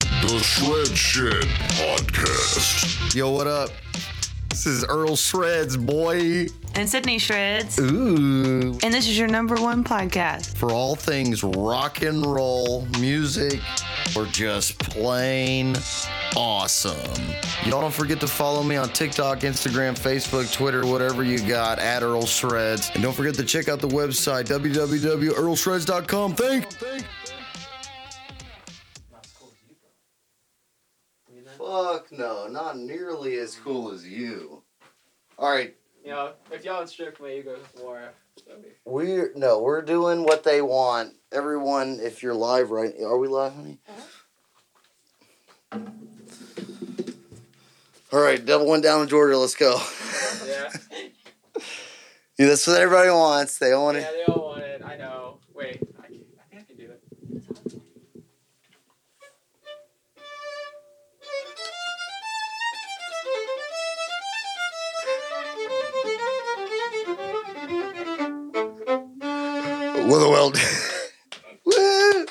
The Shred Shed Podcast. Yo, what up? This is Earl Shreds, boy. and Sydney Shreds. Ooh. And this is your number one podcast. For all things rock and roll, music, or just plain awesome. Y'all don't forget to follow me on TikTok, Instagram, Facebook, Twitter, whatever you got, at Earl Shreds. And don't forget to check out the website, www.earlshreds.com. Thank. Fuck no, not nearly as cool as you. All right, You know, if y'all stripped my ego more, that'd be We're no, we're doing what they want. Everyone, if you're live right, are we live, honey? All right, double one down in Georgia. Let's go. yeah. Yeah, that's what everybody wants. They want yeah, it. they all want it. I know. Wait, I, can, I think I can do it. With a weld. Woo!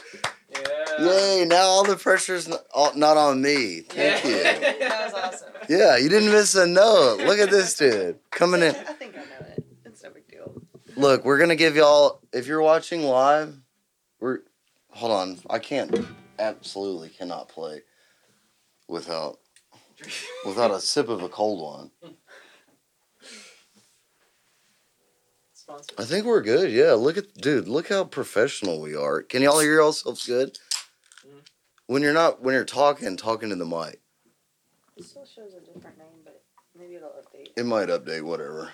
Yeah. Yay! Now all the pressure's not, all, not on me. Thank you. Yeah. awesome. Yeah, you didn't miss a note. Look at this dude coming in. think I know it. It's no big deal. Look, we're gonna give y'all. If you're watching live, we're. Hold on, I can't. Absolutely cannot play without without a sip of a cold one. Sponsor. I think we're good. Yeah, look at dude. Look how professional we are. Can y'all hear yourselves good? Mhm. When you're not when you're talking, talking to the mic. It still shows a different name, but maybe it'll update. It might update whatever.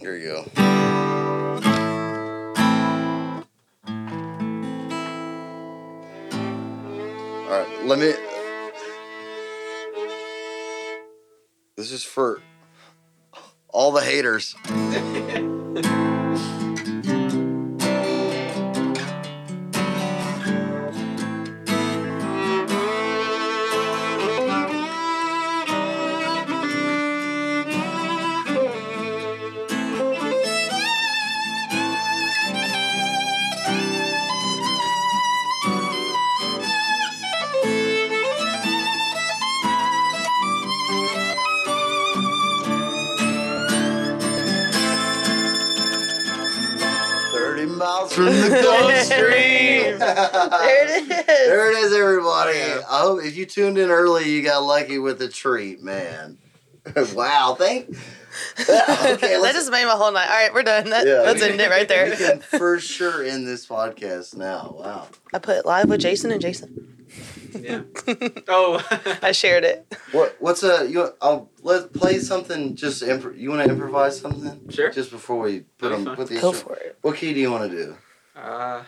Here you go. All right, let me. This is for all the haters. Thirty miles from the Gulf Stream. Um, There it is. There it is, everybody. Yeah. I hope if you tuned in early, you got lucky with the treat, man. wow, thank. okay, that let's, just made my whole night. All right, we're done. That, Yeah. Let's end it right we there. can for sure end this podcast now. Wow. I put live with Jason and Jason. yeah. Oh. I shared it. What? What's a you? I'll let play something. Just imp- you want to improvise something? Sure. Just before we put That'd be them fun. put the Go instru- for it. What key do you want to do? Uh,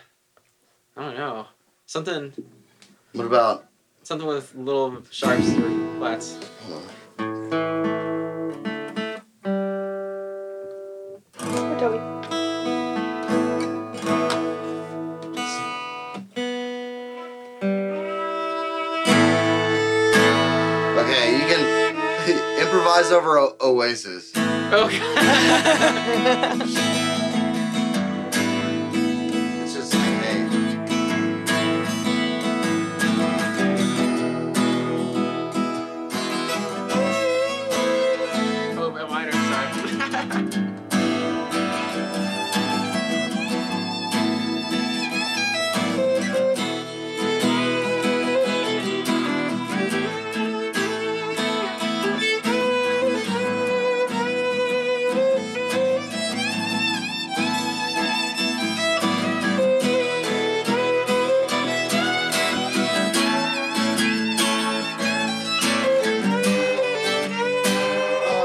I don't know. Something, What about? something with little sharps or flats. Okay, you can improvise over o- Oasis. Oh. God. It's just like, hey, oh, my minor. Sorry.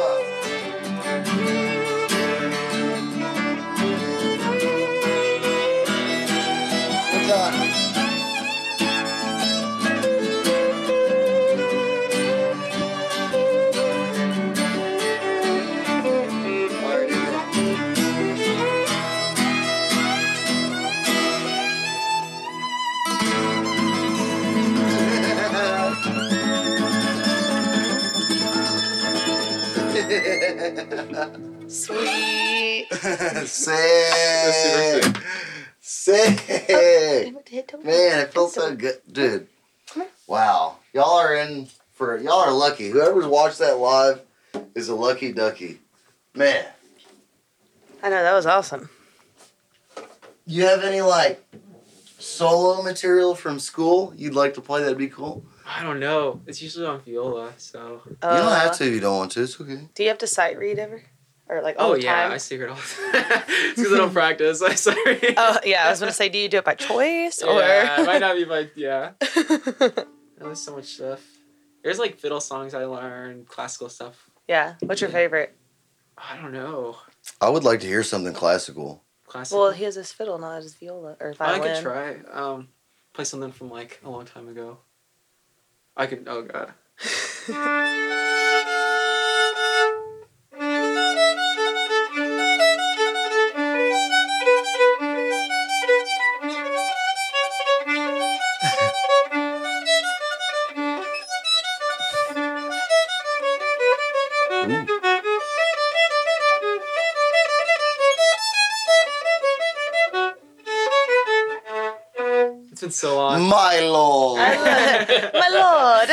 uh, we're done. Alrighty. Sweet. Sick. super Sick. Sick. Man, Man, it feels so good, dude. Wow, y'all are in for y'all are lucky. Whoever's watched that live is a lucky ducky. Man, I know that was awesome. you have any like solo material from school you'd like to play? That'd be cool. I don't know. It's usually on viola, so. Uh, you don't have to. if You don't want to. It's okay. Do you have to sight read ever, or like all Oh the yeah, time? I secret all. it's because I don't practice. I'm sorry. Oh yeah, I was gonna say, do you do it by choice or? Yeah, it might not be my yeah. There's so much stuff. There's like fiddle songs I learned, classical stuff. Yeah, What's your favorite? I don't know. I would like to hear something classical. Classical. Well, he has his fiddle, not his viola or I violin. could try. Um, play something from like a long time ago. I could. Oh god. It's been so long. My lord, I love it. My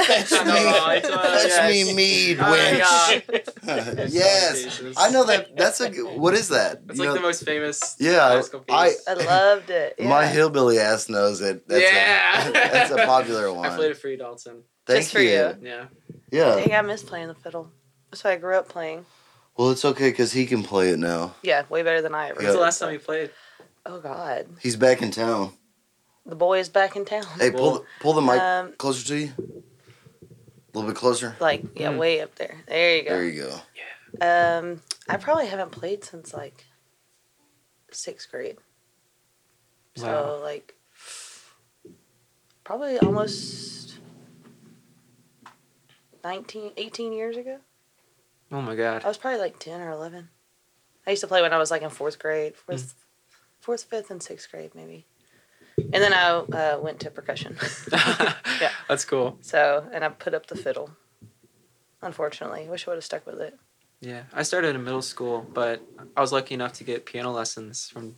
lord. fetch me, fetch me mead, Oh my wench. God. yes, I know that. That's a. good- What is that? It's You like know- the most famous. yeah, classical I. piece. I loved it. Yeah. My hillbilly ass knows it. That's Yeah. a, that's a popular one. I played it for you, Dalton. Thank Just for you. Yeah. Yeah. Dang, I miss playing the fiddle. That's what I grew up playing. Well, it's okay because he can play it now. Yeah, way better than I ever. When's Yeah. the last time you played? Oh God, He's back in town. the boy is back in town. Hey, pull pull the mic Um, closer to you. A little bit closer. like yeah, Mm. way up there. There you go. There you go. Um, I probably haven't played since like sixth grade. So Wow. like probably almost 19, 18 years ago. Oh my god. I was probably like ten or eleven. I used to play when I was like in fourth grade, fourth, fourth, fifth, and sixth grade maybe. And then I uh, went to percussion. Oh. yeah. That's cool. So and I put up the fiddle. Unfortunately, wish I would have stuck with it. Yeah. I started in middle school, but I was lucky enough to get piano lessons from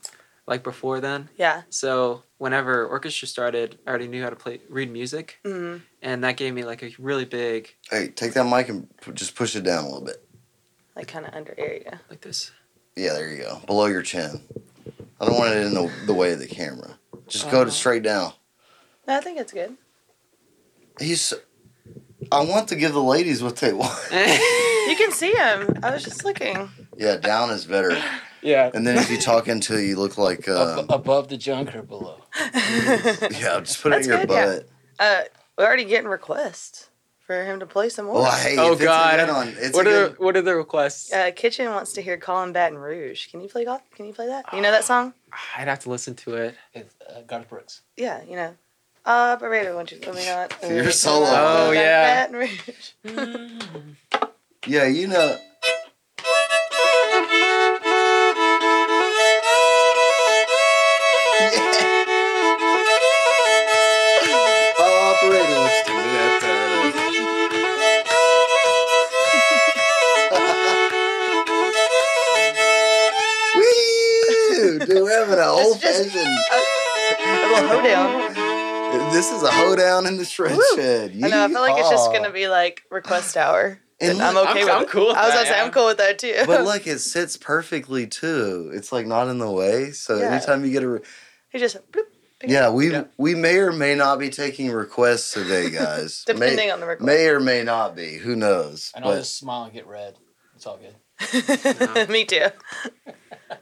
like before then. Yeah. So whenever orchestra started, I already knew how to play read music hmm and that gave me like a really big Hey, take that mic and p- just push it down a little bit. Like kind of under area. like this. Yeah, there you go. Below your chin. I don't want it in the, the way of the camera. Just go to Uh-huh. straight down. No, I think it's good. He's. I want to give the ladies what they want. You can see him. I was just looking. Yeah, down is better. Yeah. And then if you talk until you look like. Uh, Ab- above the junk or below? yeah, just put it That's in your good, yeah. butt. uh, we're already getting requests for him to play some more. Oh, hey, Oh, if it's a God. good one, it's what a are good- what are the requests? uh, Kitchen wants to hear Colin Baton Rouge. Can you play golf? Can you play that? You know that song? I'd have to listen to it. It's uh, Garth Brooks. Yeah, you know. Operator, won't you let me not? Your solo. Oh, yeah. Baton Rouge. Yeah, you know. Operator wants to do that. Woo! Dude, we're having an old fashioned. A little hoedown. This is a hoedown in the shred Woo! shed. I know. I feel like it's just Yeehaw. gonna be like request hour. And And I'm look- okay I'm- with. I'm it. cool with I was that, gonna say yeah. I'm cool with that too. But look, it sits perfectly too. It's like not in the way. So Yeah. anytime you get a, re- he just bloop, yeah, we Yeah. we may or may not be taking requests today, guys. May- depending on the request. may or may not be. Who knows? And I'll But just smile and get red. It's all good. No. Me too.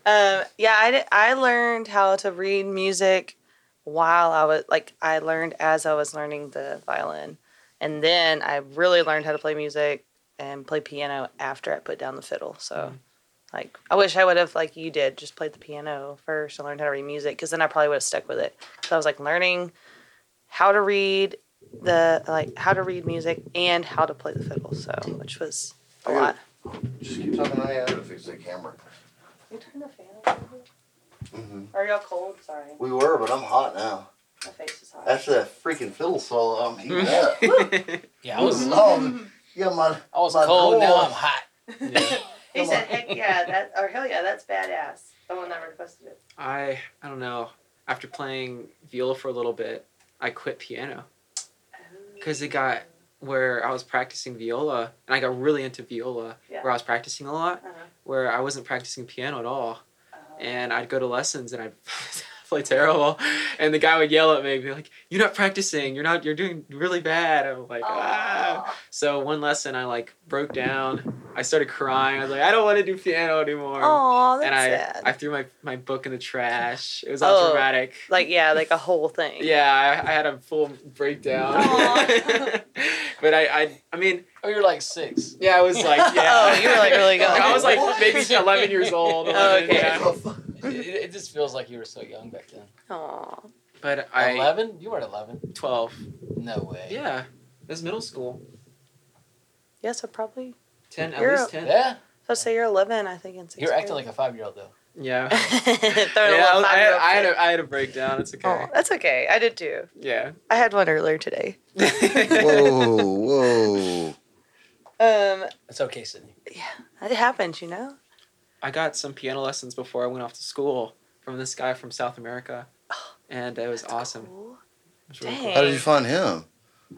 Um, yeah, I, did, I learned how to read music while I was like I learned as I was learning the violin, and then I really learned how to play music and play piano after I put down the fiddle. So, like, I wish I would have like you did just played the piano first and learned how to read music because then I probably would have stuck with it. So I was like learning how to read the like how to read music and how to play the fiddle. So which was a I got- lot. just keep talking. I gotta fix the camera. You turn the fan off. Are y'all cold? Sorry, We were, but I'm hot now. my face is hot. After that freaking fiddle solo, I'm heating up. Yeah, I was, Mm-hmm. I Oh, you got my was my cold. Now door. I'm hot. He Come said, "Heck yeah, that or hell yeah, that's badass." The one that requested it. I I don't know. after playing viola for a little bit, I quit piano Oh. because it got where I was practicing viola and I got really into viola Yeah. where I was practicing a lot, Uh-huh. where I wasn't practicing piano at all. Oh. And I'd go to lessons and I'd play terrible. And the guy would yell at me and be like, You're not practicing. You're not, you're doing really bad. I'm like, ah. Oh. So one lesson I like broke down. I started crying. I was like, I don't want to do piano anymore. Oh, that's and I sad. I threw my, my book in the trash. It was all Oh. dramatic. like yeah, like a whole thing. Yeah, I, I had a full breakdown. Aw. but I, I I mean, Oh, you're like six. yeah, I was like, yeah. Oh, you were like really young. I was like maybe 11 years old. Oh, 11, okay. yeah. It, it- it just feels like you were so young back then. Aw. But I Eleven? You weren't eleven. 12. No way. Yeah. It was middle school. Yeah, so probably. 10 at You're- least 10. Yeah. So say you're 11, I think. In sixth You're acting grade. like a five year old though. Yeah. Throwing a yeah, I, little was- I, had, I, had five-year-old a, I had a breakdown. It's okay. fit. Oh, that's okay. I did too. Yeah. I had one earlier today. Whoa, whoa. Um, It's okay, Sydney. it happens, you know. I got some piano lessons before I went off to school from this guy from South America, and it was awesome. Cool. It was really cool. Dang. How did you find him?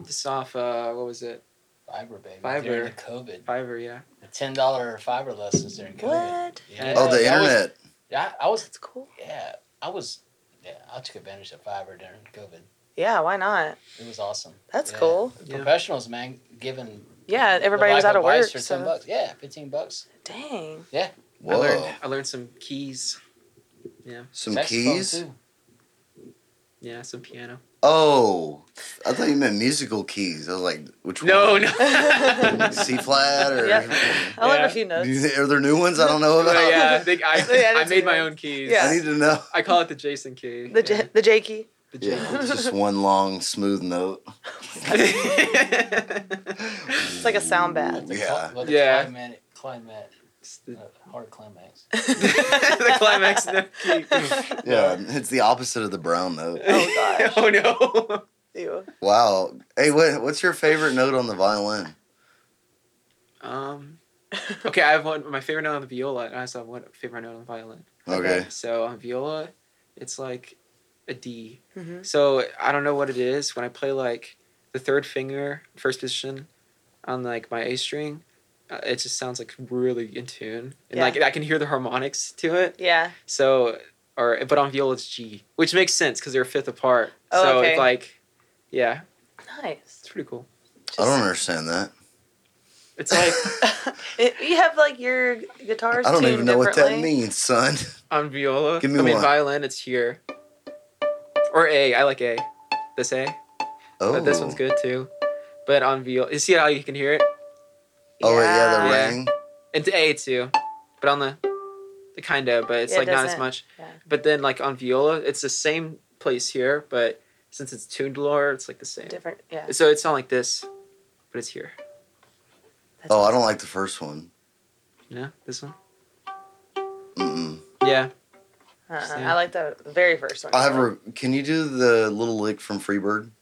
Just off, uh, what was it? Fiverr, baby. Fiverr. During the COVID, Fiverr, yeah. the ten dollar Fiverr lessons during COVID. What? Yeah, Oh, the that was- internet. Yeah, I was. That's cool. Yeah, I was. Yeah, I took advantage of Fiverr during COVID. Yeah, why not? It was awesome. That's Yeah. cool. Yeah. Professionals, man, giving Yeah, everybody was life out of work. advice For ten so- bucks. Yeah, fifteen bucks. Dang. I Whoa. learned, I learned some keys. Some Saxophone, keys? too. Yeah, some piano. Oh, I thought you meant musical keys. I was like, which No, one? no. C flat or Yeah. I learned Yeah. a few Do notes. you think- are there new ones I don't know But about? Oh, yeah, I, think Yeah, I, I that's made my weird. own keys. Yeah. I need to know. I call it the Jason key. The J- the Jakey. The Yeah, it's just one long smooth note. Jason. It's like a sound bath. The Yeah. cli- well, the Yeah. Climatic, climate, It's the, uh, hard climax. the climax note key. Yeah, it's the opposite of the brown note. Oh, gosh. oh no. Ew. Wow. Hey, what, what's your favorite note on the violin? Um, okay, I have one. My favorite note on the viola, and I also have one favorite note on the violin. Okay. So on viola, it's like a D. Mhm. So I don't know what it is when I play like the third finger, first position, on like my A string. uh, It just sounds like really in tune, and Yeah. like I can hear the harmonics to it. Yeah. So, or but on viola it's G, which makes sense because they're a fifth apart. Oh, so okay. it's like, yeah, Nice. it's pretty cool. I don't understand that. It's like It- you have like your guitars. I don't even tuned know what that differently. means, son. on viola. Give me I mean one. violin. It's here. Or A. I like A. This A. Oh, But this one's good too. But on viola, you see how you can hear it? Oh, yeah, the Yeah. ring. It's A too, but on the, the kind of, but it's Yeah, it like not as doesn't- much. yeah. But then like on viola, it's the same place here, but since it's tuned lower, it's like the same. Different. Yeah. So it's not like this, but it's here. That's Oh, I don't like the first one. You know this one? Mm-mm. Yeah. Uh-uh. Yeah. I like the very first one. I have a. Can you do the little lick from Freebird? Oh.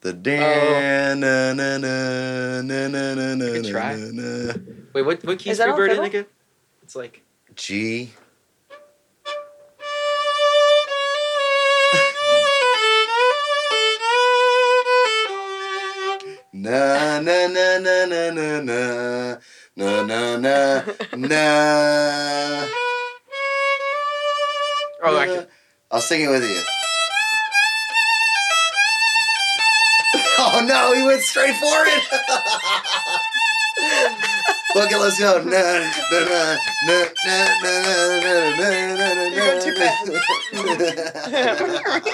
The dan na na na na na na na can try. na, na. Wait, what what keys Is that free on bird in fiddle? again? It's like G. Na na na na na na na na na na na. oh I can, I'll sing it with you. Oh no, he went straight for it. Fuck it, let's go. Na, na, na, na, na, na, na, na, na, na, na, na, na, na.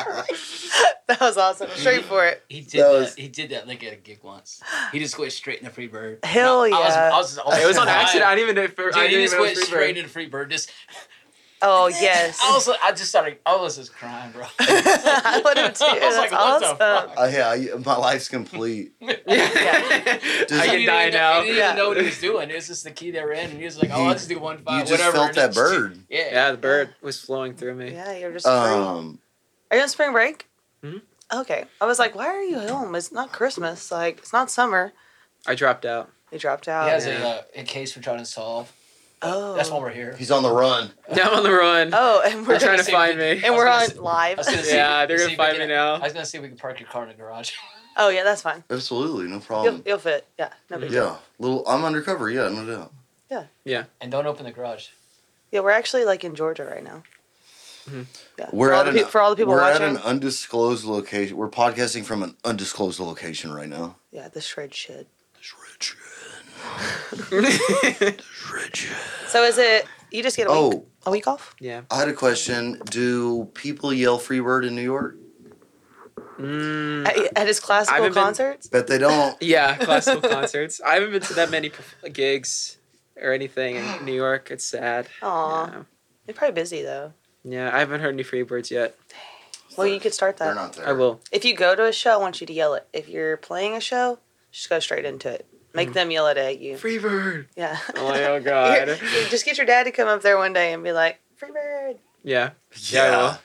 that was awesome. Straight for it. He did That that. was- he did that like at a gig once. He just went straight into free bird. Hell I was, yeah. I was, I was Oh, it was on surprised. accident. I didn't even know if I Dude, he didn't even just know went it was free straight bird. into free bird. Just Oh yes. I was, I just started. I was just crying, bro. I would have too. I was That's like, what the awesome. fuck? Oh, yeah, I- my life's complete. Yeah. I He can die I didn't now. even Yeah. know what he was doing. It was just the key they were in, and he was like, "Oh, You- I'll just do one You five, just whatever." felt and that it's- bird. Yeah. Yeah, the bird was flowing through me. Yeah, you're just. free. Um, Are you on spring break? Mhm. Mm-hmm. Okay. I was like, why are you home? It's not Christmas. Like, it's not summer. I dropped out. He dropped He out. has yeah. a, uh, a case we're trying to solve. Oh. That's why we're here. He's on the run. Now I'm on the run. Oh, and we're They're trying to see find if me. and we're I was on gonna live. I was gonna say- Yeah, they're see gonna if we find can- me now. I was gonna see if we can park your car in the garage. Oh yeah, that's fine. Absolutely, no You'll, problem. you'll fit. Yeah, no big deal. Um, yeah, little. I'm undercover. Yeah, no doubt. And don't open the garage. Yeah, we're actually like in Georgia right now. Mm-hmm. Mhm. Yeah. We're for, all at the an, pe- for all the people we're watching. at an undisclosed location. We're podcasting from an undisclosed location right now. yeah, the shred shit. It's Richard. Richard. So is it? You just get a week, Oh, a week off? yeah. I had a question. Do people yell "Freebird" in New York? Mm, Mm-hmm. At, at his classical haven't been- concerts? Bet they don't. yeah, classical concerts. I haven't been to that many perf- uh, gigs or anything in New York. It's sad. Aw, Yeah. they're probably busy though. Yeah, I haven't heard any Freebirds yet. Well, you could start They're that. not there. I will. If you go to a show, I want you to yell it. If you're playing a show, just go straight into it. Make them yell it at you. Freebird. Yeah. Mm. Oh my oh god. You- you just get your dad to come up there one day and be like, Freebird. Yeah. Yeah, Yeah, I will.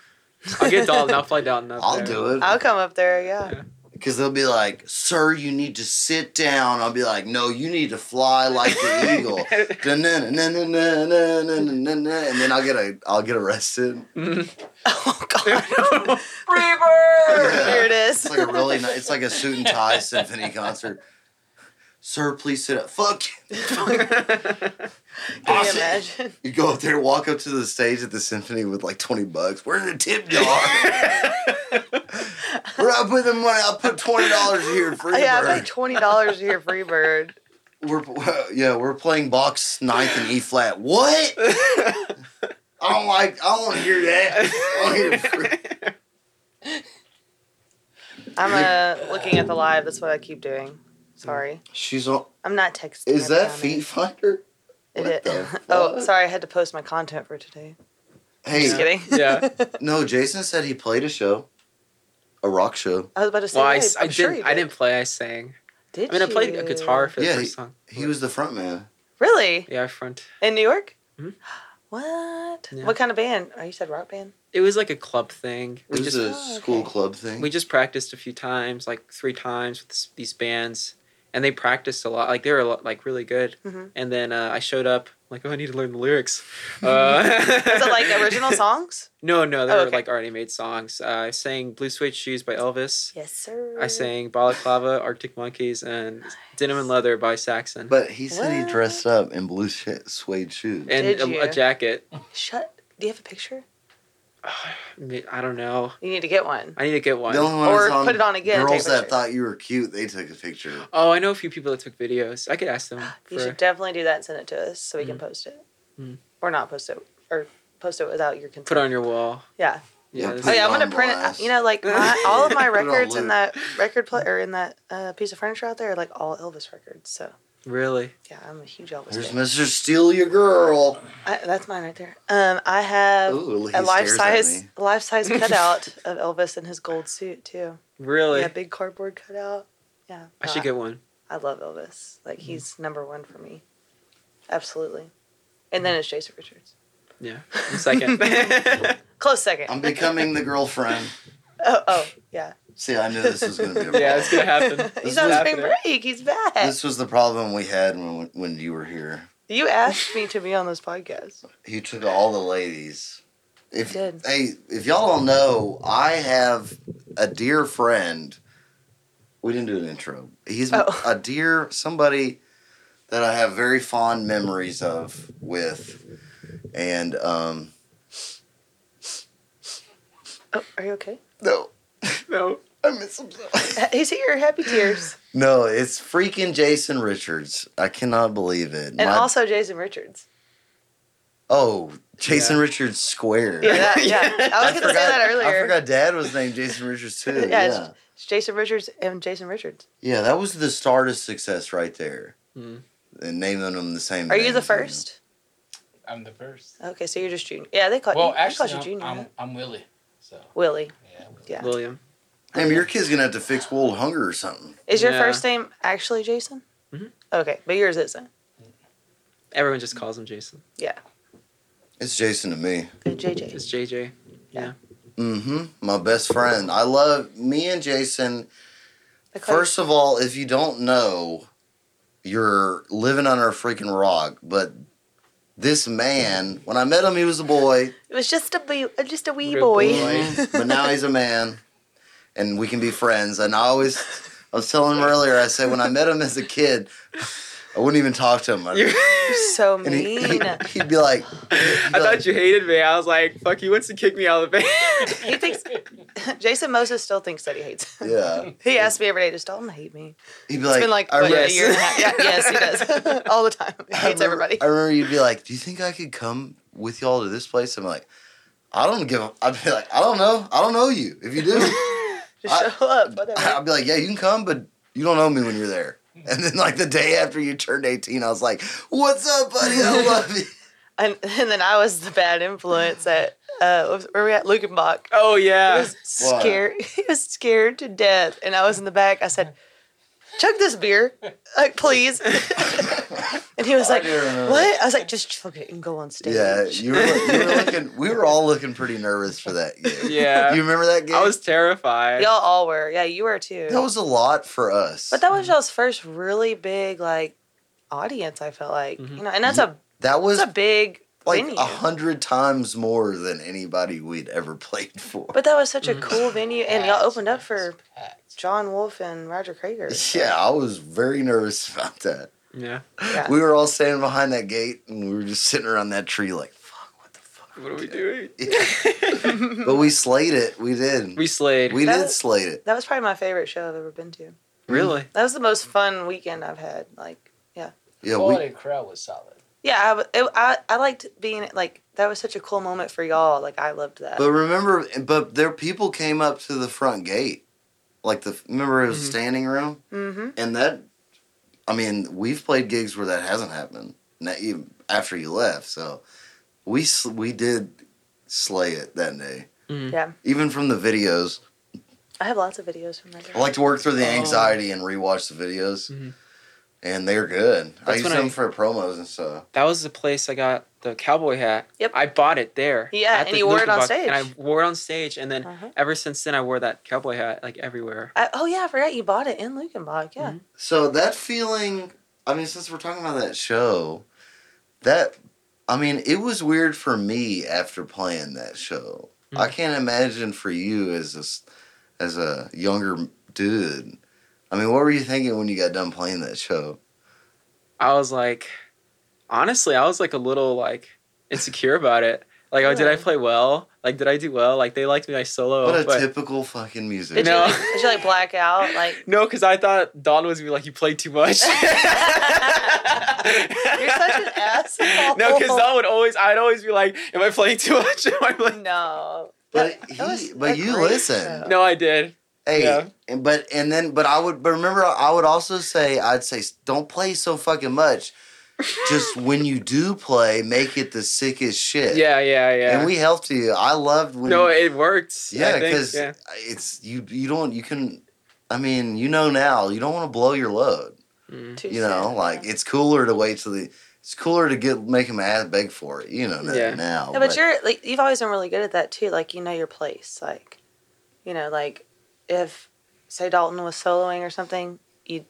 I'll get Dalton. I'll fly down. up I'll there. do it. I'll come up there, yeah. Because they'll be like, sir, you need to sit down. I'll be like, no, you need to fly like the eagle. Da-na-na-na-na-na-na-na-na-na. And then I'll get a, I'll get arrested. Mm. Oh god. Mhm. Freebird. Yeah. There it is. It's like a really, nice, it's like a suit and tie symphony concert. Sir, please sit up. Fuck. Can you Awesome. imagine? You go up there, walk up to the stage at the symphony with like twenty bucks. We're in the tip jar. We're not putting the money. I'll put twenty dollars here for you. yeah, I paid twenty dollars to hear Freebird. We're yeah, we're playing box ninth and E flat. What? I don't like. I don't want to hear that. I don't wanna hear- I'm uh, looking at the live. That's what I keep doing. Sorry, She's on. I'm not texting. Is I that promise. Feet Finder? It What is. the oh, fuck? sorry. I had to post my content for today. Hey, Just kidding. yeah. no. Jason said he played a show, a rock show. I was about to say. Well, I, yeah, s- I I'm didn't. sure you I didn't play. I sang. Did I mean, I played a you? guitar for the Yeah, first song. He was the front man. Really? Yeah, front. In New York? Mhm. What? Yeah. What kind of band? Oh, you said rock band. It was like a club thing. It We was just a Oh, school okay. club thing. we just practiced a few times, like three times with this, these bands, and they practiced a lot. Like they were a lot, like really good. Mhm. And then uh, I showed up like, oh, I need to learn the lyrics. Uh, Is it like original songs? No, no, they Oh, were okay. like already made songs. Uh, I sang "Blue Suede Shoes" by Elvis. Yes, sir. I sang "Balaclava," Arctic Monkeys, and "Denim and Leather" by Saxon, but he said he What? dressed up in blue sh- suede shoes. and Did a, a you? jacket. Shut. Do you have a picture? I mean, I don't know. You need to get one. I need to get one. the only one Or that's on put it on again and Girls take a that picture. thought you were cute, they took a picture. Oh, I know a few people that took videos. I could ask them. You for- should definitely do that and send it to us so we can post it, Mm. or not post it, or post it without your consent. put on your wall. Yeah. Yeah, Oh Yeah. Put that's- yeah, it I'm gonna on print blast. it. You know, like my, all of my Put it on records loop. in that record player or in that uh, piece of furniture out there are like all Elvis records. So Really? yeah, I'm a huge Elvis. There's fan. Mr. Steal Your Girl. I, that's mine right there. Um, I have Ooh, he a stares life at size me. life size cutout of Elvis in his gold suit too. Really? Yeah, big cardboard cutout. Yeah, I No, should Mm. get one. I love Elvis. Like he's number one for me. Absolutely. And then it's Jason Richards. Mm. Yeah. In a second. yeah, Close second. I'm becoming the girlfriend. oh, oh, yeah. See, I knew this was going to be a problem. it's gonna happen. He's is on what spring happened. break. He's back. This was the problem we had when when you were here. You asked me to be on this podcast. He took all the ladies. If Did. hey, if y'all don't know, I have a dear friend. We didn't do an intro. He's Oh. a dear somebody that I have very fond memories of with, and um, Oh, are you okay? no, No. I miss him. so- He's here. Happy tears. no, it's freaking Jason Richards. I cannot believe it. And My- also Jason Richards. oh, Jason Yeah. Richards Square. Yeah, that- yeah. I was I going to say that forgot- I earlier. forgot Dad was named Jason Richards too. Yeah, yeah. it's- It's Jason Richards and Jason Richards. Yeah, that was the start of success right there. Mm. And naming them the same. Are you the names, know. first? I'm the first. Okay, so you're just junior. Yeah, they call Well, you. actually, they call you I'm, junior. I'm, huh? I'm Willie. So Willie. yeah. Willie. Yeah. William. Damn, your kid's gonna have to fix world hunger or something. Is your Yeah. first name actually Jason? Mm-hmm. Mhm. Okay, but yours isn't. Everyone just calls him Jason. It's Jason to me. And JJ. It's JJ. Mm-hmm. My best friend. I love me and Jason. They call you- First of all, if you don't know, you're living under a freaking rock. But this man, when I met him, he was a boy, It was just a wee, uh, just a wee Good boy. boy. but now he's a man, and we can be friends. And I always, I was telling him earlier, I said when I met him as a kid, I wouldn't even talk to him. I'd- You're so and he, mean. he, He, he'd be like, I thought you hated me. I was like, fuck, he wants to kick me out of the van. thinks Jason Moses still thinks that he hates. Him. yeah, He asks me every day, "Does Dalton hate me?" he'd be It's like, been like I what, remember- a year and a half. Yeah, yes, he does all the time. He I hates remember- everybody. I remember you'd be like, "Do you think I could come with y'all to this place?" I'm like, "I don't give." a-" I'd be like, "I don't know. I don't know you. If you do, Just I- show up. Whatever. I'd be like, yeah, you can come, but you don't know me when you're there." And then like the day after you turned 18, I was like, "What's up, buddy? I love you." And, and then I was the bad influence at uh, what was- where we at Lugenbach. oh, He yeah. was scared. He was scared to death, and I was in the back. I said, "Chug this beer, like please." and he was like, do remember "What?" I was like, "Just chug it and go on stage." Yeah, you were, you were looking. We were all looking pretty nervous for that game. Yeah. you remember that game? I was terrified. Y'all all were. Yeah, you were too. That was a lot for us. but that was y'all's first really big like audience. I felt like Mhm. you know, and that's a that was that's a big like venue. a hundred times more than anybody we'd ever played for. But that was such a Mhm. cool venue, and y'all opened up for John Wolfe and Roger Krager. Yeah, I was very nervous about that. Yeah. Yeah. We were all standing behind that gate and we were just sitting around that tree like, fuck, what the fuck? What are we doing? doing? but we slayed it. We did. We slayed. We That- did slate it. That was probably my favorite show I've ever been to. really? That was the most fun weekend I've had. Like, Yeah, Boyd we, and Crow was solid. yeah, I, w- it- I, I liked being like that was such a cool moment for y'all. Like, I loved that. but remember, but there people came up to the front gate. Like the remember it was a Mhm. standing room mm-hmm. and that I mean, we've played gigs where that hasn't happened. Now, even after you left, so we sl- we did slay it that day. Mhm. Yeah. Even from the videos, I have lots of videos from that. I like to work through the Oh. anxiety and rewatch the videos, Mhm. and they're good. I That's use when them I- for promos and stuff. That was the place I got the cowboy hat. Yep. I bought it there. Yeah, at and the you wore it on Lugenbach, stage. And I wore it on stage, and then Uh-huh. ever since then, I wore that cowboy hat like everywhere. I, oh yeah, I forgot you bought it in Lukenbach. Yeah, Mhm. So that feeling, I mean, since we're talking about that show, that I mean, it was weird for me after playing that show. I Mhm. can't imagine for you as a s- as a younger dude. I mean, what were you thinking when you got done playing that show? I was like, honestly, I was like a little like insecure about it. Like, oh, did I Really? play well? Like, did I do well? Like, they liked me like solo. what a Oh, but typical fucking music. did No. you like, did you like black out? Like, No, because I thought Don was gonna be like, you played too much. You're such an asshole. No, because Don would always, I'd always be like, am I playing too much? Am I playing? no. But That- he, that was a but you great listen. show. No, I did. Hey, Yeah. and, but and then but I would but remember I would also say I'd say don't play so fucking much. Just when you do play, make it the sickest shit. Yeah, yeah, yeah. And we helped you. I loved when no, it worked. I yeah, think, because yeah. it's you. You don't. You can. I mean, you know now. You don't want to blow your load. Mm. Too you know, soon, like yeah. it's cooler to wait till the. It's cooler to get make him ass beg for it. You know that Yeah. now. No, but you're like you've always been really good at that too. Like you know your place. Like, you know, like if say Dalton was soloing or something, you'd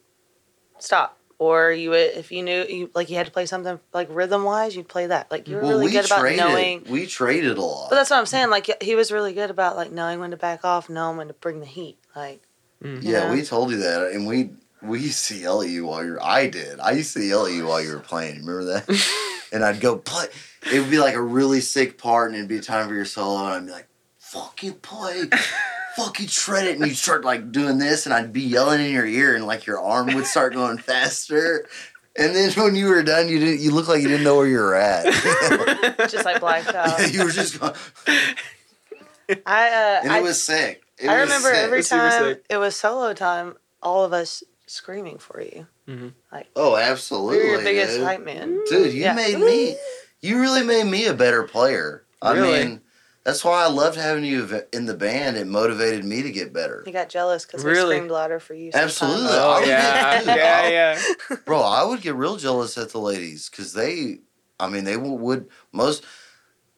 stop. Or you would if you knew you like you had to play something like rhythm wise, you'd play that. Like you're well, really we good about traded. knowing. We traded a lot. But that's what I'm saying. Like he was really good about like knowing when to back off, knowing when to bring the heat. Like Mm-hmm. you Yeah, know? we told you that, and we we used to yell at you while you're. I did. I used to yell at you while you were playing. Remember that? and I'd go play. It would be like a really sick part, and it'd be time for your solo, and I'd be like, "Fucking play, fucking shred it," and you'd start like doing this, and I'd be yelling in your ear, and like your arm would start going faster. And then when you were done, you didn't. You looked like you didn't know where you were at. just like blacked out. Yeah, you were just, going, I uh, and I, it was sick. It I was remember sick. every It's super time sick. it was solo time, all of us screaming for you. Oh, We absolutely. were your biggest dude. hype man. Dude, you Yeah. made me. You really made me a better player. I Really? mean, that's why I loved having you v- in the band. It motivated me to get better. You got jealous because Really? we screamed louder for you. sometimes. Absolutely. Oh, yeah. yeah, yeah. Bro, I would get real jealous at the ladies because they, I mean, they w- would most.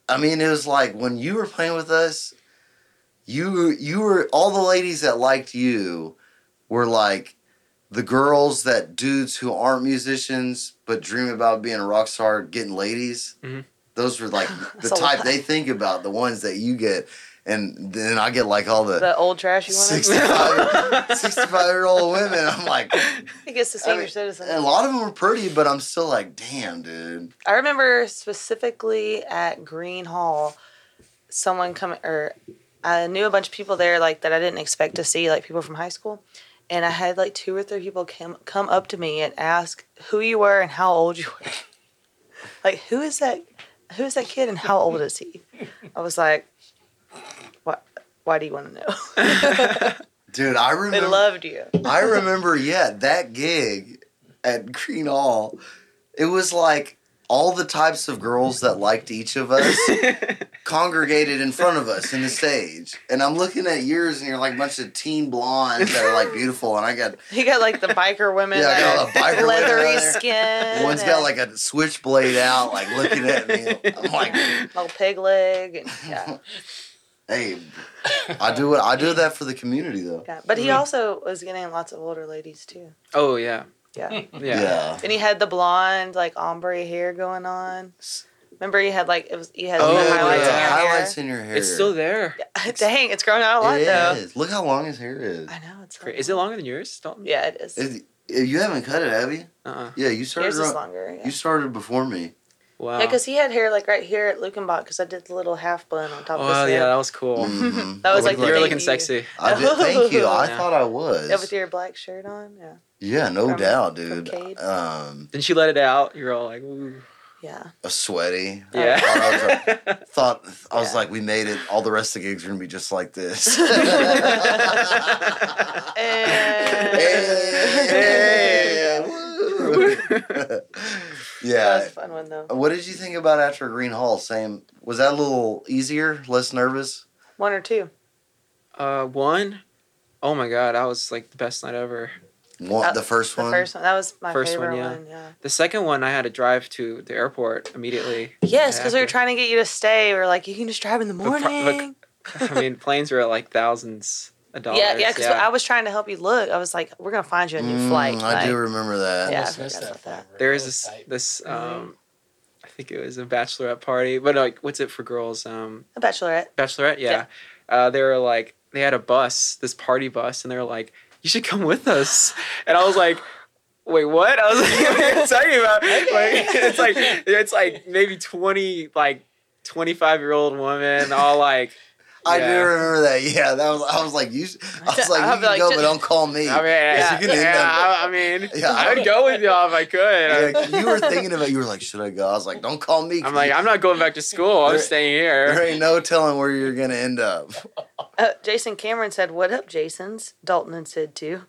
I mean, it was like when you were playing with us, you you were all the ladies that liked you were like, the girls that dudes who aren't musicians but dream about being a rock star getting ladies. Mhm. Those were like the Mm-hmm. That's a type lot. they think about, the ones that you get. And then I get like all the, The old trashy one. 65, 65 year old women. I'm like, He gets to I senior mean, citizen. a lot of them are pretty, but I'm still like, damn, dude. I remember specifically at Green Hall, someone coming or I knew a bunch of people there like that I didn't expect to see, like people from high school. And I had like two or three people come come up to me and ask who you were and how old you were. like who is that who is that kid and how old is he? I was like, What why do you want to know? Dude, I they remember. loved you. I remember, yeah, that gig at Green Hall. It was like all the types of girls that liked each of us congregated in front of us in the stage. And I'm looking at yours, and you're like a bunch of teen blondes that are like beautiful. And I got He got like the biker women Yeah, I got all that the biker are women leathery out there. skin. one's got and- like a switchblade out, like looking at me. I'm like, little pig leg and yeah. hey, I do what I do that for the community though. yeah. But he Mhm. also was getting lots of older ladies too. Oh yeah, Yeah. yeah. and he had the blonde like ombre hair going on. Remember he had like it was he had Oh, the yeah, highlights the in your highlights in your hair. It's still there. hair. Dang, it's grown out a lot It though. is. Look how long his hair is. I know it's. Cra- Is it longer than yours, Dalton? Yeah, it is. Is- eh, you haven't cut it, have you? Uh. uh Yeah, you started. Yours is around- longer. Yeah. You started before me. Wow. Yeah, because he had hair like right here at Lukenbach because I did the little half bun on top of Oh his yeah, head. that was cool. Mhm. That was I like look the You're thing looking Mm. you- sexy. I did, thank you. I Yeah. thought I Yeah, with was. your black shirt on. Yeah, Yeah, no from- doubt, from dude. Cade. Um, Then she let it out. You're all like, Ooh. yeah. a sweaty. yeah. thought Thought I was Yeah. like, we made it. All the rest of the gigs are gonna be just like this. Eh. And Hey, woo. that was Eh. yeah. a fun one though. What did you think about after Green Hall? Same. Was that a little easier, less nervous? One or two. uh, one. Oh my god, that was like the best night ever. One, Uh, the first The one. first one. That was my First one, favorite yeah. one. Yeah. The second one, I had to drive to the airport immediately. Yes, because we were after. trying to get you to stay. We were like, you can just drive in the pro- morning. look, I mean, planes were at like thousands of dollars. yeah, yeah, because I was trying to help you look. I was like, we're gonna find you a new Mm, flight. I do like- remember that. Yeah, I Almost forgot missed that about that. fiber. there is That was this tight. this Mhm. um, I think it was a bachelorette party, but like, what's it for girls? Um, a bachelorette. bachelorette, yeah. Uh, they were like, they had a bus, this party bus, and they were like, you should come with us. And I was like, wait, what? I was like, what are you talking about? Like, it's like it's like maybe twenty like. 25 year old woman all like I do Yeah. remember that. Yeah, that was. I was like, you. I was like, I'll you be can like, go, just- but don't call me. i mean yeah, you can do yeah, that. I, I mean Yeah. i would go with y'all if i could Yeah, you were thinking about. You were like, should I go? I was like, don't call me. i'm like i'm not going back to school i'm There- staying there here ain't no telling where you're gonna end up. Uh, Jason Cameron said, "What up, Jasons?" Dalton and Sid too.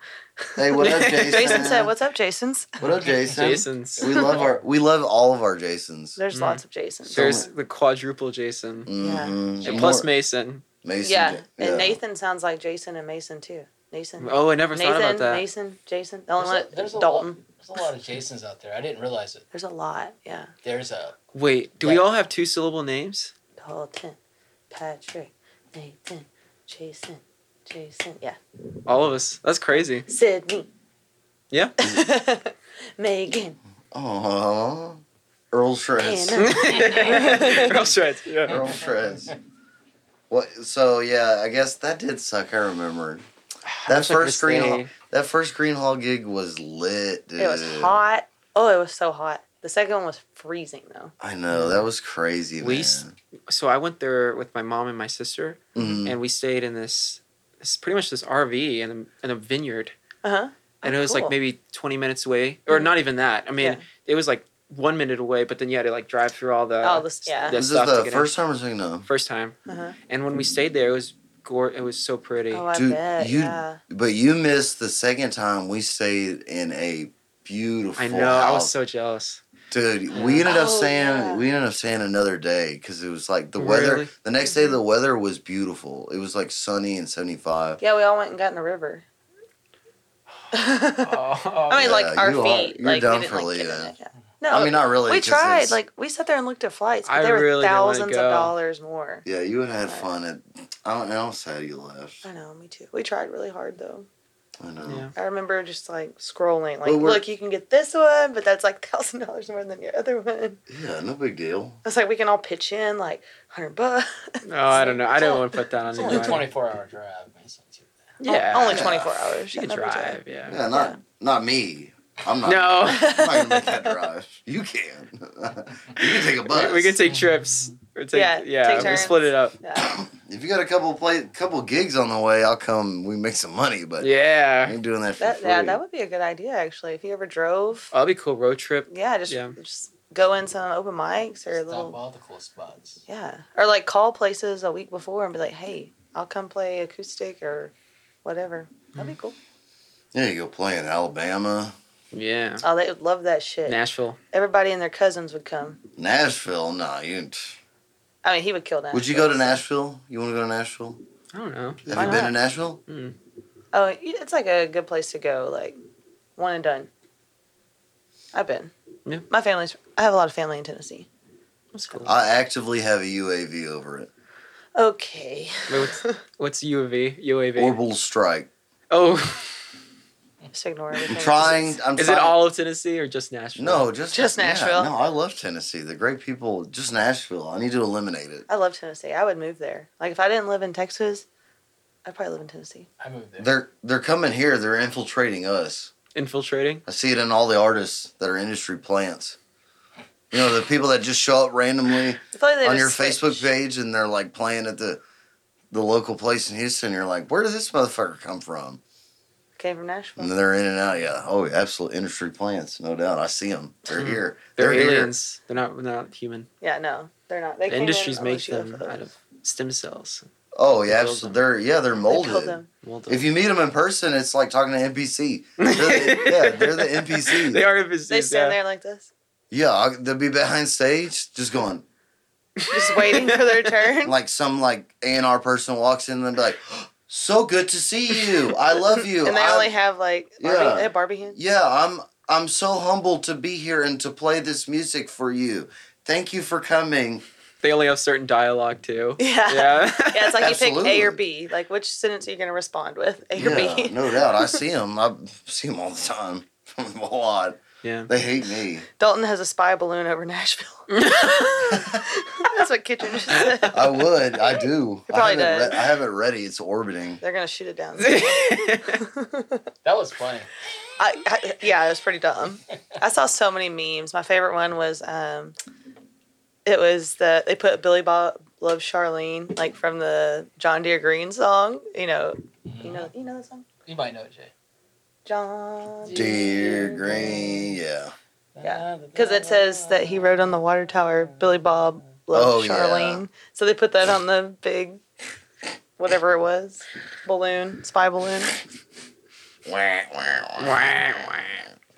Hey, what up, Jason? Jason said, "What's up, Jasons?" What up, Jason? jason's We love our. We love all of our Jasons. There's Mhm. lots of Jasons. So- there's the quadruple jason Mhm. and plus More- mason Mason. yeah. Ja- and Nathan sounds like Jason and Mason too. Nathan, oh i never thought Nathan, about that Mason, Jason. The only There's a- one, there's a Dalton. There's a lot of Jasons out there. I didn't realize it. There's a lot. Yeah, There's a Wait, do we Yeah. all have two syllable names? Dalton, Patrick, Nathan, Jason, Jason. Yeah. All of us. That's crazy. Sydney. Yeah. Megan. Aw. Earl Shreds. Hannah. Earl Shreds. Yeah. Earl Shreds. What? So yeah, I guess that did suck. I remember. That wish I could've first Green stayed. Hall, that first Green Hall gig was lit. Dude. It was hot. Oh, it was so hot. The second one was freezing though. I know that was crazy. We man. s- So I went there with my mom and my sister, Mhm. and we stayed in this, this pretty much this RV in a, in a vineyard, Uh huh. and Oh, it was cool. like maybe twenty minutes away, or Mhm. not even that. I mean, Yeah. it was like one minute away, but then you had to like drive through all the All this- yeah. the this is stuff to the get in. first Mm. time we're seeing them. first time. Uh-huh. And when we stayed there, it was gore. It was so pretty. Oh, I Dude, bet. you- yeah. But you missed the second time we stayed in a beautiful. I know. I was house. so jealous. dude. We ended up Oh, staying. yeah. We ended up staying another day because it was like the weather. Really? The next day, the weather was beautiful. It was like sunny and seventy five. Yeah, we all went and got in the river. I mean, like Yeah, our you are- feet. you're like, dumb we didn't, for like, get in leaving. it, yeah. No, I mean, not really. we 'cause tried. it's- Like we sat there and looked at flights, but I they were really didn't wanna thousands of go. dollars more. yeah, you would have had fun. At, I don't know. I'm sad you left. I know, me too. We tried really hard though. I know. Yeah. I remember just like scrolling, like, Well, we're- look, you can get this one, but that's like thousand dollars more than your other one. Yeah, no big deal. It's like we can all pitch in like hundred bucks. No, I don't know. I don't want to put that on It's only a anybody. 24 hour drive. Man. It's not too bad. Yeah, only Yeah. twenty four hours. You can Yeah, no big deal. drive. Yeah. Yeah, not not me. I'm not. No, I'm not gonna make that drive. You can. you can take a bus. we, we can take trips. Or take, Yeah, yeah, take we turns. split it up. Yeah. If you got a couple play, couple gigs on the way, I'll come. We make some money, but I Yeah, ain't doing that for That, free. yeah, that would be a good idea actually. If you ever drove, oh, that'd be a cool road trip. yeah, just yeah. just go in some open mics or Stop little all the cool spots. yeah, or like call places a week before and be like, hey, I'll come play acoustic or whatever. Mm. That'd be cool. yeah, you go play in Alabama, Yeah, Oh, they would love that shit. Nashville. Everybody and their cousins would come. Nashville. Nah, you. I mean, he would kill Nashville. Would you go to Nashville? You want to go to Nashville? I don't know. Have Why you been not? to Nashville? Oh, y- it's like a good place to go, like one and done. I've been. Yeah. My family's. I have a lot of family in Tennessee. That's cool. I actively have a UAV over it. Okay. Wait, what's, what's U of V? UAV. Orbital strike. Oh, Just ignore I'm everything. trying. I'm is trying. it all of Tennessee or just Nashville? No, just Just yeah, Nashville. no, I love Tennessee. The great people. Just Nashville. I need to eliminate it. I love Tennessee. I would move there. Like if I didn't live in Texas, I'd probably live in Tennessee. I moved there. They're they're coming here. They're infiltrating us. Infiltrating. I see it in all the artists that are industry plants. You know, the people that just show up randomly I feel like they on just your switch. Facebook page and they're like playing at the the local place in Houston. You're like, where did this motherfucker come from? Came from And Nashville. then they're in and out. Yeah. Oh, absolute industry plants, no doubt. I see them. They're Mhm. here. They're, here. aliens. They're not not human. Yeah, no, they're not. They The came industries in, make unless them UFOs. out of stem cells. Oh, yeah. They build absolutely. them. They're yeah. They're They build molded. them. Mold If you meet them in person, it's like talking to NPC. They're the- yeah, they're the NPC. they are NPCs. They stand yeah. there like this, Yeah, I'll- they'll be behind stage, just going. just waiting for their turn. like some like A and R person walks in and they're like, "So good to see you. I love you." And they I'm- only have like Barbie, Yeah. they have Barbie hands. yeah, I'm I'm so humbled to be here and to play this music for you. Thank you for coming. They only have certain dialogue too. Yeah. Yeah. Yeah, it's like you pick A or Absolutely. B. Like, which sentence are you going to respond with? A or yeah, B? no doubt. I see them. I see them all the time. a lot. Yeah. They hate me. Dalton has a spy balloon over Nashville. That's what Kitchen just said. I would. I do. It probably I have does. It re- I have it ready. It's orbiting. They're going to shoot it down. That was funny. I, I, yeah, it was pretty dumb. I saw so many memes. My favorite one was um, it was the they put Billy Bob Love Charlene like from the John Deere Green song. You know, you know, you know that song. You might know it, Jay. John Dear green, yeah. Yeah, Because it says that he rode on the water tower, Billy Bob Oh, loved yeah. Charlene. So they put that on the big, whatever it was, balloon, spy balloon.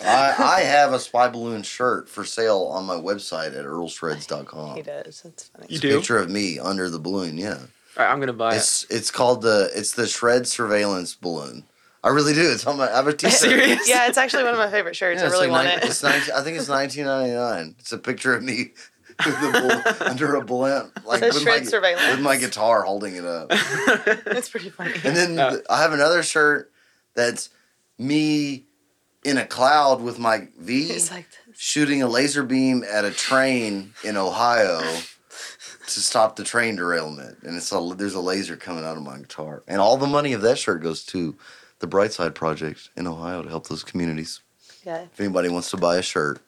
I, I have a spy balloon shirt for sale on my website at earlshreds.com. He does. That's funny. You It's do? Oh, a picture of me under the balloon. Yeah, All right, I'm gonna buy it. it's it's called the it's the shred surveillance balloon. I really do. It's on my. I have a T-shirt. Serious? Yeah, it's actually one of my favorite shirts. Yeah, I it's really like want nine- it. It's 19, I think it's 1999. It's a picture of me with the bull, under a balloon, like It says with shred my, surveillance. with my guitar holding it up. It's pretty funny. And then Oh. Uh, th- I have another shirt that's me in a cloud with my V. It's like this. shooting a laser beam at a train in Ohio to stop the train derailment, and it's a there's a laser coming out of my guitar, and all the money of that shirt goes to the Brightside Project in Ohio to help those communities. Yeah, If anybody wants to buy a shirt,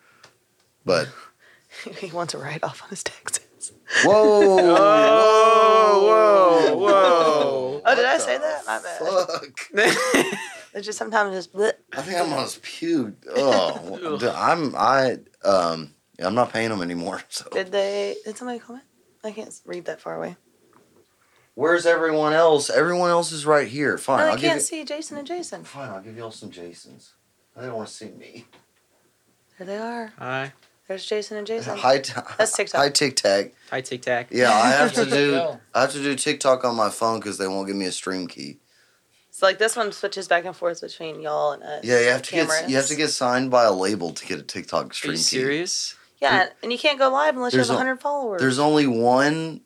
but he wants a write off on his taxes. whoa, Oh, whoa, Oh, did I what say the that? My bad. fuck! whoa. It's just sometimes just bleh. I think I'm almost puked. Oh, dude, I'm I um I'm not paying them anymore. So Did they? Did somebody comment? I can't read that far away. where's everyone else? Everyone else is right here. Fine, No, I'll I give can't you- see Jason and Jason. Fine, I'll give y'all some Jasons. I don't want to see me. There they are. Hi. There's Jason and Jason. Hi, t- That's TikTok. Hi, Tic Tac. Hi, Tic Tac. Yeah, I have to There you do. go. I have to do TikTok on my phone because they won't give me a stream key. So like this one switches back and forth between y'all and us. Yeah, you have the to get cameras. you have to get signed by a label to get a TikTok Are stream you key. serious? Yeah, and you can't go live unless you There's have a- 100 followers There's only one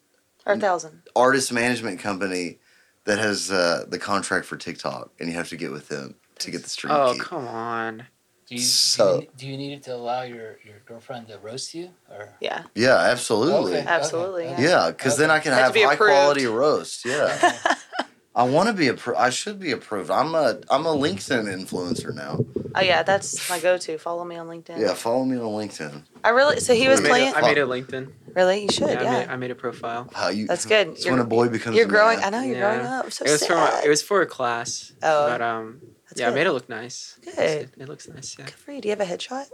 or 1,000. artist management company that has uh, the contract for TikTok, and you have to get with them. to get the street Oh, key. come on. Do you, So- do you do you need it to allow your, your girlfriend to roast you or? Yeah. Yeah, absolutely. Okay, Absolutely, okay, yeah. okay. Yeah, because then I can Has to have be high approved. quality roast. Yeah, I want to be approved. I should be approved. I'm a I'm a LinkedIn influencer now. Oh yeah, that's my go-to. Follow me on LinkedIn. Yeah, follow me on LinkedIn. I really. So he was I made, playing. A, I made a LinkedIn. really, you should. Yeah, Yeah. I, made, I made a profile. How you? That's good. It's You're- when a boy becomes. you're a growing. Man. I know you're Yeah. growing up. So it was sad. for my, it was for a class. Oh. but um, That's yeah, I good. made it look nice. It's- Good. It, it looks nice. Yeah. Good for you. Do you have a headshot?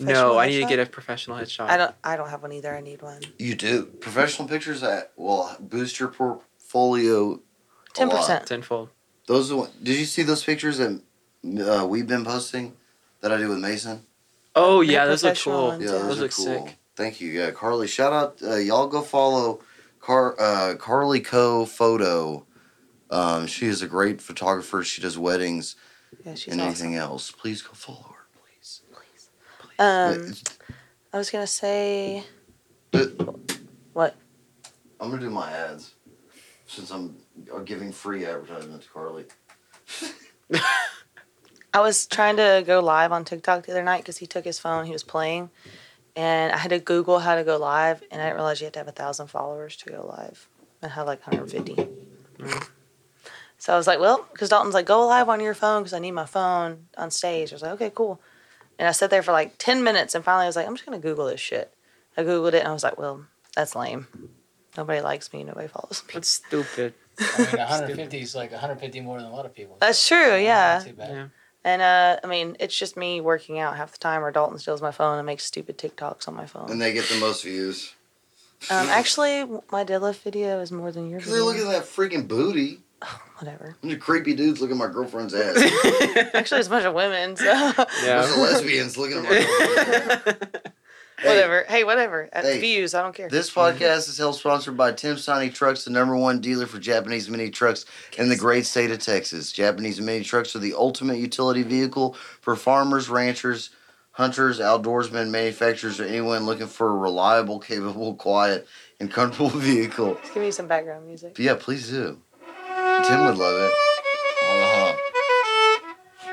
No, Professional I need to headshot? get a professional headshot. I don't. I don't have one either. I need one. You do professional pictures that will boost your portfolio. a Ten lot. percent. tenfold. Those are what- did you see those pictures that uh, we've been posting that I do with Mason? Oh Made a yeah, those look professional cool. one. Yeah, Yeah. those, Those are look cool. sick. Thank you. Yeah, Carly. Shout out. Uh, y'all go follow Car uh, Carly Co Photo. Um, she is a great photographer. She does weddings Yeah, she's and awesome. anything else. Please go follow her, please. Um, Wait, I was gonna say. but- What? uh, I'm gonna do my ads since I'm uh, giving free advertisement to Carly. I was trying to go live on TikTok the other night because he took his phone. He was playing, and I had to Google how to go live, and I didn't realize you had to have a thousand followers to go live. I had like 150. So I was like, well, because Dalton's like, go live on your phone because I need my phone on stage. I was like, okay, cool. And I sat there for like 10 minutes, and finally I was like, I'm just gonna Google this shit. I Googled it, and I was like, well, that's lame. Nobody likes me. Nobody follows me. That's stupid. I mean, 150 is like 150 more than a lot of people. That's so, true, not yeah. too bad. Yeah. And uh, I mean, it's just me working out half the time, or Dalton steals my phone and makes stupid TikToks on my phone. And they get the most views. Um, actually, my Dilla video is more than your Cause they video. look at that freaking booty. Whatever. The creepy dudes look at my girlfriend's ass. Actually, it's a bunch of women, so Those yeah. lesbians looking at my girlfriend's ass. Hey, whatever. Hey, whatever. At Hey. views, I don't care. This podcast is held sponsored by Tim Sani Trucks, the number one dealer for Japanese mini trucks in the great state of Texas. Japanese mini trucks are the ultimate utility vehicle for farmers, ranchers, hunters, outdoorsmen, manufacturers, or anyone looking for a reliable, capable, quiet, and comfortable vehicle. Just give me some background music. But yeah, please do. Tim would love it. Uh-huh.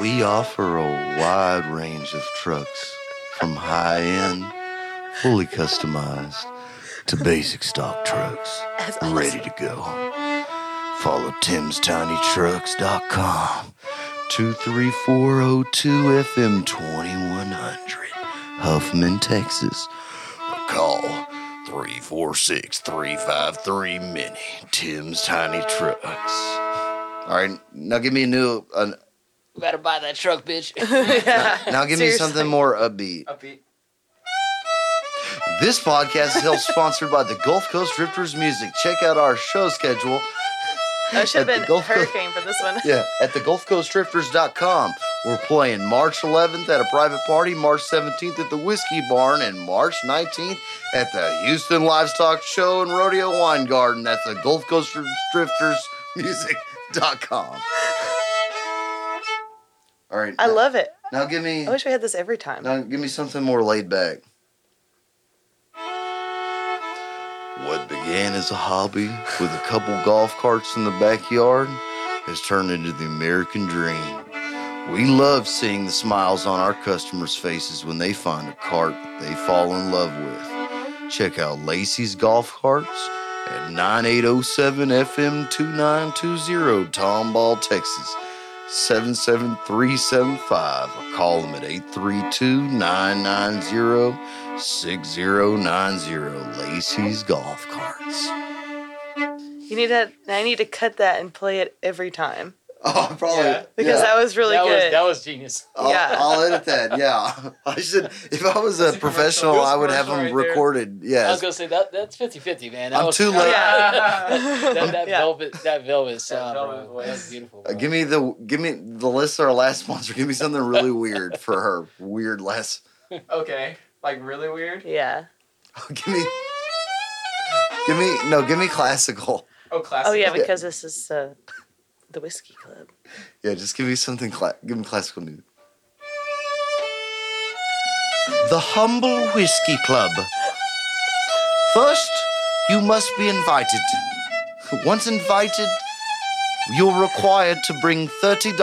We offer a wide range of trucks from high end, fully customized, to basic stock trucks That's ready awesome. to go. Follow timstinytrucks.com 23402 FM 2100 Huffman, Texas. Or call 346 353 Mini Tim's Tiny Trucks. All right, now give me a new. Uh, You better buy that truck, bitch. Yeah, now give me seriously. something more upbeat. Upbeat. This podcast is held sponsored by the Gulf Coast Drifters Music. Check out our show schedule I should at have the been Gulf Coast- hurricane for this one. Yeah, at the GulfCoastDrifters.com. We're playing March 11th at a private party, March 17th at the Whiskey Barn, and March 19th at the Houston Livestock Show and Rodeo Wine Garden. That's the Gulf Coast Drifters Music.com. All right. I now- love it. Now give me. I wish we had this every time. Now give me something more laid back. What began as a hobby with a couple golf carts in the backyard has turned into the American dream. We love seeing the smiles on our customers' faces when they find a cart they fall in love with. Check out Lacey's Golf Carts at 9807 FM 2920 Tomball, Texas. 77375 or call them at 832-990-6090 Lacey's Golf Carts. You need to. I need to cut that and play it every time Oh, probably. Yeah. because that was really that good. was that was genius. I'll, yeah. I'll edit that. Yeah. I should if I was a a commercial. professional, It was I would have commercial them right there. recorded. I was Yes. gonna say that that's 50-50, man. That I'm was, too late. Yeah. that, that Yeah. velvet, that velvet sound, velvet bro. That was voice. beautiful. Uh, bro. give me the give me the list our last sponsor. Give me something really weird for her weird last. Okay. Like really weird. yeah. give me Give me no, give me classical. Oh, classic. Oh yeah, because this is uh, the whiskey club. Yeah, just give me something. Cla- give me classical music. The Humble Whiskey Club. First, you must be invited. Once invited, You're required to bring $30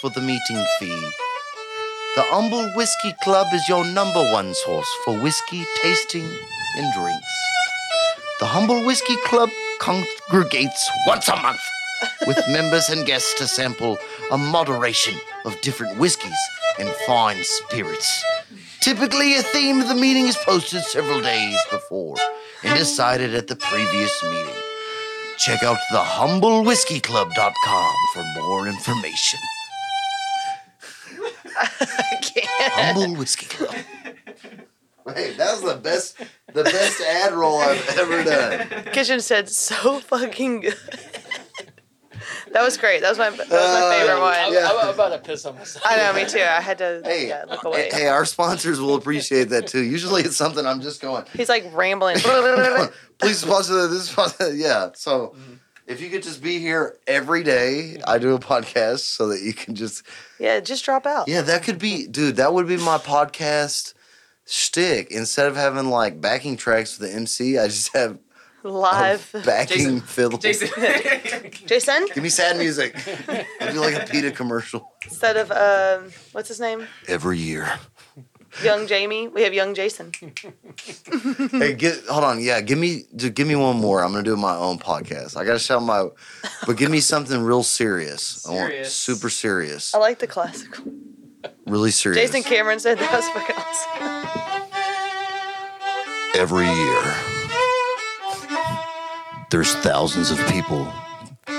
for the meeting fee. The Humble Whiskey Club is your number one source for whiskey tasting and drinks. The Humble Whiskey Club congregates once a month with members and guests to sample a moderation of different whiskeys and fine spirits. Typically, a theme of the meeting is posted several days before and decided at the previous meeting. Check out the humblewhiskeyclub.com for more information. I can't. Humble Whiskey Club. Wait, that was the best, the best ad roll I've ever done. Kitchen said so fucking good. that was great. That was my that was my favorite Uh, one. I'm, Yeah. I'm about to piss on myself. I know, me too. I had to Hey, yeah, look hey, away. hey, our sponsors will appreciate that too. Usually, it's something I'm just going. He's like rambling. Please sponsor this. Sponsor. Yeah. So, if you could just be here every day, I do a podcast so that you can just. yeah, just drop out. Yeah, that could be, dude. That would be my podcast shtick. Instead of having like backing tracks with the MC, I just have a Live. backing Jason- fiddle. Jason. Jason, Give me sad music. It'd be like a PETA commercial instead of um, what's his name, every year. young Jamie, we have young Jason. Hey, get hold on. Yeah, give me dude, give me one more. I'm gonna do my own podcast. I gotta shout my, but give me something real serious. I want Serious. super serious, I like the classical. really serious. Jason Cameron said that was fucking awesome. Every year, there's thousands of people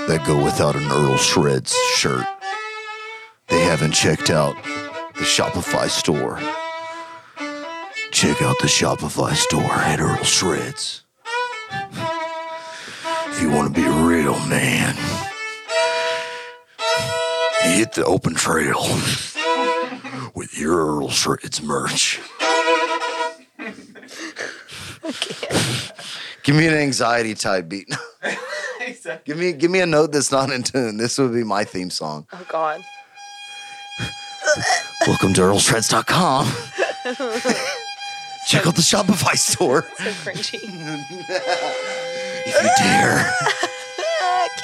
that go without an Earl Shreds shirt. They haven't checked out the Shopify store. Check out the Shopify store at Earl Shreds. If you want to be a real man, hit the open trail with your Earl Shreds merch. Give me an anxiety type beat. give me give me a note that's not in tune. This would be my theme song. Oh God. Welcome to EarlShreds.com. Check out the Shopify store So cringy. if you dare.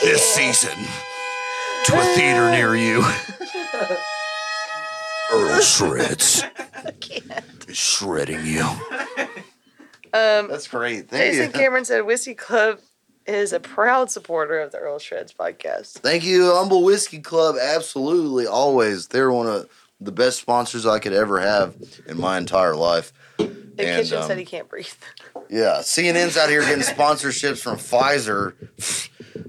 this season to a theater near you. Earl Shreds is shredding you. Um, That's great. Jason Cameron said Whiskey Club is a proud supporter of the Earl Shreds podcast. Thank you, Humble Whiskey Club. Absolutely, always. They're one of the best sponsors I could ever have in my entire life. And, And, Kitchen um, said he can't breathe. Yeah, CNN's out here getting sponsorships from Pfizer.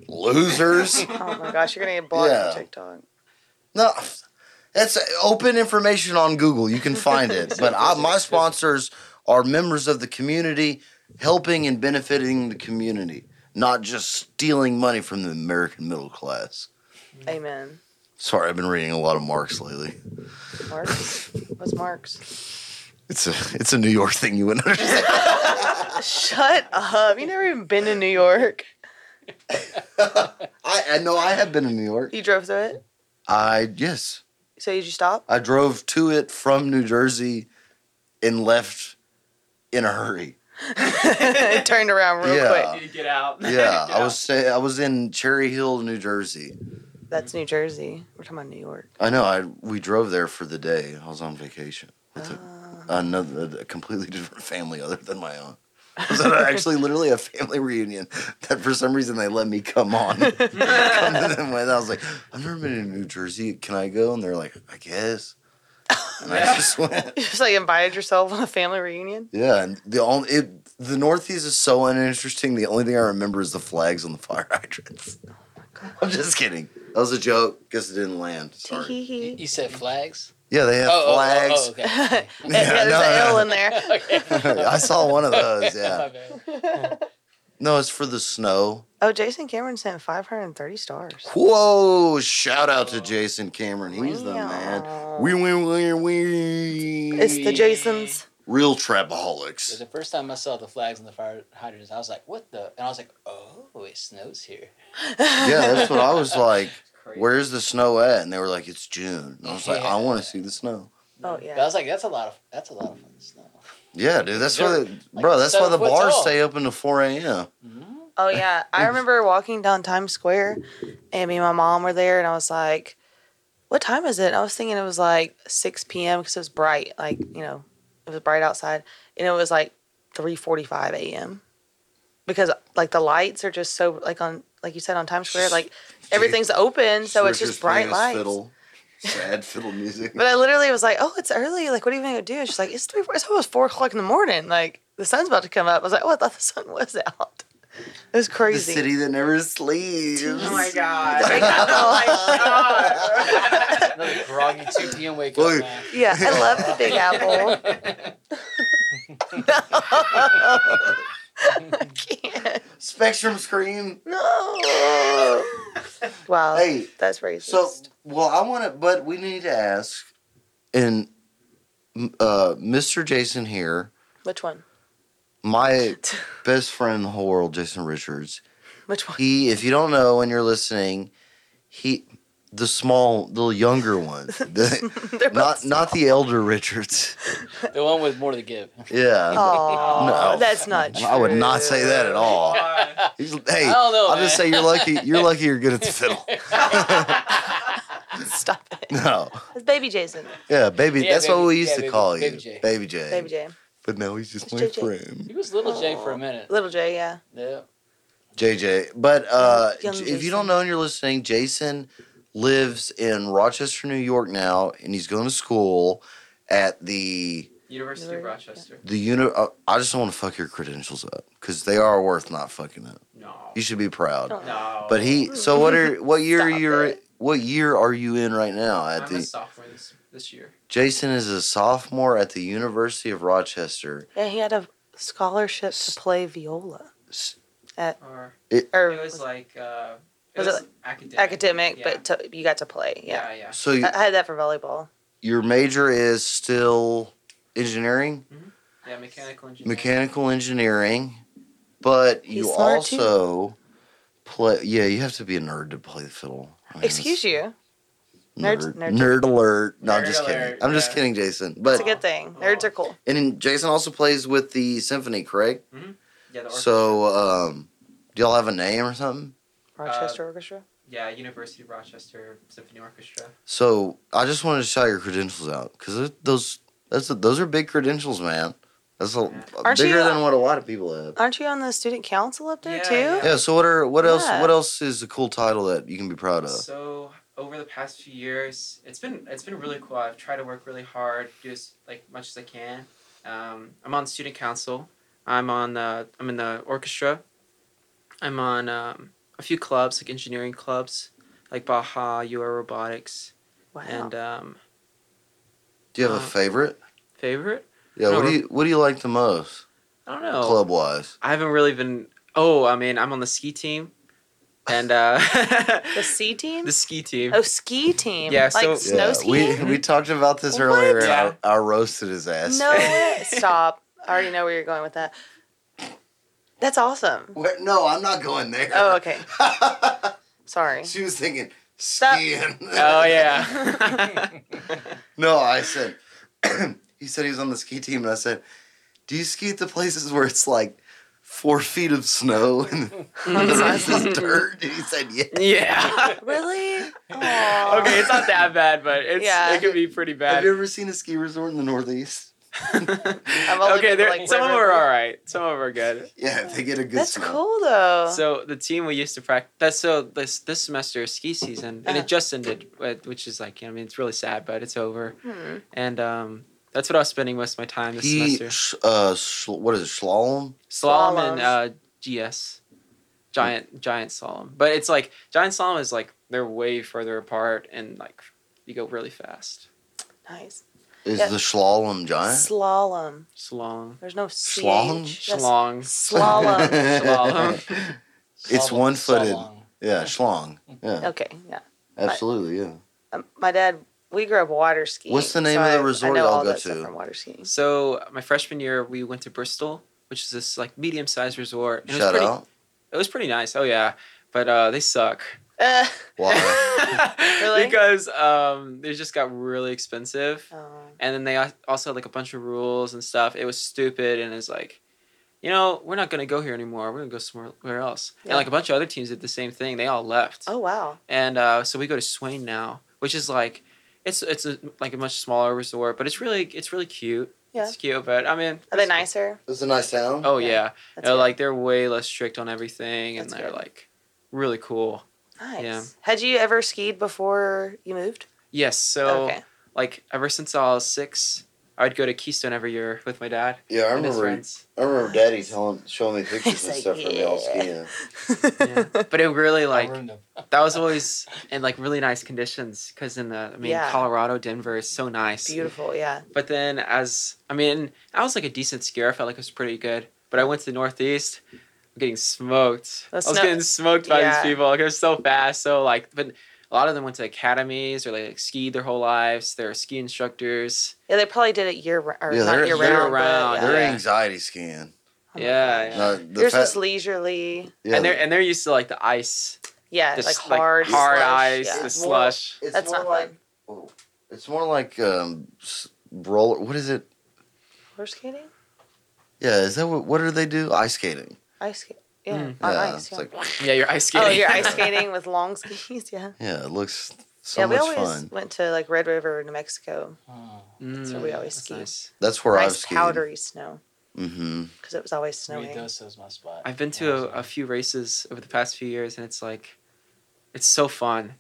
Losers. Oh my gosh, you're gonna get blocked Yeah. on TikTok. No, that's open information on Google. You can find it. But I, my sponsors are members of the community, helping and benefiting the community, not just stealing money from the American middle class. Amen. Sorry, I've been reading a lot of Marx lately. Marks. What's Marks? It's a it's a New York thing you wouldn't understand. Shut up. You never even been to New York. I, I know I have been in New York. You drove through it. I yes. So did you stop? I drove to it from New Jersey and left in a hurry. it turned around real Yeah. quick. You need to get out. Yeah, Get I out. was say, I was in Cherry Hill, New Jersey. That's New Jersey. We're talking about New York. I know. I we drove there for the day. I was on vacation with a, another a completely different family other than my own. It was actually literally a family reunion that for some reason they let me come on. Uh, come to them with. I was like, I've never been in New Jersey. Can I go? And they're like, I guess. And I just went. You just like invited yourself on a family reunion. Yeah, and the only it, the Northeast is so uninteresting. The only thing I remember is the flags on the fire hydrants. Oh I'm just kidding. That was a joke. Guess it didn't land. Sorry. Tee-hee-hee. You said flags? Yeah, they have Oh, oh, oh, flags. Oh, okay. yeah, there's no, an no. L in there. okay. I saw one of those. My Yeah. bad. No, it's for the snow. Oh, Jason Cameron sent 530 stars. Whoa! Shout out to Jason Cameron. He's the Wow. man. We we we we. It's the Jasons. real It was trapaholics. the first time I saw the flags and the fire hydrants. I was like, what the? And I was like, oh, it snows here. Yeah, that's what I was like. Crazy. Where's the snow at? And they were like, it's June. And I was like, I want to see the snow. Oh But I yeah. was like, that's a lot of that's a lot of fucking snow. Yeah, dude. That's why, They're, the, bro. That's why seven the foot bars tall. stay open to four a.m. Mhm. Oh yeah, I remember walking down Times Square, and me and my mom were there, and I was like, "What time is it?" And I was thinking it was like six p.m. because it was bright, like you know, it was bright outside, and it was like three forty-five a.m. because like the lights are just so like on like you said on Times Square, like everything's open, so it's just, bright lights. Fiddle, sad fiddle music. But I literally was like, "Oh, it's early. Like, what are you gonna do?" And she's like, "It's three. It's almost four o'clock in the morning. Like, the sun's about to come up." I was like, "Oh, I thought the sun was out." It was the crazy. city that never sleeps. Oh my god. Another groggy 2 p.m. wake Look. up, man. Yeah, I love the Big Apple. I can't. Spectrum screen. No. Wow. Hey, that's racist. So, well, I want to, but we need to ask, and uh, Mr. Jason here, Which one? my best friend in the whole world, Jason Richards. Which one? He, if you don't know, and you're listening, he, the small, the younger one, the, They're not both- not the elder Richards. The one with more to give. Yeah. Aw, No. that's not true. I would not say that at all. He's, hey, I don't know, I'll just say man. you're lucky. You're lucky. You're good at the fiddle. Stop it. No, It's Baby Jason. yeah, baby. Yeah, that's what baby- we used yeah, to baby- call baby you, J. baby J. Baby J. But now he's just It's JJ. friend, He was little J for a minute. Little J, yeah. Yeah. JJ. But uh, Young j- if you Jason. don't know and you're listening, Jason lives in Rochester, New York now, and he's going to school at the University of Rochester. the uni. Uh, I just don't want to fuck your credentials up because they are worth not fucking up. No. You should be proud. Don't- No. But he. So what are what year are Oh. Stop you? it. What year are you in right now? At I'm the a sophomore this, this year. Jason is a sophomore at the University of Rochester. Yeah, he had a scholarship to play viola. S- Or Or it was like uh, it Was was, it academic. academic, yeah. but to, you got to play. Yeah. yeah, yeah. So you, I I had that for volleyball. your major is still engineering, Yeah, mechanical engineering. mechanical engineering, but you He's smart, too. also play. Yeah, you have to be a nerd to play the fiddle. I mean, Excuse it's- you. Nerd, Nerd- nerd, nerd- alert. No, I'm Nerd just kidding. alert, I'm just yeah. kidding, Jason. It's But a good thing. Nerds are cool. and then Jason also plays with the symphony, correct? Yeah, the orchestra. So, um, do y'all have a name or something? Uh, Rochester Orchestra. yeah, University of Rochester Symphony Orchestra. So I just wanted to shout your credentials out because those that's those are big credentials, man. That's a, Aren't bigger you- uh, than what a lot of people have. Aren't you on the student council up there Yeah, too? yeah. Yeah. So what are what else? Yeah. What else is a cool title that you can be proud of? So over the past few years, it's been it's been really cool. I've tried to work really hard, do as like much as I can. Um, I'm on student council. I'm on the I'm in the orchestra. I'm on um, a few clubs like engineering clubs, like Baja, UR Robotics, Wow. and um, Do you have a uh, favorite? favorite. Yeah. no, What do you What do you like the most, I don't know. club wise? I haven't really been. Oh, I mean, I'm on the ski team, and uh, the C team? the ski team. oh, ski team. Yeah, like so- snow we skiing? we talked about this What? earlier. And Yeah. I, I roasted his ass. no way. Stop. I already know where you're going with that. That's awesome. Wait, no, I'm not going there. Oh, okay. Sorry. she was thinking Stop. skiing. Oh yeah. No, I said, he said he was on the ski team, and I said, Do you ski at the places where it's like four feet of snow and the rest is dirt? And he said, Yeah. yeah. Really? Okay, it's not that bad, but it's Yeah. it could be pretty Have you bad. ever seen a ski resort in the Northeast? I've only okay, been to, there, like, some of them river- are all right. Some of them are good. Yeah, they get a good That's snow. cool though. So the team we used to practice. That's so this this semester is ski season, and Uh-huh. it just ended, uh, which is like I mean it's really sad, but it's over. Hmm. And um, that's what I was spending most of my time this He, semester. sh- uh, sh- what is it, slalom? Slalom Slaloms. and uh, GS, giant giant slalom. But it's like giant slalom is like they're way further apart, and like you go really fast. Nice. Is Yeah. the slalom giant? Slalom. Slalom, There's no C. Slalom? slalom, Slalom. slalom. It's Saw- one-footed. saw long. yeah, schlong. Yeah, Okay. Yeah. absolutely, yeah. Um, my dad. We grew up water skiing. What's the name so of the I- resort I know y'all all go that stuff to? From water skiing. So my freshman year, we went to Bristol, which is this like medium sized resort. and Shout it was pretty, out. It was pretty nice. Oh yeah, but uh, they suck. Uh, Why? Really? because um, they just got really expensive. um, and then they al- also had like a bunch of rules and stuff. It was stupid, and it's like you know, we're not gonna go here anymore. We're gonna go somewhere else. Yeah. And like a bunch of other teams did the same thing. They all left. Oh wow. And uh, so we go to Swain now, which is like, it's it's a, like a much smaller resort, but it's really it's really cute. Yeah. It's cute, but I mean, Are they it's- nicer? This is a nice town. Oh Yeah, yeah, That's They're, good. like they're way less strict on everything, and That's they're good. like really cool. nice. yeah. Had you ever skied before you moved? Yes, so okay. like ever since I was six, I'd go to Keystone every year with my dad yeah, I and his remember. friends. I remember Daddy telling, showing me pictures and like, stuff from the all yeah. skiing. Yeah. But it really like I ruined them. that was always in like really nice conditions because in the I mean Yeah. Colorado, Denver is so nice. Beautiful. Yeah. But then as I mean, I was like a decent skier. I felt like it was pretty good. But I went to the Northeast, I'm getting smoked. The I was snow- getting smoked by Yeah. these people. Like, they're so fast. So like, but a lot of them went to academies or like skied their whole lives. They're ski instructors. Yeah. They probably did it year round. Or Yeah, not they're- year they're round. but around, yeah. They're Oh, yeah. anxiety skiing. Oh my Yeah, gosh. yeah. No, the Yours fa- was leisurely. yeah, And they're and they're used to like the ice, Yeah. Just, like like, hard. hard slush, ice, Yeah. the It's more- slush. it's That's more not like fun. oh, it's more like um, s- roller. What is it? Roller skating. Yeah, is that what? What do they do? Ice skating. Ice skate. Yeah. Mm. On yeah, ice. it's Yeah. like Yeah, you're ice skating. oh, you're ice skating with long skis. Yeah. yeah, it looks so yeah. We much always fun. went to like Red River, New Mexico. Oh. Mm, So we always that's ski. nice. That's where I've nice skied. powdery snow Mm-hmm. because it was always Oh, Rio snowing. Dosa is my spot. I've been Yeah, to a, so- a few races over the past few years, and it's like, it's so fun.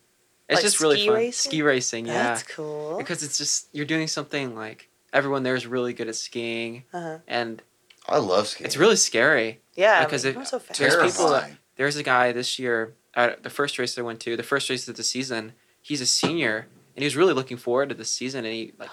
It's Like just really ski fun. racing? Ski racing, yeah. That's cool. because it's just you're doing something like everyone there is really good at skiing Uh-huh. and I love skiing. it's really scary Yeah. Because Because it- so fast. there's terrifying. people that- there's a guy this year at the first race i went to the first race of the season he's a senior and he was really looking forward to the season and he Oh, like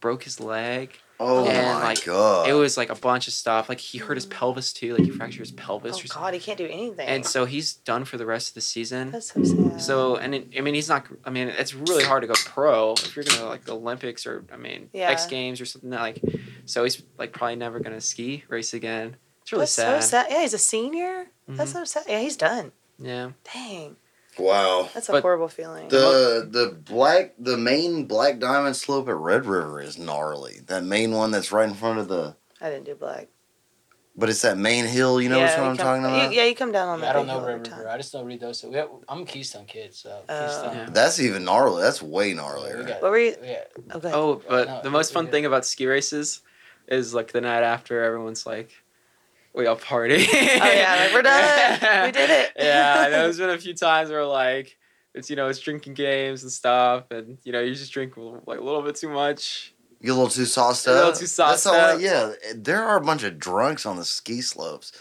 broke his leg oh and, my like, Uh. god! it was like a bunch of stuff like he hurt his pelvis too like he fractured his pelvis Mm. Oh or something God, he can't do anything. and so he's done for the rest of the season that's so sad. so and it, i mean he's not i mean it's really hard to go pro if you're gonna like the olympics or i mean Yeah. x games or something that like so he's like probably never gonna ski race again it's really that's sad, so sad. Yeah, he's a senior. That's Mhm. so sad. Yeah, he's done. yeah Dang, wow. that's a But horrible feeling. The the black the main black diamond slope at Red River is gnarly. That main one that's right in front of the I didn't do black. but it's that main hill. You know yeah, which one you I'm come- talking you- about? yeah, you come down on that. I don't big know hill Red every time. River. I just know Rio Dosa. We have, I'm a Keystone kid, so Oh. Keystone. Yeah. That's even gnarly. That's way We gnarlier. got- What were you- Yeah, Okay. oh but No, the most we fun did. thing about ski races is like the night after everyone's like we all party oh yeah, like, "We're done. We did it." yeah there's been a few times where like it's you know it's drinking games and stuff and you know you just drink like a little bit too much You a little too sauced A up. little too sauced That's all that- up. yeah, there are a bunch of drunks on the ski slopes.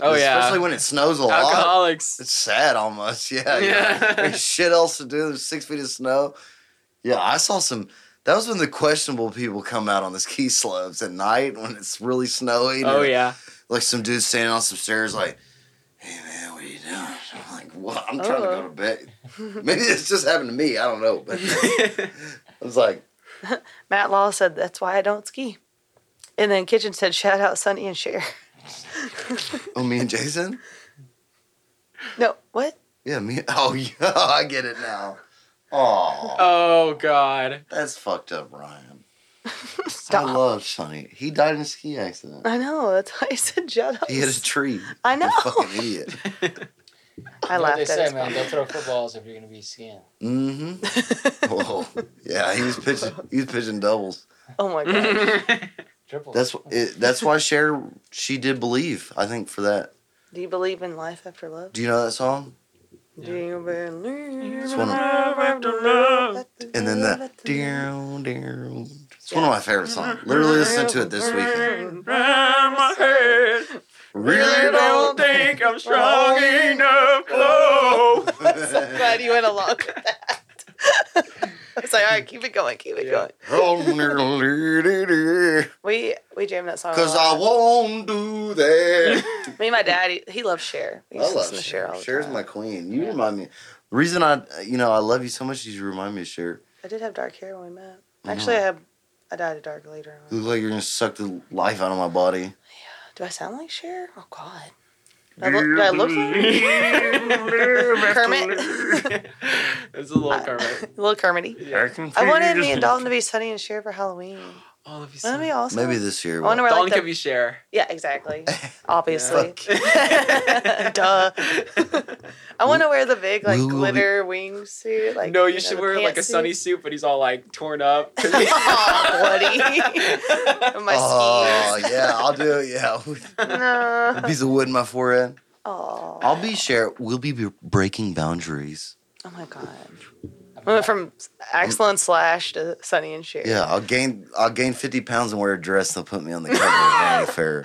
oh yeah especially when it snows a lot. alcoholics It's sad almost. Yeah, Yeah. There's shit else to do. There's six feet of snow. Yeah, I saw some. That was when the questionable people come out on the ski slopes at night when it's really snowy. oh yeah like some dude standing on some stairs, like, "Hey man, what are you doing?" I'm like, "What? I'm trying to go Oh. to bed." Maybe this just happened to me. I don't know, but I was like, Matt Law said that's why I don't ski. And then Kitchen said, "Shout out Sonny and Cher." "Oh, me and Jason." No, what? Yeah, me. Oh, yeah, I get it now. Oh, oh god that's fucked up, Ryan. Stop. I love Sonny. He died in a ski accident. I know. That's why I said shout out. He hit a tree. I know. What a fucking idiot. I You know what laughed they at say, his man. Don't throw footballs if you're gonna be skiing. Mm-hmm. Whoa. Yeah, he was pitching. He was pitching doubles. Oh my god. Triples. That's wh- it, that's why Cher she did believe. I think for that. Do you believe in life after love? Do you know that song? Do you believe It's one of- And then the down, down. It's one of my favorite songs. Literally listened to it this weekend. Really don't think I'm strong enough. Oh. Glad you went along with that. I was like, all right, keep it going, keep it Yeah. going. Oh, Cause We we jammed that song. a I lot. won't do that. Me and my daddy, he loves Cher. We I used to love listen to Cher. all the Cher's time. my queen. You remind me. The reason I, you know, I love you so much is you remind me of Cher. I did have dark hair when we met. I know. Actually, I have. I dyed it dark later You on. look like you're gonna suck the life out of my body. Do I sound like Cher? Oh God. Do I look, do I look like Kermit? Uh, it's a little Kermit. little Kermity. Yeah. I wanted me and Dalton to be Sunny and Cher for Halloween. All of you. Wouldn't it be awesome? Maybe this year. I wonder we'll- where Don't like, give the, you share. Yeah, exactly. Obviously. Yeah. Duh. I want to wear the big like Will we- glitter wingsuit. Like no, you, know, should the wear like a pantsuit. sunny suit, but he's all like torn up. Aw, And My oh skis. yeah, I'll do it. Yeah, No. piece of wood in my forehead. Aw. I'll be share. We'll be b- breaking boundaries. Oh my god. I mean, We went from excellent slash to Sunny and Cher. Yeah, I'll gain. I'll gain fifty pounds and wear a dress. They'll put me on the cover of Vanity Fair.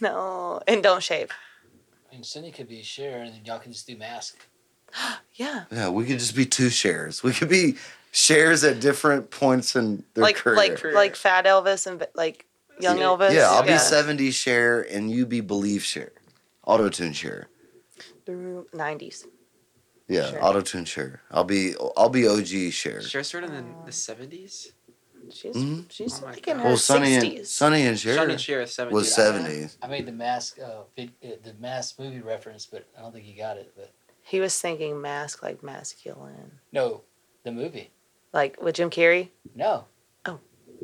No, and don't shave. I mean, Cindy could be Cher, and then y'all can just do mask. Yeah. Yeah, we could just be two shares. We could be shares at different points in their like career. like Career. like fat Elvis and like young Yeah. Elvis. yeah, I'll Yeah. be seventy share and you be believe share, auto tune share. through 90s. Yeah, Sure. auto tune share. I'll be I'll be OG share. Share started in the seventies. She's Mhm. she's Oh my like in God. her Well, Sonny 60s. and Sonny and Share share and share is seventies. was seventies. I made the mask, uh, vid- uh, the mask movie reference, but I don't think you got it. But he was thinking mask like masculine. no, the movie. Like with Jim Carrey. No,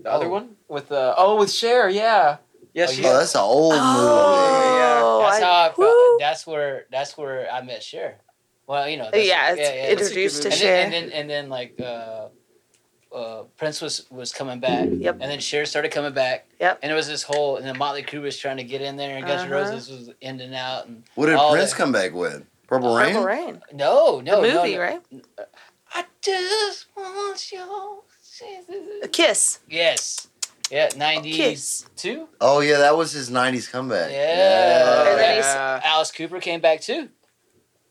The other Oh. one with uh oh with share yeah yeah Oh, she yeah. Oh, that's an old movie. Oh, that's I- how I uh, woo. felt. That's where that's where I met Cher. Well, you know. that's- yeah, it's it's- introduced to and, Cher. then, and then and then like uh, uh, Prince was was coming back. Yep. And then Cher started coming back. Yep. And it was this whole and then Motley Crue was trying to get in there and Guns N' Uh-huh. Roses was in and out and What did all Prince that. come back with? Purple Rain. Purple Rain. No, no, the no, movie, no. right? I just want your A kiss. Yes. Yeah, ninety Kiss. two. Oh yeah, that was his '90s comeback. Yeah. And then he's- yeah. Alice Cooper came back too.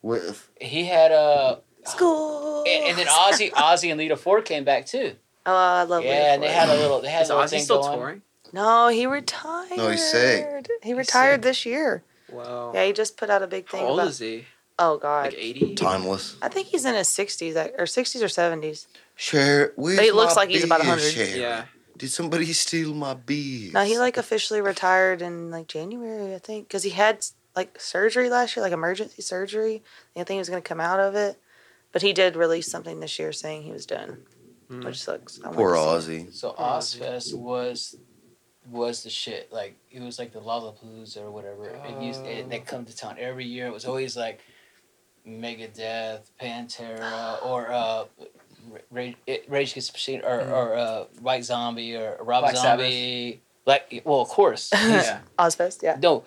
With He had uh School. and, and then Oh. Ozzy Ozzy and Lita Ford came back too. Oh, I love Leaf Yeah, and they Blade. had a little they had is a little Ozzy thing still going. touring No, he retired. sick. He retired this year. wow Yeah, he just put out a big how thing old about. is he oh God, like eighty timeless. I think he's in his sixties or sixties or seventies. Share. But he looks like he's about 100. yeah Did somebody steal my bees? No, he like officially retired in like January, I think, because he had like surgery last year, like emergency surgery. and I think he was gonna come out of it, but he did release something this year saying he was done, Mm. which sucks. I Poor wanted to Ozzy. So Oh, Yeah. Ozfest was was the shit. Like it was like the Lollapalooza or whatever. It used it, they come to town every year. It was always like Megadeth, Pantera, or uh, Rage, Rage Against the Machine, or, or uh, White Zombie, or Rob Hmm. Black Sabbath. Zombie. Like well, of course. he's- yeah see- Ozfest, yeah. No,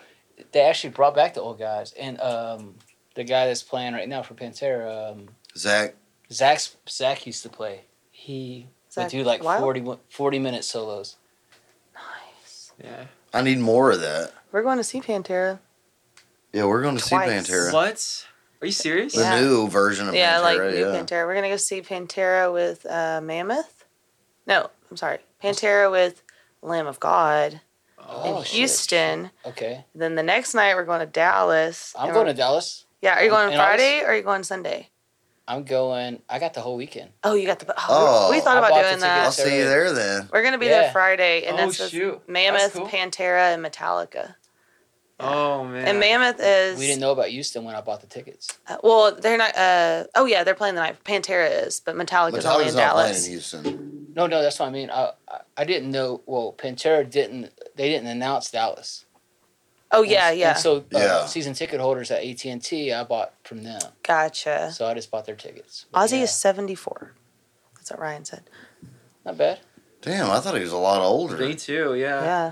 they actually brought back the old guys and um, the guy that's playing right now for Pantera. Um, Zach. Zach Zach used to play. He Zach would do like Wild? 40, 40 minute solos. Nice. yeah I need more of that. We're going to see Pantera. Yeah, we're going to Twice. see Pantera. what are you serious The Yeah. new version of yeah, Pantera. like new yeah. Pantera. We're gonna go see Pantera with uh, Mammoth. No, I'm sorry, Pantera with Lamb of God Oh, in shit. Houston. Okay, Then the next night we're going to Dallas. I'm and going we're- to Dallas. Yeah, are you going and I was- Friday or are you going Sunday? I'm going. I got the whole weekend. Oh, you got the. Oh, Oh, we thought I about bought the doing I'll that. tickets. see you there then. We're gonna be Yeah. there Friday, and Oh, that's with shoot. That's Mammoth, cool. Pantera, and Metallica. oh man And Mammoth is We didn't know about Houston when I bought the tickets. uh, well, they're not. Uh, oh yeah, they're playing the night. Pantera is, but Metallica's, only Metallica's in not Dallas. playing in Houston. No, no, that's what I mean. I I, I didn't know. Well, Pantera didn't. They didn't announce Dallas. oh yeah, And yeah. so uh, Yeah. season ticket holders at AT and T, I bought from them. gotcha. So I just bought their tickets. But Ozzy yeah, is seventy four. That's what Ryan said. not bad. Damn, I thought he was a lot older. me too Yeah. yeah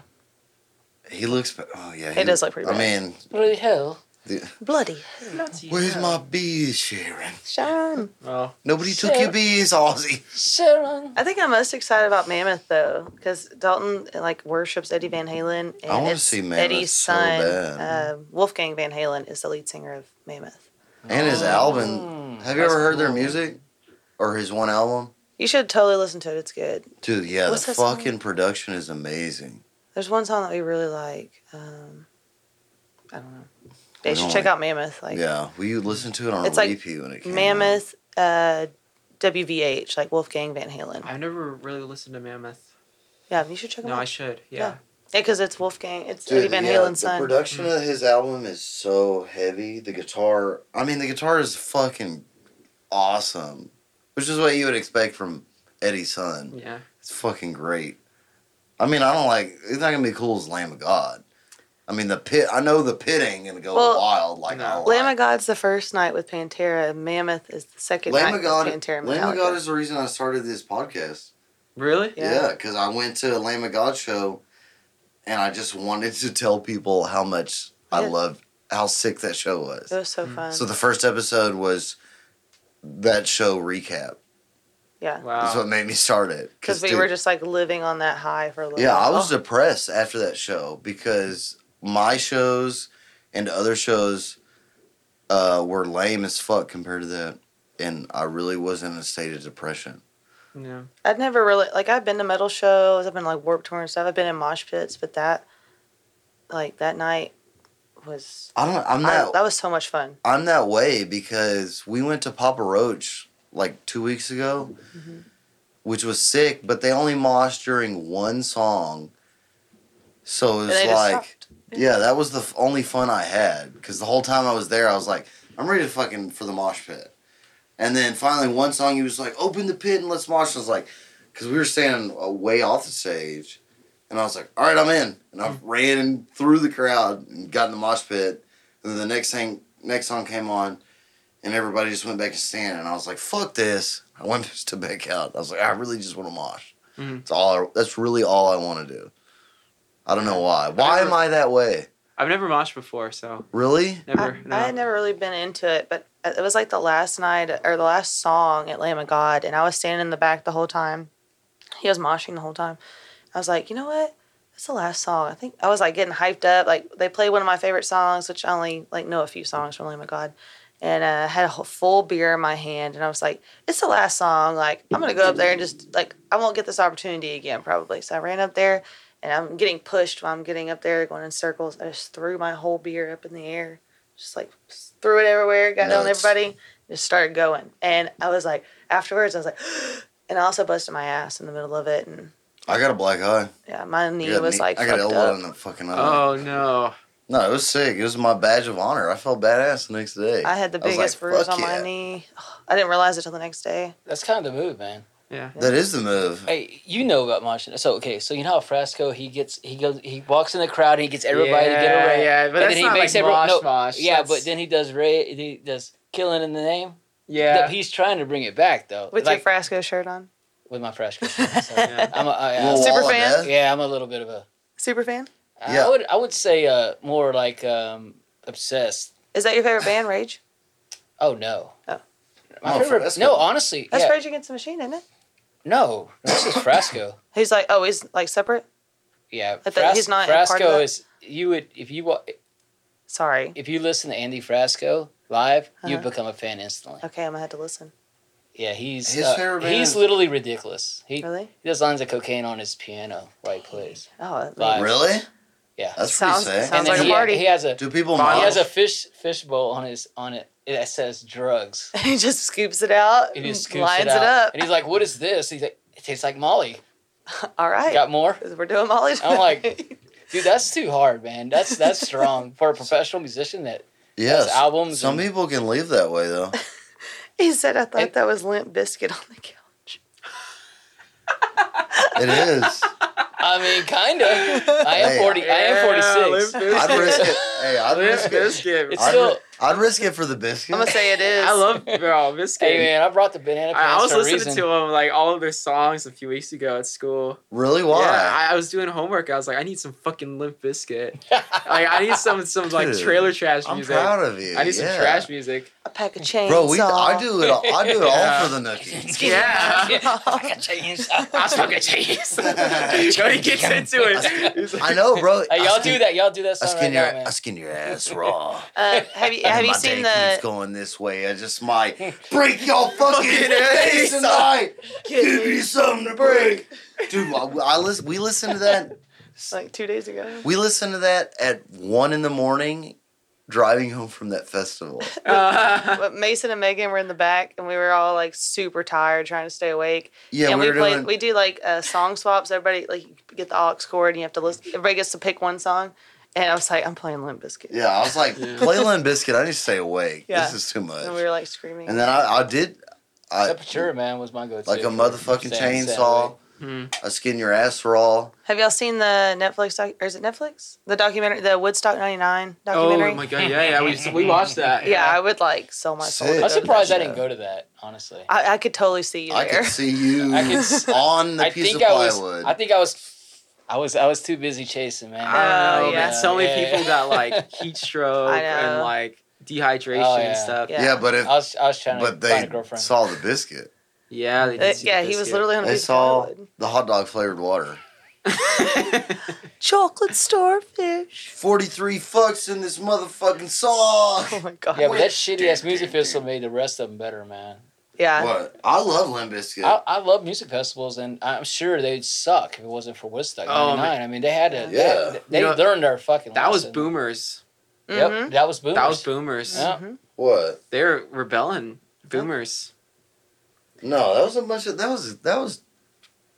He looks. ba- Oh yeah, He does look pretty I bad. mean, Bloody hell! Bloody. where's my bees, Sharon? Sharon. well Nobody took your Sharon. bees, Ozzy. Sharon. I think I'm most excited about Mammoth though, because Dalton like worships Eddie Van Halen, and I wanna it's see Mammoth Eddie's so son, bad. uh, Wolfgang Van Halen, is the lead singer of Mammoth. And his album. Have you Oh. That's ever heard their cool. music? Or his one album? You should totally listen to it; it's good. Dude, yeah, What's the that song? fucking production is amazing. There's one song that we really like. Um, I don't know. We They should don't check like- out Mammoth. Like yeah, we listened to it on It's like repeat when it came Mammoth, uh, WVH, like Wolfgang Van Halen. I've never really listened to Mammoth Yeah, you should check them no I out. should yeah Yeah. Yeah, because it's Wolfgang. It's out. Dude, Eddie Van yeah, Halen's the son. production of his album is so heavy. The guitar, I mean, the guitar is fucking awesome, which is what you would expect from Eddie's son. yeah It's fucking great. I mean, I don't like. It's not gonna be cool as Lamb of God. I mean, the pit. I know the pit ain't gonna go Well, wild like I no. like. Lamb of God's the first night with Pantera. and Mammoth is the second Lamb night of God. with Pantera. and Lamb of God Metallica. is the reason I started this podcast. Really? Yeah. Yeah, because I went to a Lamb of God show, and I just wanted to tell people how much I Yeah. loved how sick that show was. It was so fun. So the first episode was that show recap. yeah. That's what Wow. made me start it. Because we dude- were just like living on that high for a little Yeah, I while. was depressed after that show because my shows and other shows uh, were lame as fuck compared to that, and I really was in a state of depression. Yeah. I'd never really like I've been to metal shows, I've been to, like warp tour and stuff, I've been in mosh pits, but that like that night was I don't. I'm I- not. that was so much fun. I'm that way because we went to Papa Roach like two weeks ago, Mm-hmm. which was sick, but they only moshed during one song. So it And they was just like, stopped. yeah, that was the f- only fun I had because the whole time I was there, I was like, I'm ready to fucking for the mosh pit. And then finally, one song, he was like, open the pit and let's mosh. I was like, because we were standing uh, way off the stage. And I was like, all right, I'm in. And Mm. I ran through the crowd and got in the mosh pit. And then the next thing, next song came on, and everybody just went back to stand. And I was like, "Fuck this!" I went just to back out. I was like, "I really just want to mosh." Mhm. That's all. I, that's really all I want to do. I don't know why. Why am I that way? I've never moshed before, so Really? never. I, no. I had never really been into it, but it was like the last night or the last song at Lamb of God, and I was standing in the back the whole time. He was moshing the whole time. I was like, you know what? That's the last song. I think I was like getting hyped up. Like they played one of my favorite songs, which I only like know a few songs from Lamb of God. And uh, I had a whole- full beer in my hand, and I was like, "It's the last song. Like I'm gonna go up there and just like I won't get this opportunity again, probably." So I ran up there, and I'm getting pushed while I'm getting up there, going in circles. I just threw my whole beer up in the air just like threw it everywhere, got on Nuts. everybody, just started going. And I was like, afterwards, I was like, and I also busted my ass in the middle of it. And I got a black eye. yeah, my I knee got, was knee- like, I got fucked elbow up. in the fucking eye. Oh no. No, it was sick. It was my badge of honor. I felt badass the next day. I had the was biggest like, bruise "Fuck on my yeah." knee. I didn't realize it till the next day. That's kind of the move, man. Yeah. That is the move. Hey, you know about moshing. So okay, so you know how Frasco he gets he goes he walks in the crowd and he gets everybody to get Yeah, around. yeah, but and that's then he not makes like everyone- mosh no, mosh. Yeah, That's- but then he does Ray he does killing in the name. Yeah. Th- He's trying to bring it back though. With Like, your Frasco shirt on. with my Frasco. shirt, so, I'm a, I, I- Little Super wall of fan? death. yeah, I'm a little bit of a Super fan? I- Yeah. I would I would say uh more like um obsessed. Is that your favorite band, Rage? Oh no. Oh. My Oh, favorite, Frasco. no, honestly, That's yeah, Rage Against the Machine, isn't it? no, this is Frasco. He's like, oh, he's like separate? Yeah, I thought he's Fras- not a part of Frasco that. is you would if you wa- Sorry. if you listen to Andy Frasco live, you'd Uh-huh. become a fan instantly. Okay, I'm gonna have to listen. Yeah, he's His uh, favorite band he's is- literally ridiculous. He, Really? he does lines of cocaine on his piano while he plays. Oh, that Live. Really? Yeah. That's Sounds- pretty sick. sounds then like a he, party. He has a Do people Bonnie he mosh? has a fish fish bowl on his on it that says drugs. makes- he just scoops it out, And he just scoops lines it, out. up. and he's like, "What is this?" He's like, "It tastes like Molly." All right. Got more, 'Cause we're doing Molly. I'm like- tonight. dude. That's too hard, man. That's that's strong for a professional musician. That yes. has albums Some and- people can leave that way though. he said, I thought And- that was Limp Biscuit on the couch. it is. I mean, kind of. I am e- Hey. forty. I am forty six. Yeah, I'd risk it. Hey, I'd risk Limp it. Bizkit. It's I'd, still. I'd risk it for the biscuit. I'm gonna say it is. I love bro Biscuit. Hey man, I brought the banana pants I, I was for a listening reason. to him like all of their songs a few weeks ago at school. really? Why? Yeah, I, I was doing homework. I was like, I need some fucking Limp Biscuit. like, I need some some like Dude, trailer trash I'm music. proud of you. I need some yeah. trash music. a pack of chains. Bro, we, I do it. All, I do it Yeah. all for the nookies. Yeah. I got changed. I Uh, was fucking cheese. Jody gets into it. He's I like, know, bro. Hey, y'all I skin- do that. Y'all do that I song skin right your, now, man. I skin your ass raw. Uh, have you have And you my seen day keeps the? going this way. I just might break your fucking face ass tonight. Give me something to break, dude. I, I listen. We listen to that. Like two days ago. We listen to that at one in the morning, driving home from that festival. uh, But Mason and Megan were in the back, and we were all like super tired, trying to stay awake. Yeah, and we we, were play. doing. We do like uh, song swaps. Everybody like you get the aux chord, and you have to listen. Everybody gets to pick one song. And I was like, I'm playing Limp Bizkit. yeah, I was like, play Limp Biscuit. I need to stay awake. Yeah. This is too much. And we were like screaming. And then I, I did. I Sepultura, man, was my go-to. uh, like a for motherfucking sad- sad chainsaw. way. Hmm. I skin your ass raw. Have y'all seen the Netflix doc, or is it Netflix? The documentary, the Woodstock '99 documentary. Oh my god! Yeah, yeah. We, we watched that. Yeah, I would like so much. Sick. to I'm go to surprised that I didn't show. go to that. Honestly, I, I could totally see you I there. could see you I could s- on the I piece think of I was. plywood. I think I was. I was. I was too busy chasing, man. I don't Oh, know, yeah. man. So many Yeah, yeah, people yeah. got like heat stroke I and know. like dehydration Oh, yeah. and stuff. Yeah. yeah. but I if was. I was trying to but find they a girlfriend. saw the biscuit, Yeah, they did Uh, see the yeah, he was biscuit. literally on a they piece of saw plywood. the hot dog flavored water. chocolate starfish. Forty three fucks in this motherfucking song. Oh my god. yeah, Yeah, but that shitty ass music festival made the rest of them better, man. What? I love Limp Bizkit. I, I love music festivals, and I'm sure they'd suck if it wasn't for Woodstock Oh, '99. I mean, they had to. Yeah. They, they You know, learned their fucking. that was lesson. boomers. Yep, Mm-hmm. Mhm. that was boomers. That was boomers. Yeah. Mhm. what? They're rebelling. Boomers. No, that was a bunch of that was that was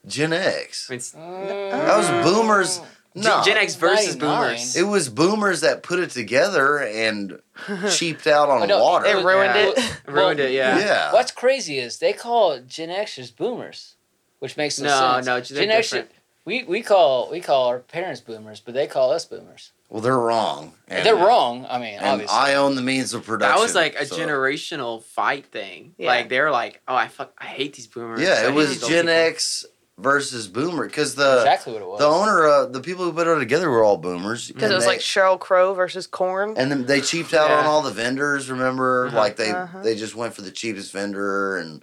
Gen X. I mean, it's- That was boomers. Gen- No, Gen X versus 99. boomers. it was boomers that put it together and cheaped out on Oh, no, water. Mm-hmm. They ruined was- yeah. it. Ruined it. Yeah. Yeah. What's crazy is they call Gen Xers boomers, which makes no, No, sense. no, they're Gen X. different. We, we call we call our parents boomers, but they call us boomers. Well, they're wrong. And- They're wrong. I mean, And obviously. I own the means of production. That was like a so- generational fight thing. Yeah. Like they were like, "Oh, I fuck, I hate these boomers." I Yeah, it hate was these old Gen people." X versus Boomer because the exactly what it was. uh, the owner, uh, the people who put it together were all boomers. Because and it was they- like Cheryl Crow versus Corn. and then they cheaped out on Yeah. all the vendors. Remember, Mm-hmm. Uh-huh. like they Uh-huh. they just went for the cheapest vendor and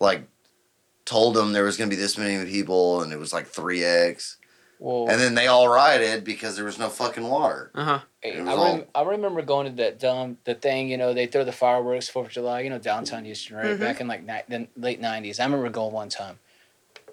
like told them there was going to be this many people, and it was like three x. Well, And then they all rioted because there was no fucking water. Uh-huh. hey, it was I, rem- I remember going to that dumb the thing. You know, they throw the fireworks Fourth of July. You know, downtown Houston, right Mm-hmm. Mhm. back in like ni- the late nineties. I remember going one time.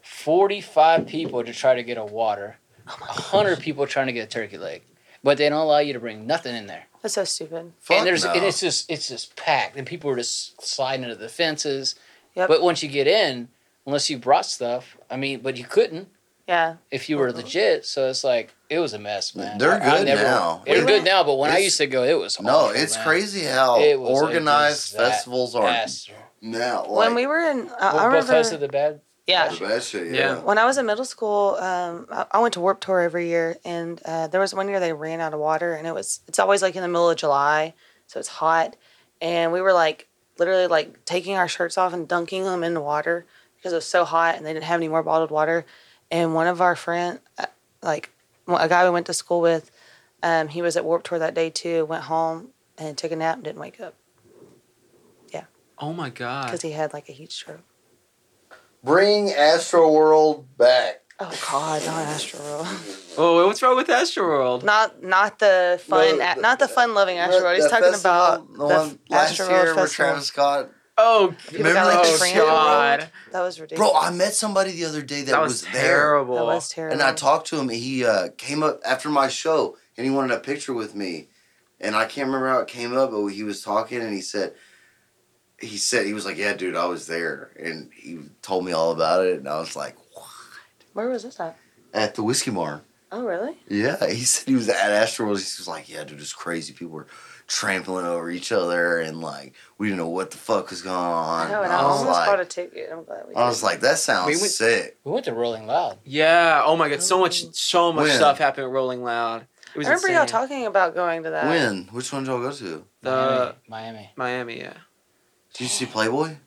Forty-five people to try to get a water. Oh hundred people trying to get a turkey leg, but they don't allow you to bring nothing in there. That's so stupid. Fuck and there's no. and it's just it's just packed, and people were just sliding into the fences. Yep. But once you get in, unless you brought stuff, I mean, but you couldn't Yeah. if you were Uh-huh. legit. So it's like it was a mess, man. They're I- I good now. They're We good went- now, but when I it's- used to go, it was no, awful, it's man. crazy how It was a organized disaster. festivals are Disaster. now. Like, when we were in, I, I Well, Bethesda remember. the bad. Yeah. the bad shit, Yeah. yeah. When I was in middle school, um, I, I went to Warp Tour every year, and uh, there was one year they ran out of water, and it was it's always like in the middle of July, so it's hot, and we were like literally like taking our shirts off and dunking them in the water because it was so hot, and they didn't have any more bottled water, and one of our friend, uh, like a guy we went to school with, um, he was at Warp Tour that day too, went home and took a nap and didn't wake up Oh my god. because he had like a heat stroke. Bring Astro World back. Oh God, not Astroworld. Oh, what's wrong with Astroworld? Not not the fun, No, a- the- not the fun loving Astroworld. He's The talking festival, about the the, one last Astroworld year where festival. Travis Scott. Oh, People got, Remember like, that oh framed. shit? god. That was ridiculous. Bro, I met somebody the other day that, That was, was there, terrible. That was terrible. and I talked to him. and He uh, came up after my show, and he wanted a picture with me, and I can't remember how it came up, but he was talking, and he said, he said he was like, "Yeah, dude, I was there," and he told me all about it, and I was like, "What?" Where was this at? At the whiskey bar. Oh really? Yeah, he said he was at Astro World. He was like, "Yeah, dude, it's crazy. People were trampling over each other, and like we didn't know what the fuck was going on." I know, and I, I was almost bought a like, ticket. I'm glad we. "I was didn't. like, that sounds We went- sick." We went to Rolling Loud. Yeah. Oh my god. So much. So much When? stuff happened at Rolling Loud. It was I remember insane. y'all talking about going to that. when? Which one did y'all go to? The Miami. Miami. Yeah. Did you see Playboy?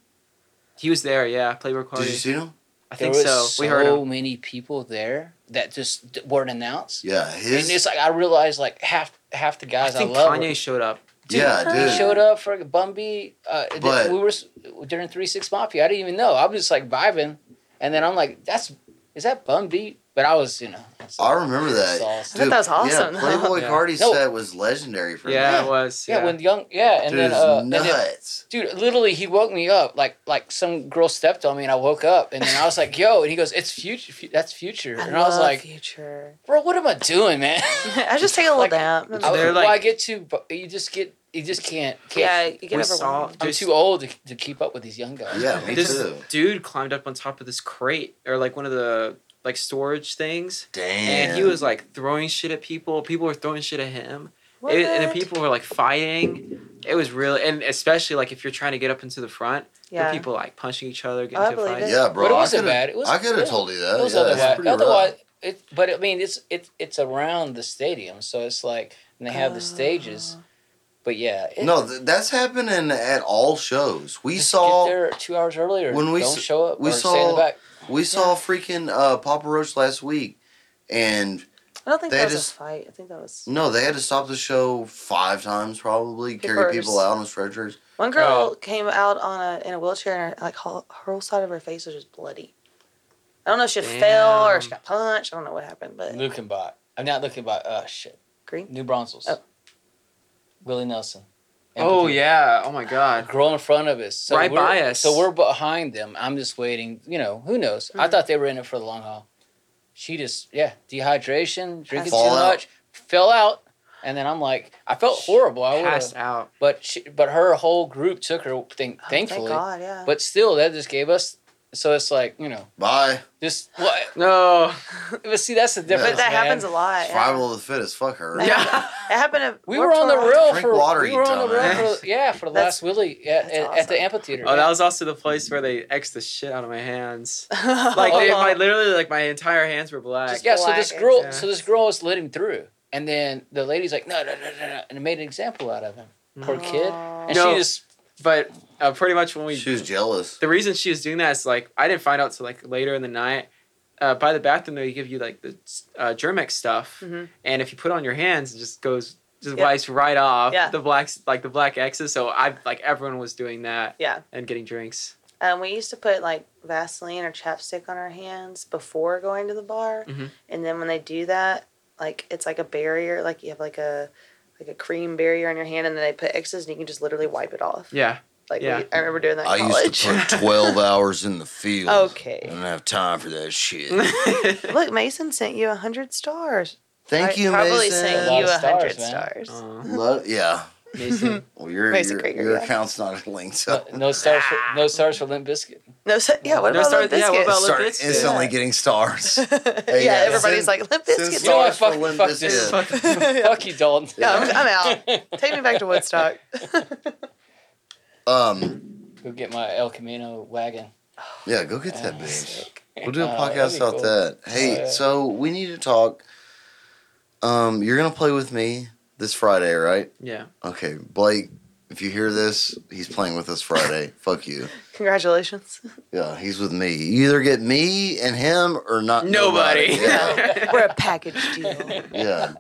He was there. Yeah. Playboy Did Cardi. you see him? I There think was so. so We heard him. many people there that just d- weren't announced. Yeah, and it's his. like I realized like half half the I guys I, think love. Kanye showed up. Yeah, He dude. showed up for Bumby. Uh, th- But- we were s- during Three Six Mafia. I didn't even know. I was just like vibing, and then I'm like, "That's is that Bumby?" But I was, you know, I was I like, remember that. sauce. I thought that was awesome, Yeah, though. Playboy Yeah. Cardi No. set was legendary for Yeah, Yeah. it was. yeah, Yeah. when young, yeah, me. and Dude, then it uh, was and then, nuts. dude, literally he woke me up like like some girl stepped on me, and I woke up, and then I was like, "Yo," and he goes, "It's future. Fu- that's future," I, and I was like, future. "Bro, what am I doing, man?" I just take a little Like, nap. I, They're well, like- I get too, bu- you just get, you just can't, can't yeah, you we get saw. overwhelmed. I'm just- too old to, to keep up with these young guys. Yeah, me this too. dude climbed up on top of this crate or like one of the like storage things Damn. and he was like throwing shit at people people were throwing shit at him It, and the people were like fighting. It was really, and especially like if you're trying to get up into the front, there were Yeah. Oh, people like punching each other, I getting into believe fights. it. Yeah, bro. But it I wasn't coulda- bad. It was- I could it have was- told you that. It was yeah, it's otherwise, pretty rough. otherwise it, but I mean, it's it, it's around the stadium, so it's like and they have the Oh. stages. But yeah, it, No, th- that's happening at all shows. We just saw get there two hours earlier. when we don't s- show up. we or stay in the saw- back. we saw freaking uh, Papa Roach last week, and I don't think They that was just- a fight. I think that was no, they had to stop the show five times probably, carry Papers. people out on stretchers. one girl Oh. came out on a in a wheelchair and her, like whole, her whole side of her face was just bloody. I don't know if she fell or she got punched. I don't know what happened, but Lukenbach. I'm not Lukenbach. Oh shit, green. New Brunsels. Oh. Willie Nelson. Oh Amphitheater. yeah! Oh my god! Grow in front of us. So Right we're- by us. So we're behind them. I'm just waiting. You know, who knows? I thought they were in it for the long haul. She just, yeah, dehydration, drinking Fall too out. much, fell out. And then I'm like, I felt horrible. I would Passed out. but she, but her whole group took her thing, Oh, thank thankfully. God, yeah. But still, that just gave us. So it's like you know, Bye. just what? No. But see, that's the difference. But that man. happens a lot. Yeah. Survival of the fittest. Fuck her. Yeah. Yeah. It happened. At We Warped were on the Tour. rail Drink for water, we you were on the rail dumbass. for yeah for the That's- last Willie yeah, that's at, at awesome. the amphitheater. Oh, that was also the place where they x the shit out of my hands. Like, Oh, they, wow. my literally, like my entire hands were black. Just yeah. So this black. girl, Yeah. so this girl was letting through, and then the lady's like, no, no, no, no, no, and made an example out of him. Poor kid, and No. she just But uh, pretty much when we, She was jealous. the reason she was doing that is like I didn't find out till like later in the night. Uh, by the bathroom, they give you like the uh, Germex stuff, Mhm. and if you put it on your hands, it just goes just Yeah. wipes right off Yeah. the blacks like the black X's. So I like everyone was doing that Yeah. and getting drinks. Um, we used to put like Vaseline or chapstick on our hands before going to the bar, Mm-hmm. Mhm. and then when they do that, like it's like a barrier, like you have like a like a cream barrier on your hand, and then they put X's, and you can just literally wipe it off. Yeah, Like Yeah. we, I remember doing that in I used college. to put 12 hours in the field. Oh, I okay, don't have time for that shit. look, Mason sent you a hundred stars. Thank I you, probably Mason. sent A lot you of a hundred stars, man. stars. Aw. Lo- yeah. Mason, Well, your, Mason your, Krieger, your yeah. account's not linked no, up. uh, no stars for no stars for Limp Biscuit. No, so, yeah. What No about stars- Limp yeah, what Bizkit? about Limp Start Bizkit. instantly getting stars. Hey, yeah, yeah, everybody's send- like Limp send Bizkit. You know Stars what? for Fuck, Limp fuck this. Bizkit. Fuck. Fuck you, Dalton. Yeah, I'm, I'm out. Take me back to Woodstock. Um, Go get my El Camino wagon. yeah, go get that Uh, bitch. We'll do a Uh, that'd podcast be about cool. Uh, that. Hey, Yeah. so we need to talk. Um, you're gonna play with me this Friday, right? yeah. Okay, Blake. If you hear this, he's playing with us Friday. Fuck you. Congratulations. Yeah, he's with me. You either get me and him or not. Nobody. Yeah. We're a package deal. yeah.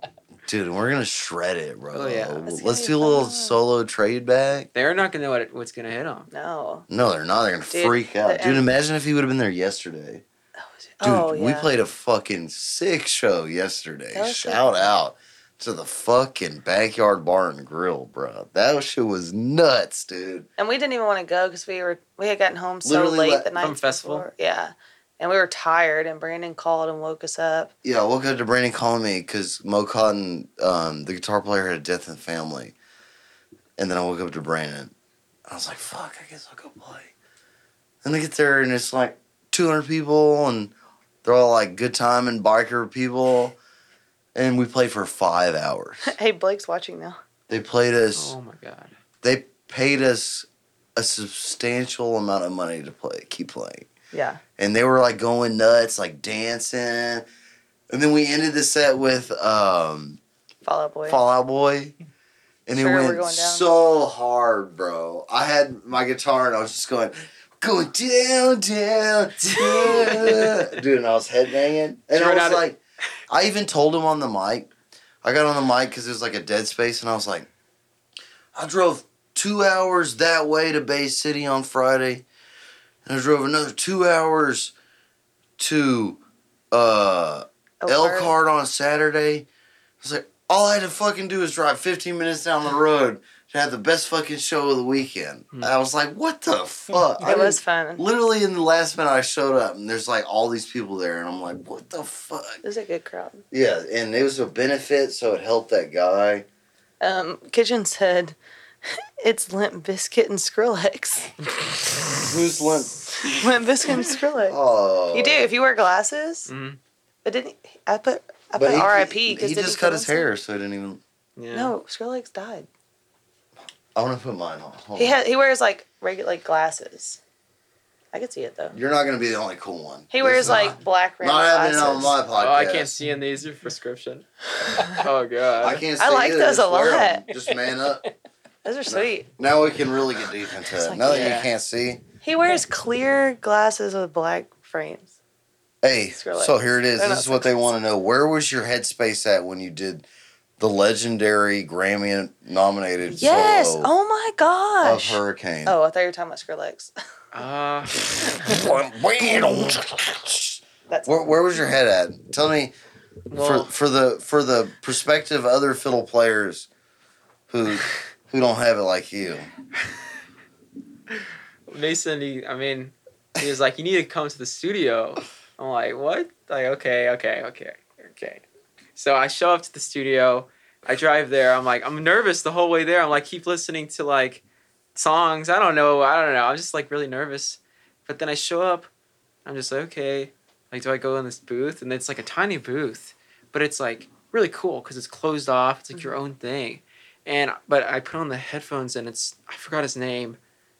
Dude, we're gonna shred it, bro. Oh, yeah. Let's That's gonna do a be little fun. solo trade back. They're not gonna know what it, what's gonna hit on. No. No, they're not. They're gonna Dude, freak out. the- Dude, imagine if he would have been there yesterday. Dude, oh, yeah. we played a fucking sick show yesterday. That was Shout out to the fucking backyard bar and grill, bro. That shit was nuts, dude. and we didn't even want to go because we were we had gotten home so Literally late like- the night from festival? before. Yeah, and we were tired. And Brandon called and woke us up. Yeah, I woke up to Brandon calling me because Mo Cotton, um, the guitar player, had a death in the family. And then I woke up to Brandon. I was like, fuck, I guess I'll go play. Then I get there and it's like 200 people and they're all like good time and biker people. And we played for five hours. hey, Blake's watching now. They played us. Oh my god. they paid us a substantial amount of money to play, keep playing. Yeah, And they were like going nuts, like dancing. And then we ended the set with um, Fall Out Boy. Fall Out Boy. And Sure, we're it went going down. so hard, bro. I had my guitar and I was just going, going down, down, down. Dude, and I was headbanging. And You I ran was out of- like, I even told him on the mic. I got on the mic because it was like a dead space, and I was like, I drove two hours that way to Bay City on Friday, and I drove another two hours to uh, Oh, sorry. Elkhart on Saturday. I was like, all I had to fucking do is drive 15 minutes down the road to have the best fucking show of the weekend. Hmm. I was like, what the fuck? I It was didn't- fun. Literally in the last minute, I showed up and there's like all these people there, and I'm like, what the fuck? It was a good crowd. Yeah, and it was a benefit, so it helped that guy. Um, Kitchen said, "It's Limp Biscuit and Skrillex. Who's limp? Limp Biscuit and Skrillex. Oh, Mm. You do if you wear glasses. Mhm. But didn't I put I But put he- R.I.P. He, because just cut his hair, so it didn't even. Yeah. No, Skrillex died. I want to put mine on. Hold He on. has, he wears like regular like glasses. I could see it though. You're not gonna be the only cool one. He wears It's not- like black round Not having glasses. it on my Oh, podcast. I can't see in these. Your prescription. oh God. I can't. See I like either. those Just a wear 'em. lot. Just man up. Those are sweet. Now we can really get deep into it. like, now that yeah. you can't see. He wears clear glasses with black frames. Hey, Skrillex. so here it is. They're This not is what they want to know. Where was your headspace at when you did the legendary Grammy nominated Yes. solo Oh my gosh. uh, of Hurricane? Oh, I thought you were talking about Skrillex. Uh, That's Where, where was your head at? Tell me well, for for the for the perspective of other fiddle players who who don't have it like you. Mason, he, I mean, he was like, "You need to come to the studio." I'm like, "What?" Like, okay, okay, okay, okay. So I show up to the studio. I drive there. I'm like, I'm nervous the whole way there. I'm like, keep listening to like songs. I don't know. I don't know. I'm just like really nervous. But then I show up. I'm just like, okay. Like, do I go in this booth? And it's like a tiny booth, but it's like really cool because it's closed off. It's like your own thing. And but I put on the headphones and it's I forgot his name.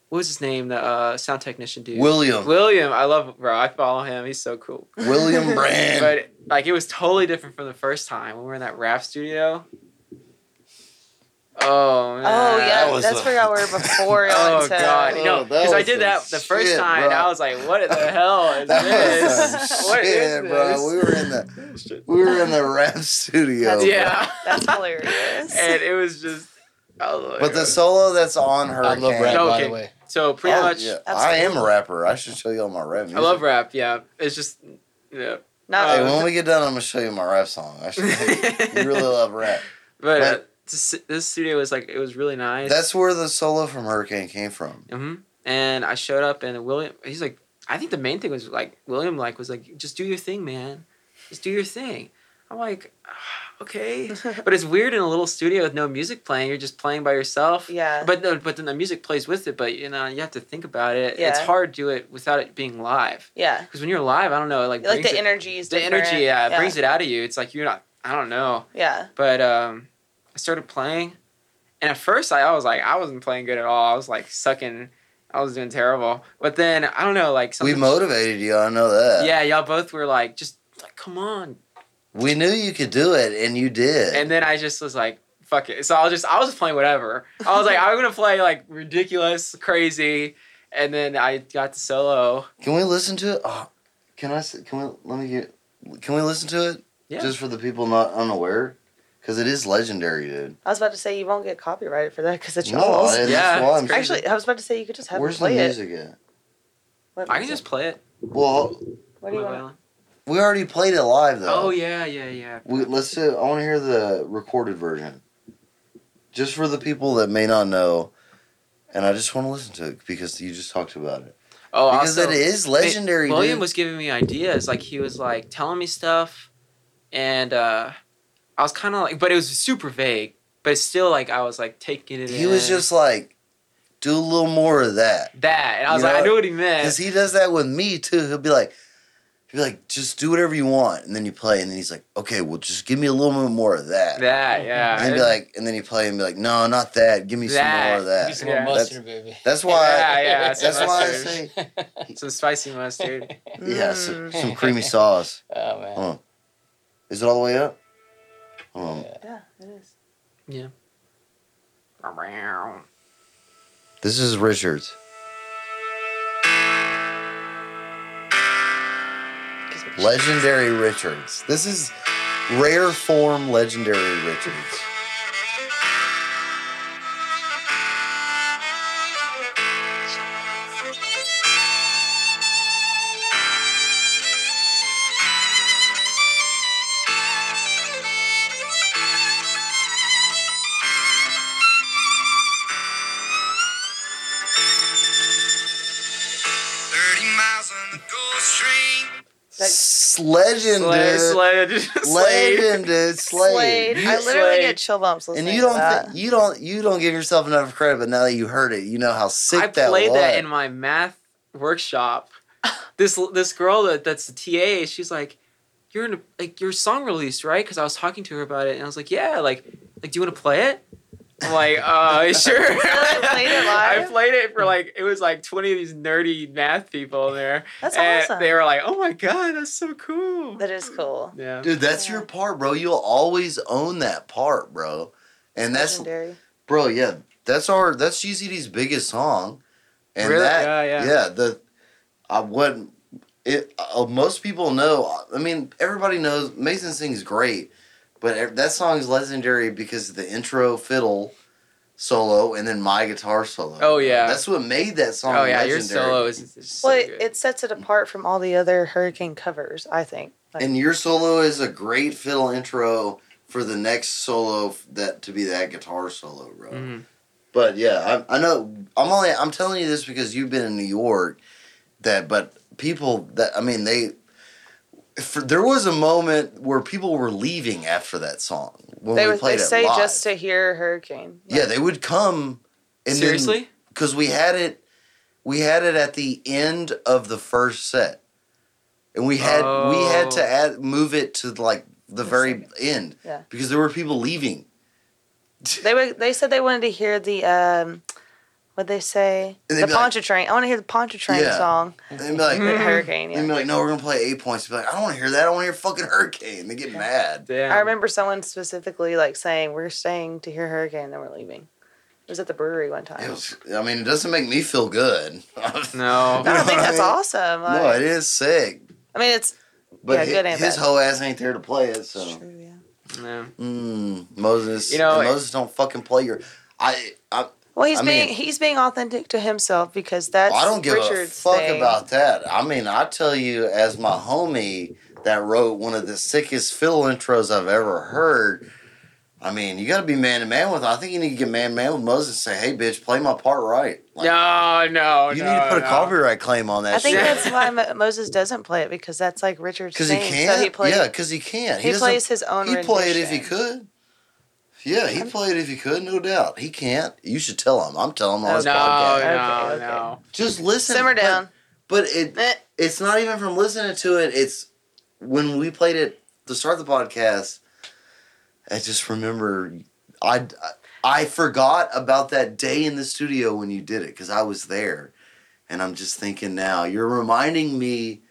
What was his name? The uh, sound technician dude. William William, I love bro. I follow him. He's so cool. William Brand. But like it was totally different from the first time when we were in that rap studio. Oh man. Oh That yeah, was that's a- where y'all were before. y'all Oh went to- god, Oh, no, that because I was did some that the first shit, time, bro. and I was like, "What the hell is That this? was some What is shit, bro. this?" We were in the we were in the rap studio. That's- bro. yeah, That's hilarious. and it was just. I was like, But the Oh, solo that's on her. I love rap, by Okay. the way. so pretty much, I am a Absolutely. rapper. I should show you all my rap. Music. I love rap. Yeah, it's just yeah, Not Hey, Uh, when we get done, I'm gonna show you my rap song. I should. you really love rap. but uh, But- this this studio was like it was really nice. That's where the solo from Hurricane came from. hmm And I showed up, and William, he's like, I think the main thing was like William, like was like, just do your thing, man, just do your thing. I'm like, "Ah, okay, but it's weird in a little studio with no music playing. You're just playing by yourself. Yeah. But the, but then the music plays with it. But you know, you have to think about it. It's Yeah. hard to do it without it being live. yeah, Because when you're live, I don't know, it, like like brings the it- energy is the different. energy, yeah, it brings it out of you. It's like you're not. I don't know. Yeah, But um, I started playing, and at first I, I was like, I wasn't playing good at all. I was like sucking. I was doing terrible. But then I don't know, like We something- motivated you. I know that. Yeah, y'all both were like, just like come on. We knew you could do it, and you did. And then I just was like, fuck it. So I was just I was playing whatever. I was like, I'm gonna play like ridiculous, crazy. And then I got the solo. can we listen to it? Oh, can I? s- Can we? Let me get. Can we listen to it? Yeah. Just for the people not unaware, because it is legendary, dude. I was about to say you won't get copyrighted for that because it's No, yours. and Yeah, that's why it's I'm- crazy. Actually, I was about to say you could just have Where's Where's the play it. music at? What I can music? just play it. Well, What do you My want? violin. we already played it live though. Oh yeah, yeah, yeah. We, let's do. I want to hear the recorded version, just for the people that may not know, and I just want to listen to it because you just talked about it. Oh, because also, it is legendary. William dude. was giving me ideas. Like he was like telling me stuff, and uh, I was kind of like, but it was super vague. But it's still like I was like taking it. He was in. just like, do a little more of that, that, and I You was like, know, I knew what he meant. because he does that with me too. He'll be like, he'll be like, just do whatever you want, and then you play, and then he's like, okay, well, just give me a little bit more of that. that, yeah. and he'd be like, and then he play and be like, no, not that. Give me some That. more of Give me that. some more Yeah. mustard, baby. That's why. Yeah, yeah, That's why I mustard. say, some spicy mustard. yeah, Mm. some, some creamy sauce. oh man. Oh, Is it all the way up? Um, Hold on. Yeah. Yeah, it is. This is Richards. Gives me- Legendary Richards. This is rare form legendary Richards. That- S- Legend, Slade, dude. Slade, Legend, dude. Slade. Slade. I You- literally Slade. get chill bumps listening and you don't, to that. thi- you don't, you don't give yourself enough credit. But now that you heard it, you know how sick I that played was. that in my math workshop. this this girl that, that's the TA, she's like, "You're in a, like your song released, right?" Because I was talking to her about it, and I was like, "Yeah, like like, do you want to play it? I'm like, uh, sure. I played it live? I played it for like it was like 20 of these nerdy math people in there. That's and awesome. They were like, oh my god, that's so cool. That is cool. yeah. Dude, that's your part, bro. You'll always own that part, bro. And that's legendary. bro, yeah. That's our that's GCD's biggest song. And Really? that Yeah, yeah. the I wouldn't it uh, most people know. I mean, everybody knows Mason sings great, but e- that song is legendary because of the intro fiddle solo and then my guitar solo. Oh, yeah. That's what made that song Oh yeah, legendary. your solo is is just so well, it, good. it sets it apart from all the other Hurricane covers, I think. Like, And your solo is a great fiddle intro for the next solo f- that to be that guitar solo, bro. Mhm. But yeah, I, I know. I'm only I'm telling you this because you've been in New York. That, but people that I mean they. For, there was a moment where people were leaving after that song when they we would they played it say live. just to hear Hurricane. yeah, they would come. And Seriously? because we had it, we had it at the end of the first set, and we had we had to Oh. add move it to like the very end Yeah. because there were people leaving. They would. They said they wanted to hear the um, what they say And they'd the be like- Poncha Train. I want to hear the Poncha Train Yeah. song. And they'd be like, with Hurricane. they'd be Yeah. like, no, we're gonna play eight points. They'd be like, I don't want to hear that. I want to hear fucking hurricane. They get mad. Damn. I remember someone specifically like saying, "We're staying to hear Hurricane, and then we're leaving." It was at the brewery one time. It was, I mean, it doesn't make me feel good. No. I don't think I that's mean, awesome. Like, no, it is sick. I mean, it's Yeah, But good hi- and his bad. whole ass ain't there to play it, so. it's true. Yeah. No. Mm, Moses, You know, and Moses don't fucking play your. I, I Well, he's I being mean- he's being authentic to himself because that's I don't give Richard's a fuck thing. about that. I mean, I tell you, as my homie that wrote one of the sickest fiddle intros I've ever heard. I mean, you got to be man to man with. I think you need to get man to man with Moses and say, "Hey, bitch, play my part right." Like, no, no, you no, need to put no. a copyright claim on that. I think shit. that's why Mo- Moses doesn't play it because that's like Richard's because he thing. can't. So he plays. yeah, because he can't. he doesn't- plays his own. He'd play it if he rendition. could. Yeah, he'd play it if he could, no doubt. He can't. You should tell him. I'm telling him on No, his no, podcast. no, Okay, no. Just listen. Oh, Simmer but- down. But, it Eh. it's not even from listening to it. It's when we played it to start the podcast. I just remember I I forgot about that day in the studio when you did it because I was there, and I'm just thinking now you're reminding me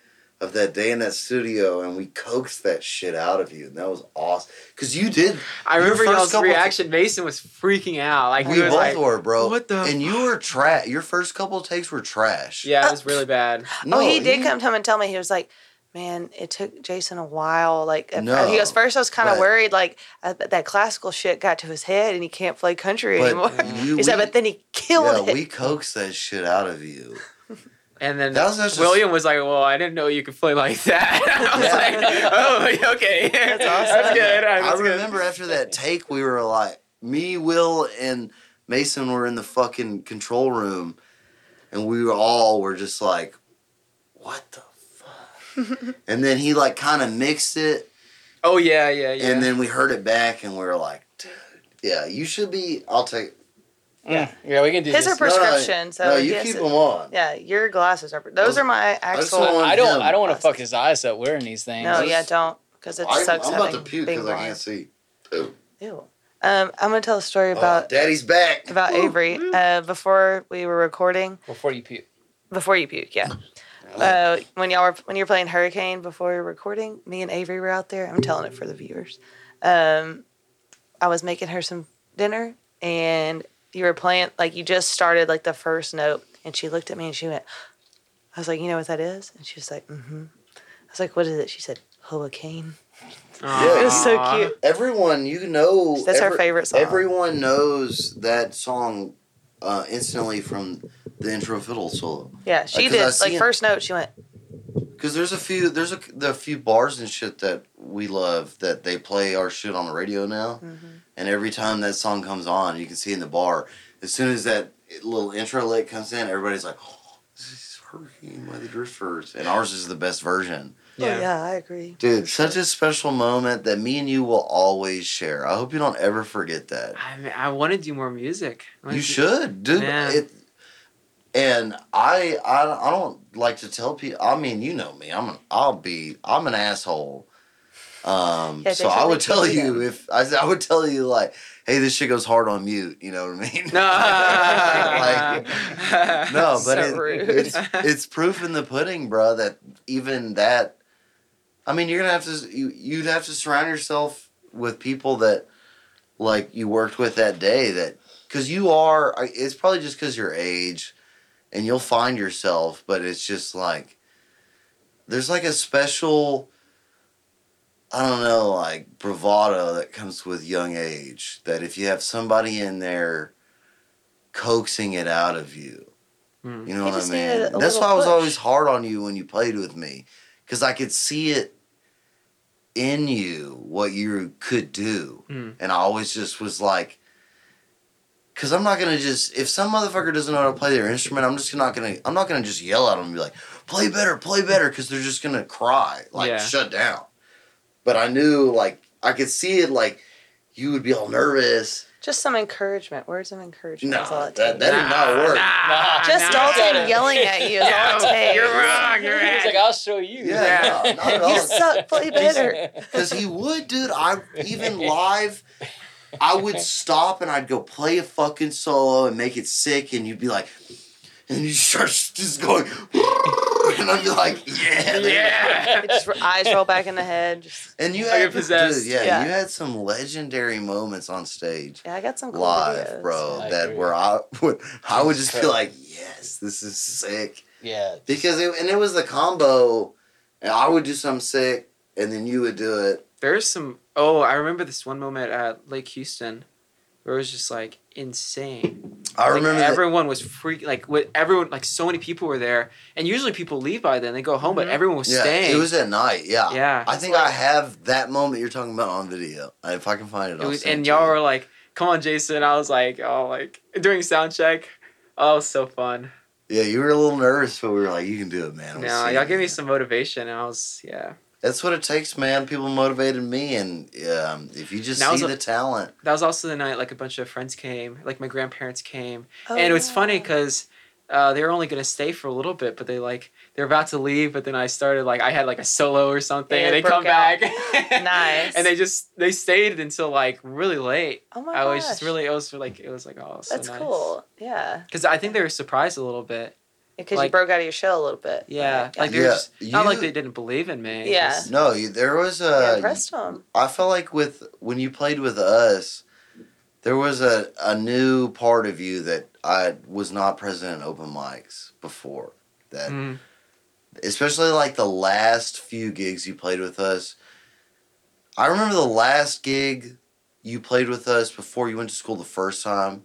of that day in that studio and we coaxed that shit out of you and that was awesome because you did I Your remember first y'all's couple- reaction. Mason was freaking out. Like we he was both like, were bro "What the and you were trash your first couple takes were trash yeah, it was really bad. no, oh, he did come home and tell me he was like, "Man, it took Jason a while." Like at No, first- he goes, first I was kind of but- worried, like uh, that classical shit got to his head and he can't play country anymore." you- he said, we- "But then he killed yeah, it." we coaxed that shit out of you. And then That was just- William was like, "Well, I didn't know you could play like that." I was like, "Oh, okay, that's awesome. good. I That's good. remember after that take, we were like, me, Will, and Mason were in the fucking control room, and we were all were just like, what the fuck? and then he like kind of mixed it, Oh yeah, yeah, yeah. and then we heard it back, and we were like, dude, yeah, you should be. I'll take. Yeah, yeah, we can do His this. are prescription, so no, you yes, keep it- them on. yeah, your glasses are. Those Those- are my just actual. want- I don't. him. I don't want to fuck his eyes up wearing these things. No, Those- yeah, don't, because it I, sucks. am about to having- puke being because I blind. can't see. Oh, Ew. Um, I'm gonna tell a story About about Daddy's back. about Avery. Uh, before we were recording, Before you puke. before you puke, yeah. Uh, when y'all were when you were playing Hurricane before we were recording, me and Avery were out there. I'm telling it for the viewers. Um, I was making her some dinner, and you were playing like you just started like the first note, and she looked at me and she went, "I was like, you know what that is?" And she was like, "Mm-hmm." I was like, "What is it?" She said, "Hurricane." Aw. It was so Aw. cute. Everyone, you know, That's our favorite song. Everyone knows that song uh, instantly from the intro fiddle solo Yeah, she 'cause I did. see Like it. first note, she went. because there's a few there's a the few bars and shit that we love that they play our shit on the radio now, "Mm-hmm." and every time that song comes on, you can see in the bar as soon as that little intro lick comes in, everybody's like. "Oh, this is Hurricane by the Drifters, and ours is the best version, Oh yeah, I agree. dude. Such a special moment that me and you will always share. I hope you don't ever forget that. I, mean, I want to do more music. I wanna You do- should, dude. Yeah. It, and I, I, I don't like to tell people. I mean, you know me. I'm, an, I'll be, I'm an asshole. Um, Yeah, so they I would tell totally can do you that. if I, I would tell you like, hey, this shit goes hard on mute. You know what I mean? Like, no, but So it- rude. it's it's proof in the pudding, bro. That even that, I mean, you're gonna have to you you'd have to surround yourself with people that like you worked with that day that because you are. I- It's probably just because your age, and you'll find yourself. But it's just like there's like a special. I don't know, like bravado that comes with young age. That if you have somebody in there coaxing it out of you, Mm. you know You what I just mean? needed a That's little why I was push. always hard on you when you played with me, because I could see it in you what you could do, Mm. and I always just was like, because I'm not gonna just if some motherfucker doesn't know how to play their instrument, I'm just not gonna I'm not gonna just yell at them and be like, play better, play better, because they're just gonna cry like Yeah. shut down. But I knew like I could see it like you would be all nervous. Just some encouragement. Words of encouragement No, is all it that, that takes. did not work. Nah, Just nah. Dalton yelling at you is all it takes. You're wrong. You're He was right. like, I'll show you. Yeah, no, not at all. You suck. Play better. Because he would, dude. I even live, I would stop and I'd go play a fucking solo and make it sick, and you'd be like, and you start just going, and I'd be like, yeah, dude." yeah. It just eyes roll back in the head. Just, And you I had get possessed. dude, yeah, Yeah. you had some legendary moments on stage yeah, I got some cool live, videos. bro. I that agree. where I would, I would just be Christ. like, yes, this is sick. yeah. Because it, and it was the combo, and I would do something sick, and then you would do it. There's some. Oh, I remember this one moment at Lake Houston, where it was just like insane. I like, remember that- everyone was freak. Like with everyone, like so many people were there, and usually people leave by then. They go home, but Mhm. everyone was yeah, staying. it was at night. Yeah, yeah. I think I have that moment you're talking about on video. If I can find it, It I'll was, send and it to y'all you. were like, "Come on, Jason!" I was like, "Oh, like doing sound check." Oh, so fun. yeah, you were a little nervous, but we were like, "You can do it, man." We'll No, see y'all you, gave me man." some motivation, and I was, yeah, That's what it takes, man. People motivated me, and um, if you just That was see a- the talent, that was also the night like a bunch of friends came, like my grandparents came, Oh, and it was yeah. funny because uh, they were only gonna stay for a little bit, but they like they were about to leave, but then I started like I had like a solo or something, And and, it they come broke out. back, Nice. and they just they stayed until like really late. Oh my I was just gosh. really, it was like it was like oh, so That's cool. Yeah. Because I think they were surprised a little bit. Because you Like- broke out of your shell a little bit. Yeah, Like, like they were Yeah, just not like you- they didn't believe in me. Yeah. just- no, you, there was yeah, a. impressed him. I felt like with when you played with us, there was a a new part of you that I was not present in open mics before. That Mm. especially like the last few gigs you played with us. I remember the last gig you played with us before you went to school the first time,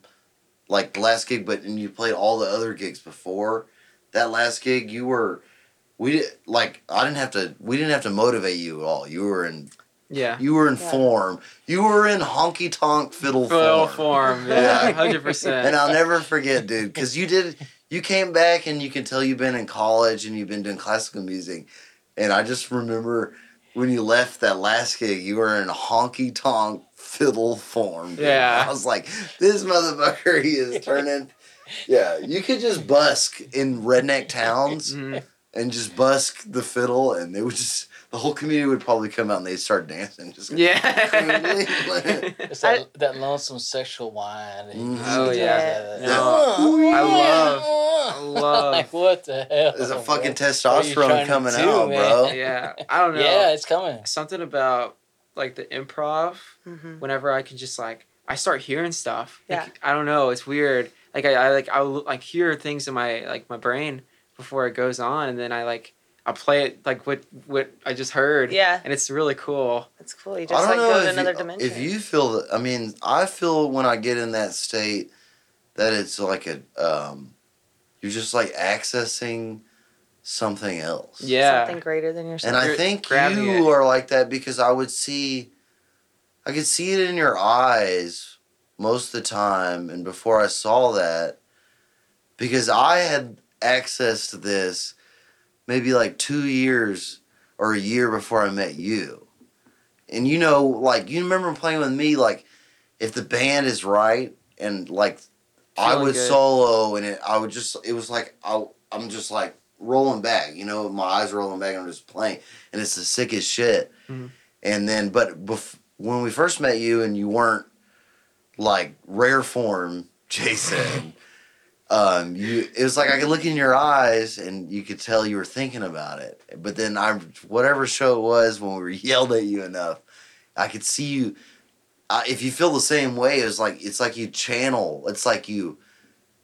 like the last gig, but and you played all the other gigs before that last gig. You were, we did like I didn't have to. We didn't have to motivate you at all. You were in. Yeah. You were in Yeah. form. You were in honky tonk fiddle Full form. form. Yeah. Yeah. Hundred And percent. I'll never forget, dude, because you did. You came back and you can tell you've been in college and you've been doing classical music. And I just remember when you left that last gig, you were in honky tonk fiddle form. dude. Yeah. I was like, this motherfucker, he is turning. yeah, you could just busk in redneck towns Mhm. and just busk the fiddle, and they would just the whole community would probably come out and they'd start dancing. Just Yeah. It's that, that lonesome sexual wine. Mhm. Oh, yeah. That- Oh, No, I love. I love. like what the hell? There's a fucking bro? What are you trying testosterone to coming do, out, bro. man? Yeah. I don't know. Yeah, it's coming. Something about like the improv. Mm-hmm. Whenever I can just like I start hearing stuff. Like, Yeah. I don't know. It's weird. Like I, I like I will, like hear things in my like my brain before it goes on, and then I like I play it like what what I just heard. Yeah. And it's really cool. It's cool. You just like go to another you, dimension. If you feel that, I mean, I feel when I get in that state that it's like a, um, you're just like accessing something else. Yeah. Something greater than yourself. And I You're think grabbing you it. are like that because I would see, I could see it in your eyes most of the time. And before I saw that, because I had access to this maybe like two years or a year before I met you. And you know, like, you remember playing with me, like, if the band is right and like I Feeling would good. solo and it, I would just, it was like, I, I'm just like rolling back, you know, my eyes rolling back, I'm just playing and it's the sickest shit. Mhm. and then but bef- when we first met you and you weren't like rare form Jason, um, you it was like I could look in your eyes and you could tell you were thinking about it. But then I whatever show it was when we were yelled at you enough, I could see you. I, if you feel the same way, it's like it's like you channel. It's like you.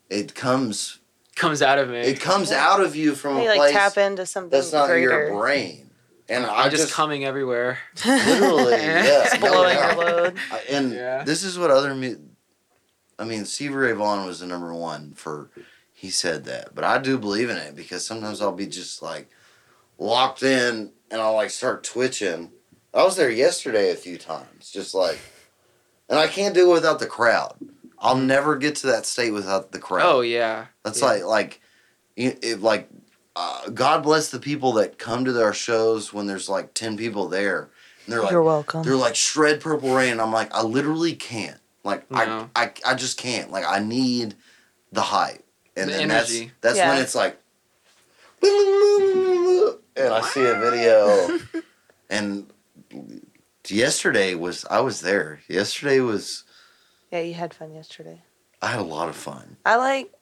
It comes. Comes out of me. It comes out of you from a You like place tap into something that's not greater. your brain. And I I'm just, just coming everywhere. literally, yeah, It's no blowing doubt. your load. I- and Yeah. this is what other mu- I mean, Stevie Ray Vaughan was the number one for he said that, but I do believe in it because sometimes I'll be just like locked in and I'll like start twitching. I was there yesterday a few times, just like, and I can't do it without the crowd. I'll never get to that state without the crowd. Oh yeah. That's Yeah. like like i- if like uh, God bless the people that come to our shows when there's like ten people there and they're like You're welcome. they're like shred purple rain. and I'm like, I literally can't. Like No. I, I I just can't. Like I need the hype. And The then energy. that's that's Yeah. when it's like and I see a video and yesterday was I was there. Yesterday was yeah, you had fun yesterday. I had a lot of fun. I like.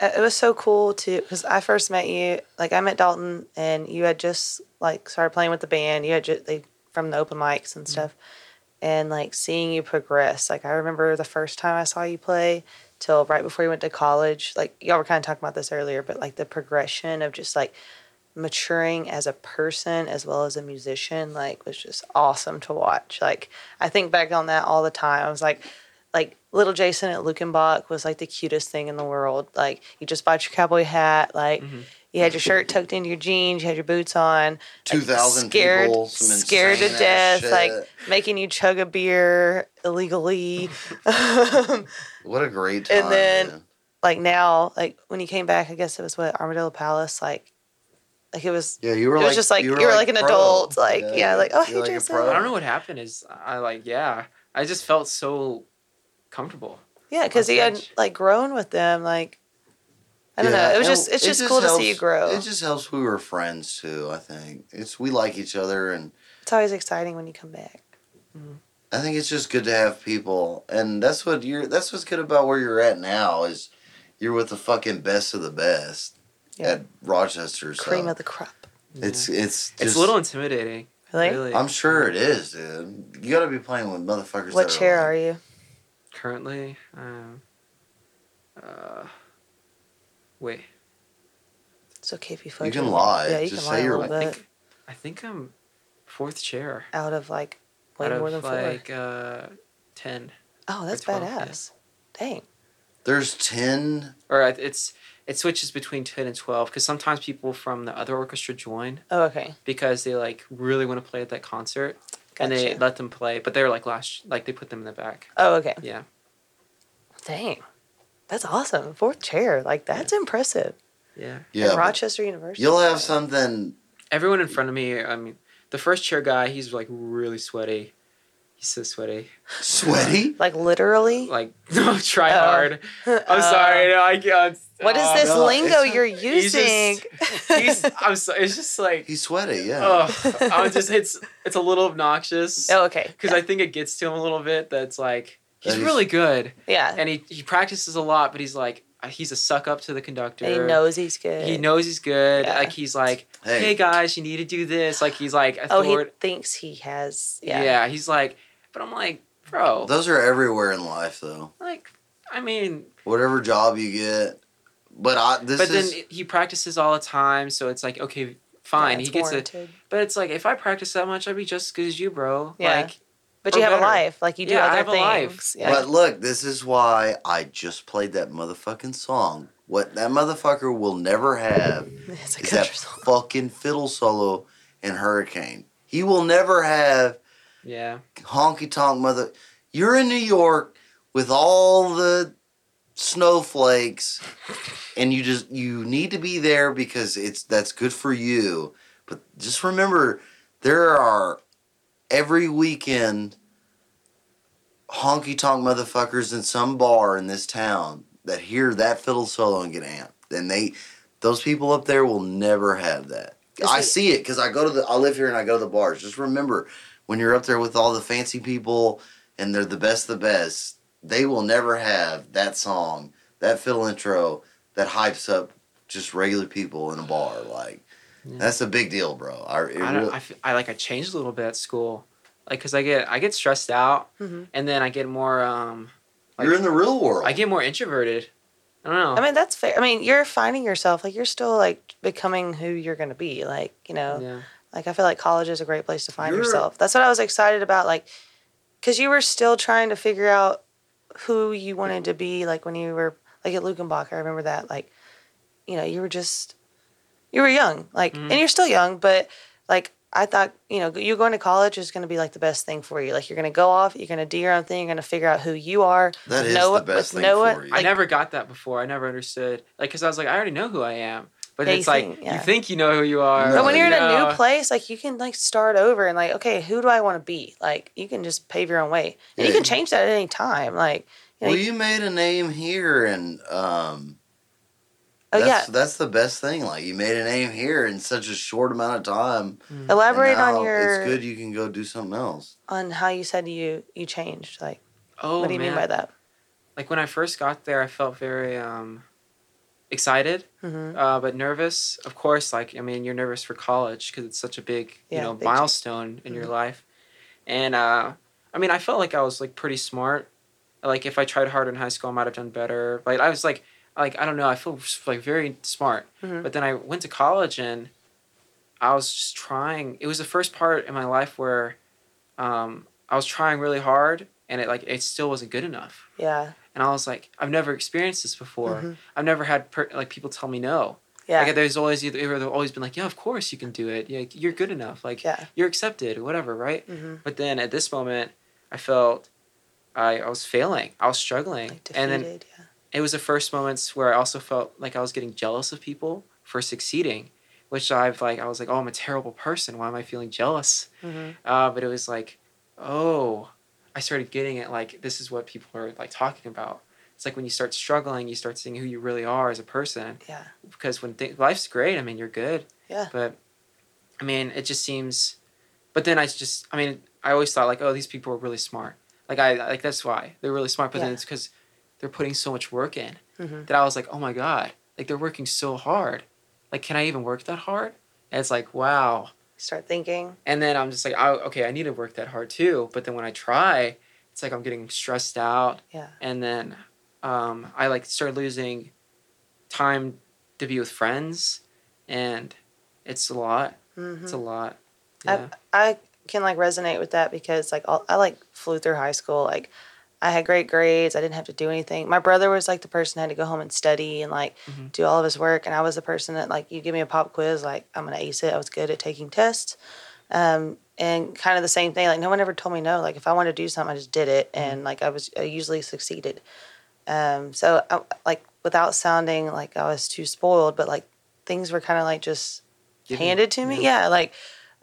uh, It was so cool to because I first met you. Like I met Dalton, and you had just like started playing with the band. You had just like from the open mics and stuff, and like seeing you progress. Like I remember the first time I saw you play till right before you went to college. Like y'all were kind of talking about this earlier, but like the progression of just like maturing as a person as well as a musician like was just awesome to watch like i think back on that all the time i was like like little jason at lukenbach was like the cutest thing in the world like you just bought your cowboy hat like you had your shirt tucked into your jeans you had your boots on Two thousand scared people, some scared to insane-ass death shit. like making you chug a beer illegally what a great time. and then- man. like now like when you came back i guess it was what armadillo palace like like it was yeah, you were it like was just like you were like an pro. adult, like, yeah, like, oh, you hey, were like a Jason. pro. I don't know what happened. Is I like yeah. I just felt so comfortable. yeah because he had Mustache. like grown with them like i don't Yeah, know it was and just it's it just, cool to see you helps- grow It just helps we were friends too. I think it's we like each other, and it's always exciting when you come back I think it's just good to have people, and that's what you're. That's what's good about where you're at now is you're with the fucking best of the best Yeah. at Rochester. So cream of the crop it's it's just, it's a little intimidating. really, Really. I'm sure it is, dude. You gotta be playing with motherfuckers. what that chair are are you currently. Um, uh, wait. it's okay if you You fudge can it. lie. yeah you Just can say lie a you're little I bit think I think I'm fourth chair. out of like way out of more than like four uh, ten. oh that's 12, yeah. badass dang There's ten. Or I- it's it switches between ten and twelve because sometimes people from the other orchestra join oh okay because they like really want to play at that concert and they gotcha let them play, but they're like last like they put them in the back. oh okay Yeah. dang that's awesome fourth chair like that's impressive Yeah. yeah Yeah, but rochester university you'll have something. Everyone in front of me. I mean, the first chair guy. He's like really sweaty. He's so sweaty. Sweaty? like literally Like no, try Oh. hard. I'm sorry. No, I can't. What is uh, this no, lingo it's- you're he's using? just- He's, I'm so, it's just like, He's sweaty, yeah. oh, I'm just, it's, it's a little obnoxious oh, okay. because I think it gets to him a little bit. That's like, he's That he's- really good yeah. And, and he, he practices a lot, but he's like, uh, he's a suck up to the conductor. he knows he's good. He knows he's good. Yeah. Like he's like, Hey. hey. guys, you need to do this. Like he's like, Oh, he author- thinks he has. yeah. Yeah. He's like, but I'm like, bro, Those are everywhere in life, though. like, I mean, Whatever job you get, but I this but is then he practices all the time, so it's like, okay, fine. That's he gets it. warranted. But it's like if I practice that much, I'd be just as good as you, bro. Yeah. Like But or you have better. a life. Like you do Yeah, I other have a things. life. Yeah. But look, this is why I just played that motherfucking song. What that motherfucker will never have it's a is that country song. fucking fiddle solo in Hurricane. He will never have Yeah. honky tonk mother. You're in New York with all the snowflakes, and you just you need to be there because it's that's good for you. But just remember, there are every weekend honky tonk motherfuckers in some bar in this town that hear that fiddle solo and get amped, and they those people up there will never have that. It's I like- see it because I go to the. I live here and I go to the bars. Just remember, when you're up there with all the fancy people and they're the best, of the best, they will never have that song, that fiddle intro, that hypes up just regular people in a bar. Like Yeah. that's a big deal, bro. I, it I, don't, really- I, f- I like I changed a little bit at school, like because I get I get stressed out, Mhm. and then I get more um, like, you're in the real world. I get more introverted. I don't know. I mean, that's fair. I mean, you're finding yourself. Like, you're still like becoming who you're going to be. Like, you know, yeah. like I feel like college is a great place to find You're- yourself. That's what I was excited about. Like, because you were still trying to figure out who you wanted to be. Like when you were like at Lukenbach, I remember that. Like, you know, you were just you were young. Like, Mhm. and you're still young, but like. I thought, you know, you going to college is going to be like the best thing for you. Like you're going to go off, you're going to do your own thing, you're going to figure out who you are. That is no- the best with thing no- for you. I never got that before. I never understood like because I was like I already know who I am, but Yeah, you it's like think- yeah. you think you know who you are. But when like, you're in a no. new place, like you can like start over and like, okay, who do I want to be? Like you can just pave your own way, and you Yeah. can change that at any time. Like, you know, well, you made a name here, and um, oh yeah, that's, that's the best thing. Like you made a name here in such a short amount of time. and Mm-hmm. elaborate now on your It's good you can go do something else. on how you said you you changed. Like, Oh, what do you mean man. by that? Like when I first got there, I felt very um, excited, hmm uh, but nervous. Of course, like I mean, you're nervous for college because it's such a big, Yeah, you know, big- Mm-hmm. milestone in your life. And uh, I mean, I felt like I was like pretty smart. Like if I tried harder in high school, I might have done better. Like I was like, like I don't know. I feel like very smart. Mhm. But then I went to college and I was just trying. It was the first part in my life where um, I was trying really hard, and it like it still wasn't good enough Yeah, and I was like, I've never experienced this before. Mhm. I've never had per- like people tell me no. yeah, Like there's always either they've always been like, yeah, of course you can do it. Yeah, you're good enough. Like yeah. you're accepted, whatever, right? hmm But then at this moment, I felt I, I was failing. I was struggling, Like defeated. and then it was the first moments where I also felt like I was getting jealous of people for succeeding, which I've like I was like, oh, I'm a terrible person. Why am I feeling jealous? yeah. hmm Uh, but it was like, oh, I started getting it. Like this is what people are like talking about. It's like when you start struggling, you start seeing who you really are as a person. Yeah. Because when th- life's great, I mean you're good. Yeah. But, I mean, it just seems. But then I just, I mean, I always thought like, oh, these people are really smart. Like I like that's why they're really smart. But Yeah. then it's because they're putting so much work in Mhm. that I was like, oh my god, like they're working so hard. Like, can I even work that hard? And it's like, wow. Start thinking. And then I'm just like, I, okay, I need to work that hard too. But then when I try, it's like I'm getting stressed out. Yeah. And then um, I like start losing time to be with friends, and it's a lot. hmm It's a lot. I- Yeah. I can like resonate with that because like all, I like flew through high school. Like I had great grades. I didn't have to do anything. My brother was like the person who had to go home and study and like Mhm. do all of his work, and I was the person that like you give me a pop quiz, like I'm gonna ace it. I was good at taking tests, um, and kind of the same thing. Like no one ever told me no. Like if I wanted to do something, I just did it, and like I was I usually succeeded. Um, so I, like without sounding like I was too spoiled, but like things were kind of like just Given- handed to me. Yeah, like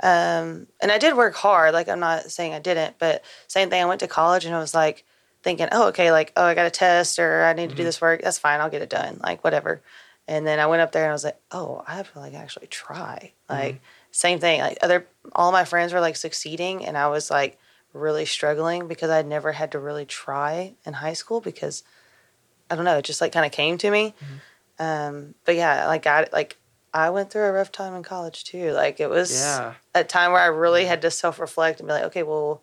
um and I did work hard. Like I'm not saying I didn't, but same thing I went to college and I was like thinking, "Oh, okay, like oh, I got a test or I need to do Mhm. this work. That's fine. I'll get it done." Like whatever. And then I went up there and I was like, "Oh, I have to like actually try." Like same thing. Like other all my friends were like succeeding and I was like really struggling because I'd never had to really try in high school because I don't know, it just like kind of came to me. Um, but yeah, like I like I went through a rough time in college too. Like it was Yeah. a time where I really had to self reflect and be like, okay, well,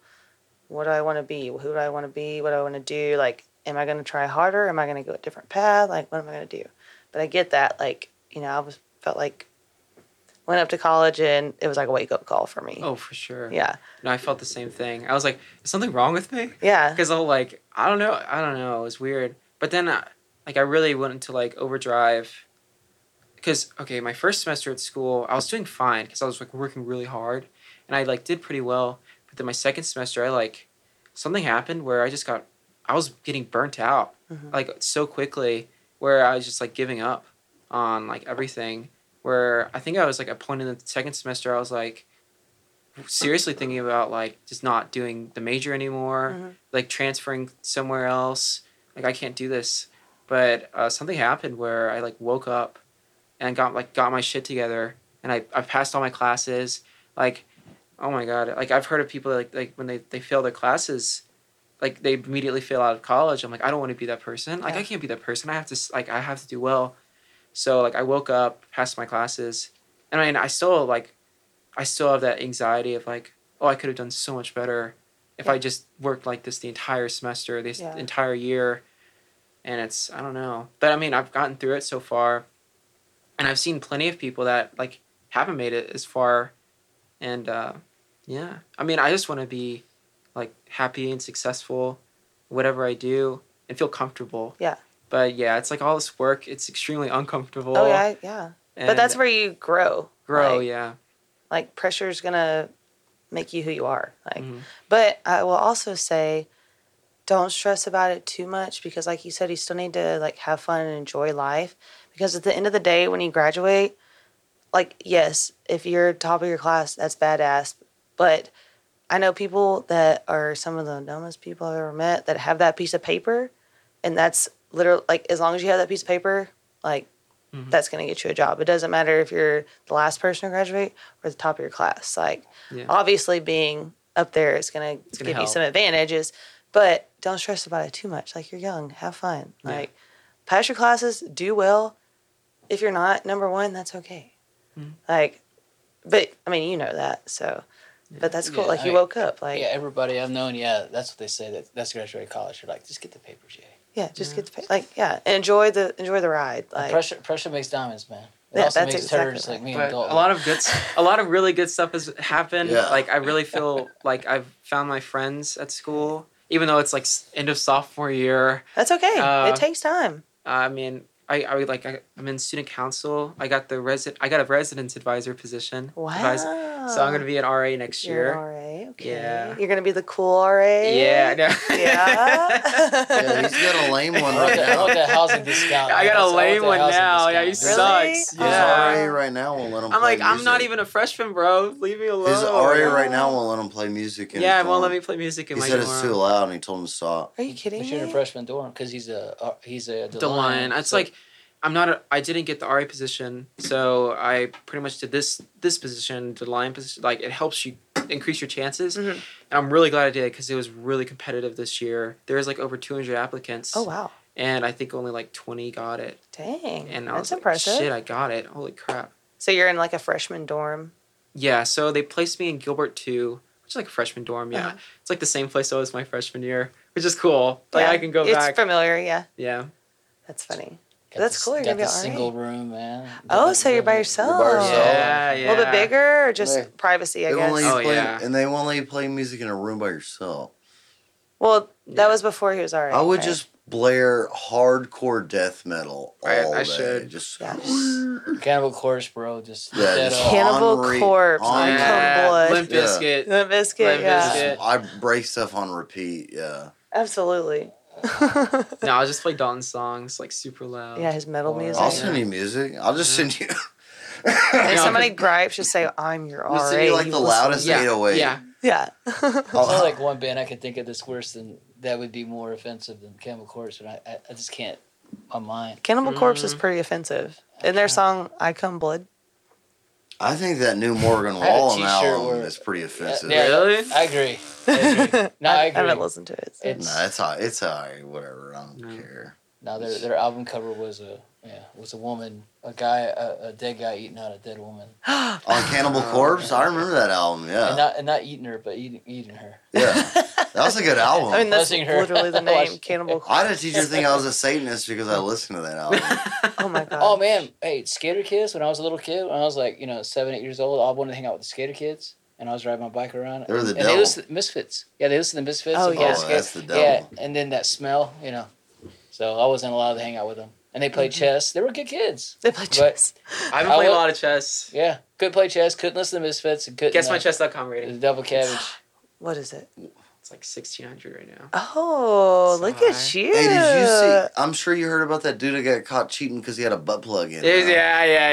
what do I want to be? Who do I want to be? What do I want to do? Like, am I going to try harder? Am I going to go a different path? Like, what am I going to do? But I get that. Like, you know, I was felt like went up to college and it was like a wake up call for me. Oh, for sure. Yeah, No, I felt the same thing. I was like, is something wrong with me? yeah, Because I'll like, I don't know, I don't know. It was weird. But then, uh, like, I really went into like overdrive. Because okay, my first semester at school, I was doing fine because I was like working really hard, and I like did pretty well. But then my second semester, I like something happened where I just got, I was getting burnt out Mhm. like so quickly, where I was just like giving up on like everything. Where I think I was like at a point in the second semester, I was like seriously thinking about like just not doing the major anymore, Mhm. like transferring somewhere else. Like I can't do this. But uh, something happened where I like woke up and got like got my shit together and I I've passed all my classes. Like, oh my god! Like I've heard of people like like when they they fail their classes, like they immediately fail out of college. I'm like I don't want to be that person. Like Yeah. I can't be that person. I have to s- like I have to do well. So like I woke up, passed my classes, and I mean I still like, I still have that anxiety of like oh I could have done so much better if I just worked like this the entire semester, this Yeah. entire year, and it's I don't know. But I mean I've gotten through it so far, and I've seen plenty of people that like haven't made it as far, and uh, yeah I mean I just want to be like happy and successful, whatever I do, and feel comfortable. Yeah. But yeah, it's like all this work. It's extremely uncomfortable. oh yeah, yeah. but and that's where you grow. grow. Like, yeah. like pressure's gonna make you who you are. Like, Mhm. but I will also say, don't stress about it too much because, like you said, you still need to like have fun and enjoy life. Because at the end of the day, when you graduate, like yes, if you're top of your class, that's badass. But I know people that are some of the dumbest people I've ever met that have that piece of paper, and that's literally like as long as you have that piece of paper, like Mhm. that's going to get you a job. It doesn't matter if you're the last person to graduate or the top of your class. Like Yeah. obviously being up there is going to gonna give you help. some advantages, but don't stress about it too much. Like you're young, have fun. Yeah. Like pass your classes, do well. If you're not number 1, that's okay. Mhm. Like but I mean, you know that. So but that's cool. Yeah, like I you mean, woke up like yeah, yeah, everybody I've known, yeah, that's what they say. That that's graduated college. You're like, just get the papers, yeah. just Yeah. get to pay, like yeah, enjoy the enjoy the ride. Like pressure pressure makes diamonds, man. It Yeah, also that's makes exactly turds right. like me and But Dalton. a lot of good, s- a lot of really good stuff has happened. Yeah. Like I really feel like I've found my friends at school, even though it's like s- end of sophomore year. that's okay. Uh, it takes time. I mean, I, I would, like I, I'm in student council. I got the resident. I got a residence advisor position. Wow. advis- so I'm gonna be an RA next You're an year. RA. Okay. Yeah. You're gonna be the cool RA. Yeah. I know. Yeah. Yeah, he's got a lame one I want right that, I want now. that housing discount. I got man. That's- a want lame that one housing now. Yeah, he discount, man. Really? sucks. Oh. Yeah. His RA right now won't let him. I'm play like, I'm not music. even a freshman, bro. Leave me alone. His RA right now won't let him play music. In Yeah, his it won't let dorm. me play music in He my said it's too dorm. loud, and he told him to stop. Are you kidding We should me? have freshman dorm because he's a uh, he's a DeLine. It's so- like, I'm not. A, I didn't get the RA position, so I pretty much did this this position, the line position. Like it helps you increase your chances, Mhm. and I'm really glad I did because it was really competitive this year. There was like over 200 applicants, Oh wow. and I think only like 20 got it. Dang. And I That's was like, impressive. Shit, I got it. Holy crap. so you're in like a freshman dorm. Yeah, so they placed me in Gilbert 2, which is like a freshman dorm. Yeah. Uh-huh. It's like the same place I was my freshman year, which is cool. Like Yeah. I can go it's back. familiar, yeah. yeah. That's funny. got that's this- cool, you're got gonna be this all right. single room, man. Oh, so you're by yourself. yourself. Yeah, A yeah. little bit bigger or just Yeah. privacy, I They guess. won't let you Oh, play, yeah. and they won't let you play music in a room by yourself. Well, that Yeah. was before he was already. I would just blare hardcore death metal all Right, I day. should. Just Yeah. Cannibal Corpse, bro. Just Yeah, that just- up. Can- Cannibal Henri- Corpse, Henri- on Cold Yeah, Blood, Limp Yeah. Bizkit. The Biscuit, Limp yeah, Bizkit. just- I break stuff on repeat. Yeah, absolutely. No, I'll just play Dalton's songs like super loud. yeah, his metal Or- music. I'll Yeah. send you music. I'll just Yeah. send you. If Yeah. somebody gripes, just say, "I'm your RA." I'll send you like you the oh listen- loudest Yeah. 808. Yeah. Yeah. I'll- There's only like one band I could think of that's worse than that would be more offensive than Cannibal Corpse, but I, I, I just can't. My mind. Cannibal Corpse Mm-hmm. is pretty offensive. In their song "I Come Blood," I think that new Morgan I had a Wallen t-shirt album where- is pretty offensive. Yeah, Really? I agree. I agree. No, I agree. haven't listened to it. so- It's- No, it's all, it's all right, whatever. I don't No. care. No, their their album cover was a yeah was a woman a guy a, a dead guy eating out a dead woman On Cannibal Oh, Corpse, I remember that album. and Yeah, not and not eating her but eating eating her. yeah, that was a good album. I mean, that's Buzzing her. literally the name, Watch- Cannibal. Corpse. I had a teacher think I was a Satanist because I listened to that album. Oh my god. Um, Oh man, hey skater kids. When I was a little kid, when I was like you know seven eight years old, I wanted to hang out with the skater kids, and I was riding my bike around. They were the and devil. They listened to Misfits. Yeah, they listened to Misfits. Oh, and yeah. all Oh, skater- that's the devil. Yeah, and then that smell, you know. So I wasn't allowed to hang out with them, and they played chess. They were good kids. They play But- chess. I've been I playing a will- lot of chess. Yeah, could play chess, couldn't listen to Misfits, and couldn't. Guess my uh, chess.com The rating. double cabbage. What is it? It's like 1600 right now. Oh, It's look high. at you. Hey, did you see? I'm sure you heard about that dude that got caught cheating because he had a butt plug in. There's- there. Yeah,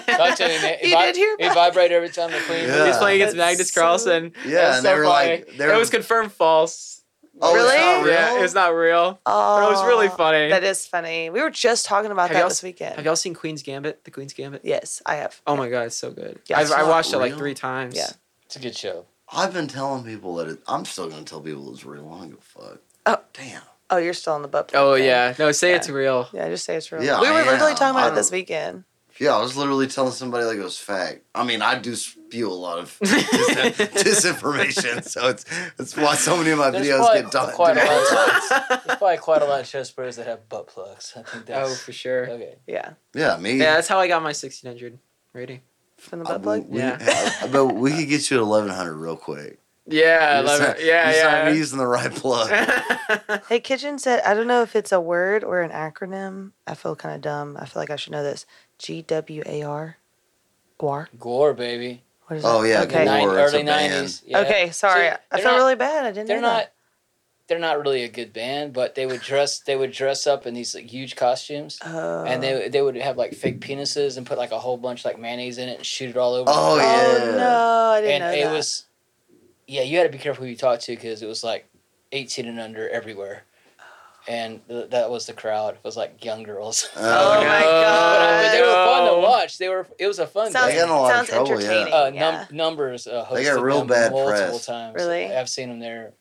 yeah. Talk to me, man. He It vi- did hear It about- vibrated every time the queen. Yeah. He's playing against That's Magnus so- Carlsen. Yeah, That's and so they were funny. like, they were, it was confirmed false. Oh, it's not Really? Yeah, real? it's not real. Oh, But it was really funny. That is funny. We were just talking about Have that y'all this s- weekend. Have y'all seen Queen's Gambit? The Queen's Gambit? yes, I have. Oh my god, it's so good. Yeah, I've, it's I not watched it like real. three times. Yeah. It's a good show. I've been telling people that it, I'm still gonna tell people it's real. I don't give a fuck. Oh. damn. Oh, you're still on the butt. plug Oh thing. yeah. No, say Yeah. it's real. Yeah, just say it's real. Yeah, we I were literally am. talking I about it don't- this weekend. Yeah, I was literally telling somebody like it was fact. I mean, I do spew a lot of dis- disinformation, so it's that's why so many of my There's videos probably get done. quite a lot of denied. times. There's probably quite a lot of chest players that have butt plugs. I think Oh, that's for sure. okay. Yeah, Yeah, me. Yeah, that's how I got my 1600 rating. from the I, butt we, plug. we, Yeah. yeah. I bet we could get you at 1100 real quick. Yeah, I You love just it. not- you just not Yeah, using the right plug. yeah. Hey, Kitchen said, I don't know if it's a word or an acronym. I feel kind of dumb. I feel like I should know this. G W A R. Guar. Gore, baby. What is Oh that? yeah, Okay. Gore, it's a early band. nineties. Yeah. Okay. Sorry. See, I they're felt not- really bad. I didn't. They're know that. not. They're not really a good band, but they would dress. They would dress up in these like, huge costumes, Oh. and they they would have like fake penises and put like a whole bunch like mayonnaise in it and shoot it all over. Oh, Oh, yeah. no, I didn't and know it that. was. Yeah, you had to be careful who you talked to because it was like eighteen and under everywhere, and th- that was the crowd. It was like young girls. Oh, Uh, my no. god. But they were fun no. to watch. They were. It was a fun. sounds They got band. in a lot of sounds trouble, yeah. entertaining. Uh, num- yeah. Numbers uh, hosted They got real them bad multiple press. times. Really? I've seen them there.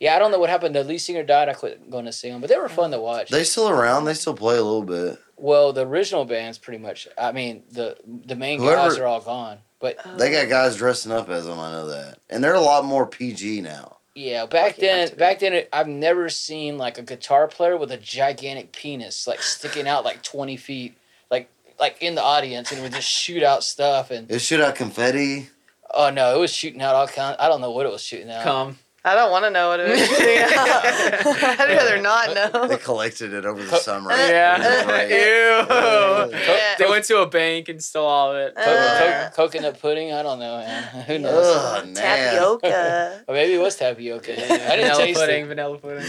Yeah, I don't know what happened. The lead singer died. I quit going to see them, but they were fun to watch. They still around. They still play a little bit. well, the original band's pretty much. I mean, the the main guys Whoever- are all gone. But Uh, They got guys dressing up as them. I know that, and they're a lot more PG now. yeah, back Well, you have then, to be. back then, it, I've never seen like a guitar player with a gigantic penis like sticking out like twenty feet, like like in the audience, and it would just shoot out stuff. And It shoot out confetti. oh no, it was shooting out all kinds. I don't know what it was shooting out. Come. I don't want to know what it is. I'd rather not They know. collected collected it over the Co- summer. It was Yeah. great. Ew. Yeah. They went to a bank and stole all of it. Uh, Co- Uh. co- coconut pudding? I don't know, man. Who knows? Ugh, man. Tapioca. Or Oh, maybe it was tapioca. I didn't vanilla taste pudding, it. vanilla pudding.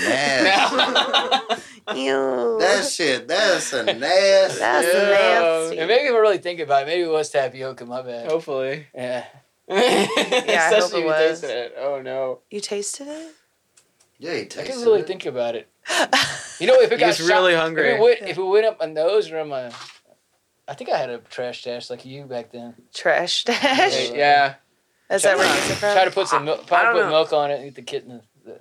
Ew. That shit. That's a nasty. That's Ew. nasty. And maybe if I really think about it, maybe it was tapioca. My bad. Oh. Hopefully. Yeah. I yeah, hope it was. it. Oh no. You tasted it? Yeah, he I tasted didn't really it. think about it. You know, if it He got was shot- really If hungry. it, went, if it went up my nose or on my, I think I had a trash dash like you back then. Trash dash. Hey, Yeah. Is that Try- where you get it from? Try to put some milk. Try to don't put know. milk on it and eat the kitten. The,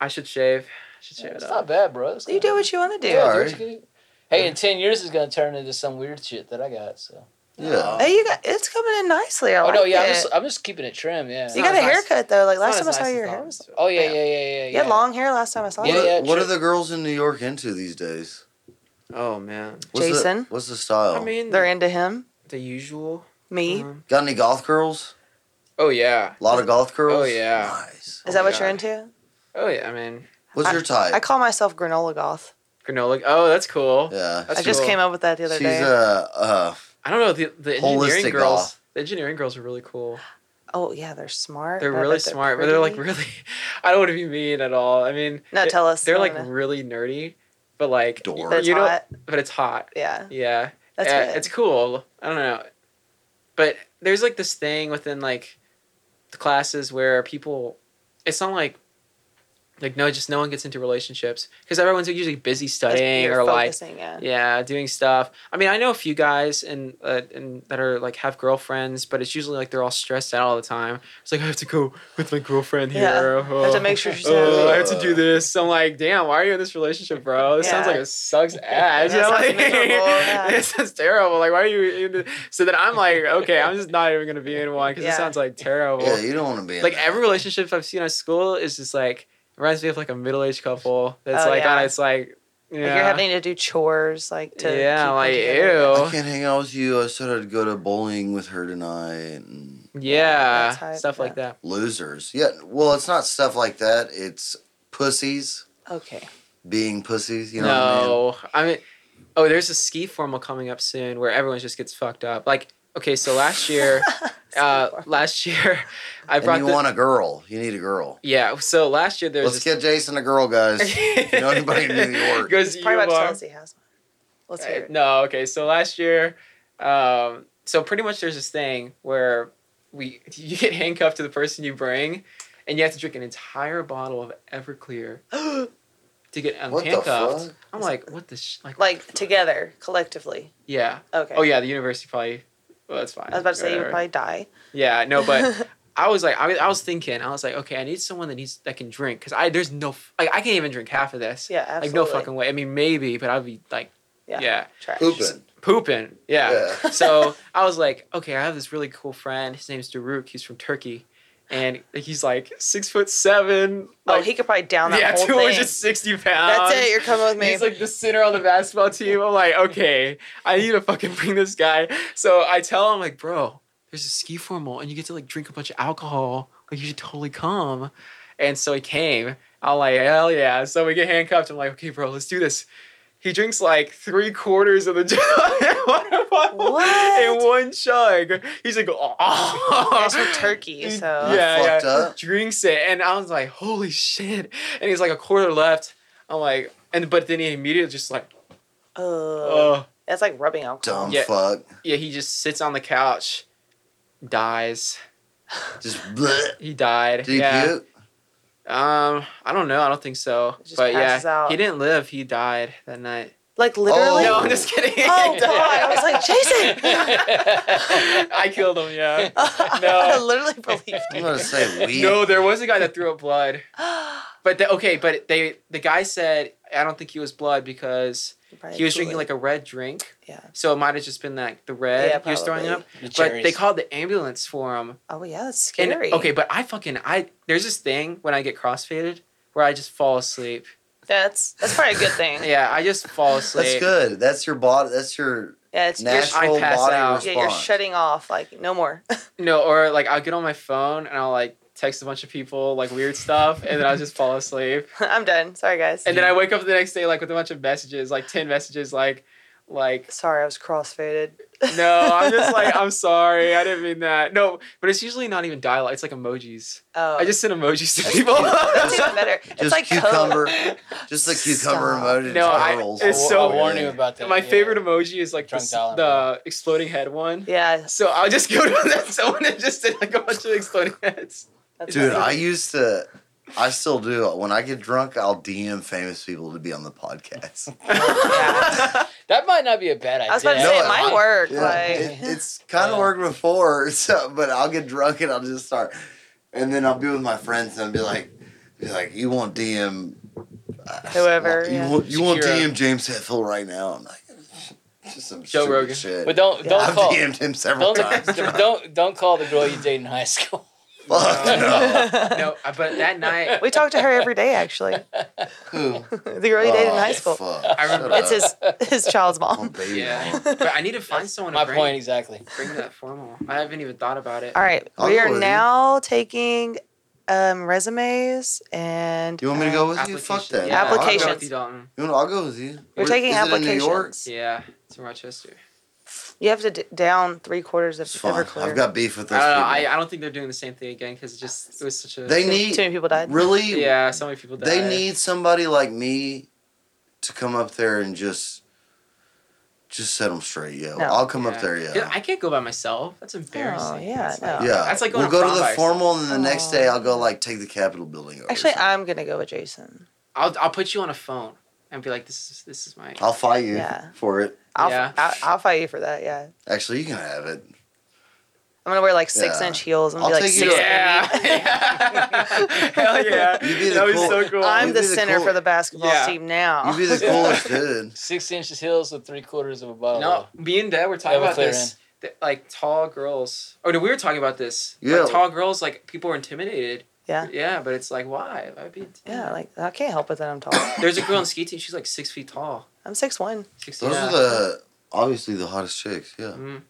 I should shave. I should shave it's it not up. bad, bro. It's You do kinda- what you want to do. Yeah, do Alright. what you can do. Hey, in ten years, it's gonna turn into some weird shit that I got. So. Yeah. Hey, you got it's coming in nicely. I Oh like no, yeah, I'm it. just, I'm just keeping it trim. Yeah. you got a It's not as nice- haircut though. Like It's not last as time I saw nice as your I hair was was doing. Oh yeah, Yeah. yeah, yeah, yeah. you had long hair last time I saw What, Yeah, you. yeah, what true. are the girls in New York into these days? Oh man. What's the- Jason? what's the style? I mean, They're into him, the usual. me. Um, Got any goth girls? oh yeah. A lot of goth girls. Oh, yeah. Nice. Is that Oh, what God. you're into? Oh yeah. I mean, What's your type? I call myself granola goth. granola. Oh, that's cool. yeah. That's I just cool. came up with that the other She's day. uh uh I don't know the the engineering Holistic girls. goth. The engineering girls are really cool. oh yeah, they're smart. They're and I really bet they're smart, but they're like pretty. really. I don't want to be mean at all. I mean, No, they- tell us. They're I like wanna- really nerdy, but like Dork. But it's you know- hot. but it's hot. Yeah, Yeah, that's Uh, good. It's cool. I don't know, but there's like this thing within like the classes where people. It's not like. Like no, just no one gets into relationships because everyone's usually busy That's- studying you're or like focusing, yeah. yeah doing stuff i mean i know a few guys and uh, and that are like have girlfriends but it's usually like they're all stressed out all the time it's like i have to go with my girlfriend here Yeah. oh, I have to make sure she's oh, happy. i have to do this i'm like damn why are you in this relationship bro this sounds Yeah. like it sucks ass That you know, sounds like, miserable, yeah. it sounds terrible like why are you in the... so then i'm like okay i'm just not even gonna be in one because Yeah. it sounds like terrible yeah, you don't want to be in like that. every relationship I've seen at school is just like reminds me of like a middle aged couple that's Oh, like yeah. on it's like yeah. Like you're having to do chores, like to Yeah, keep them like, together. ew. I can't hang out with you. I said I'd go to bowling with her tonight. And Yeah, that type, stuff like that. losers. Yeah. Well, it's not stuff like that. It's pussies Okay, being pussies. You know what I mean? no, I mean, oh, there's a ski formal coming up soon where everyone just gets fucked up. Like, okay, so last year, uh, formal. last year, I And brought you the, want a girl. You need a girl. yeah. So last year there was Let's get Jason a girl, guys. this, you know anybody in New York. Goes, it's probably "You uh, about are- Chelsea has one. Let's hear Uh, it. No, okay. So last year, um, so pretty much there's this thing where we you get handcuffed to the person you bring, and you have to drink an entire bottle of Everclear to get um, What the handcuffed. fuck? I'm like, what the sh- like, Like together, collectively. yeah. Okay. Oh yeah, the university probably. Well, that's fine. I was about to say you would probably Whatever. die. Yeah, no, but I was like, I was, I was thinking, I was like, okay, I need someone that needs that can drink because I there's no f- like I can't even drink half of this. Yeah, absolutely. Like no fucking way. I mean, maybe, but I'd be like, Yeah. yeah, Trash. Pooping. pooping. Yeah. Yeah. so I was like, okay, I have this really cool friend. His name's Daruk. He's from Turkey, and he's like six foot seven. Oh, Like, he could probably down that yeah, whole two thing. hundred sixty pounds. That's it. You're coming with me. He's like the center on the basketball team. I'm like, okay, I need to fucking bring this guy. So I tell him like, bro, there's a ski formal and you get to like drink a bunch of alcohol. Like you should totally come. And so he came. I'm like, hell yeah. So we get handcuffed. I'm like, okay, bro, let's do this. He drinks like three quarters of the jug in one bottle- What? in one chug. He's like, oh. That's from Turkey, so yeah, Fucked yeah. up. Drinks it, and I was like, "Holy shit!" And he's like, "A quarter left." I'm like, and but then he immediately just like, Ugh. "Oh, that's like rubbing alcohol. Dumb Yeah. fuck. yeah." He just sits on the couch, dies. Just bleh. He died. Did he yeah. puke? Um, I don't know. I don't think so. It just But yeah, passes out. he didn't live. He died that night. Like literally. No, Oh. I'm just kidding. Oh, God. I was like, Jason. I killed him. Yeah. I literally believed I'm gonna say we. No, there was a guy that threw up blood. you. But the, okay, but they the guy said I don't think he was blood because he was drinking like a red drink. Yeah. So it might have just been like the red Yeah, he was throwing probably. up. The But they cherries. called the ambulance for him. Oh yeah, that's And scary. okay, but I fucking I there's this thing when I get crossfaded where I just fall asleep. That's that's probably a good thing. yeah. Yeah, I just fall That's asleep. good. That's your body. That's your it's Nah. you're, natural pass body out. yeah, response. you're shutting off. Like no more. No, or like I'll get on my phone and I'll like text a bunch of people like weird stuff and then I'll just fall asleep. I'm done. Sorry guys. And then I wake up the next day like with a bunch of messages, like ten messages like like Sorry, I was crossfaded. no, I'm just like I'm sorry, I didn't mean that. No, but it's usually not even dialogue, it's like emojis. Oh, I just send emojis to people. that's even better. it's Just like cucumber. Coke. Just the cucumber Stop. emoji. No, I- twirls. it's I, so- I warn you about that. My yeah. favorite emoji is like Drunk this- dial-in, the exploding head one. Yeah, So I'll just go to that someone and just did like a bunch of exploding heads. that's Dude, awesome. I used to. I still do. When I get drunk, I'll DM famous people to be on the podcast. Oh, That might not be a bad idea. I was about to say No, it I- might work. Yeah, it, Like it's kind of Yeah. worked before, so, but I'll get drunk and I'll just start, and then I'll be with my friends and I'll be like, be like, you want DM uh, Whoever, You yeah. want you want Shakira. DM James Hetfield right now? I'm like, just some Joe stupid Rogan. shit. But don't Yeah. don't I've call. DM'd him several Don't, times. don't don't call the girl you dated in high school. Fuck no. No, uh, but that night we talk to her every day. Actually, Who? the girl you dated in high school. Oh, Fuck. I remember- It's his his child's Oh, mom. baby. Yeah. But I need to find someone to My bring, point exactly. bring that formal. I haven't even thought about it. All right, we are Onward. now taking um, resumes and. You want me to uh, go with you? Fuck that. Yeah, I'll go with I'll go, Applications. you, Dalton. you know, I'll go with you. We're Where- taking is it in New York? applications. Yeah, to Rochester. You have to d- down three quarters of It's fine. Everclear. I've got beef with I those don't know. people. I, I don't think they're doing the same thing again because it just it was such a. they too, need too many people died. really Yeah, so many people. Died. they need somebody like me to come up there and just just set them straight yo No. i'll come Yeah. up there yo 'Cause I can't go by myself. That's embarrassing. yeah, It's no. like- yeah That's like going we'll go to prom the by yourself. formal and then the next Aw. day i'll go like take the capitol building over Actually, I'm gonna go with Jason. I'll I'll put you on a phone and be like, this is this is my. i'll fight you Yeah. for it I'll, Yeah. I'll I'll fight you for that. Yeah, I'm actually you can have it gonna wear like six Yeah. inch heels and I'll be like take you six. to- Yeah. Hell yeah. You'd be the that was cool- so cool. I'm You'd the be the center cool- for the basketball Yeah. team now. you'd be the coolest dude Six inches heels with three quarters of a bottle. no, Oh. me and Dad were talking Yeah, we're about clear this. that, like tall girls. Oh no, we were talking about this. Yeah. Like, tall girls, like people are intimidated. Yeah. Yeah, but it's like why? Why be intimidated? yeah, like I can't help it that I'm tall. There's a girl on ski team. She's like six feet tall. I'm six one. Six those yeah. are the obviously the hottest chicks yeah Mhm.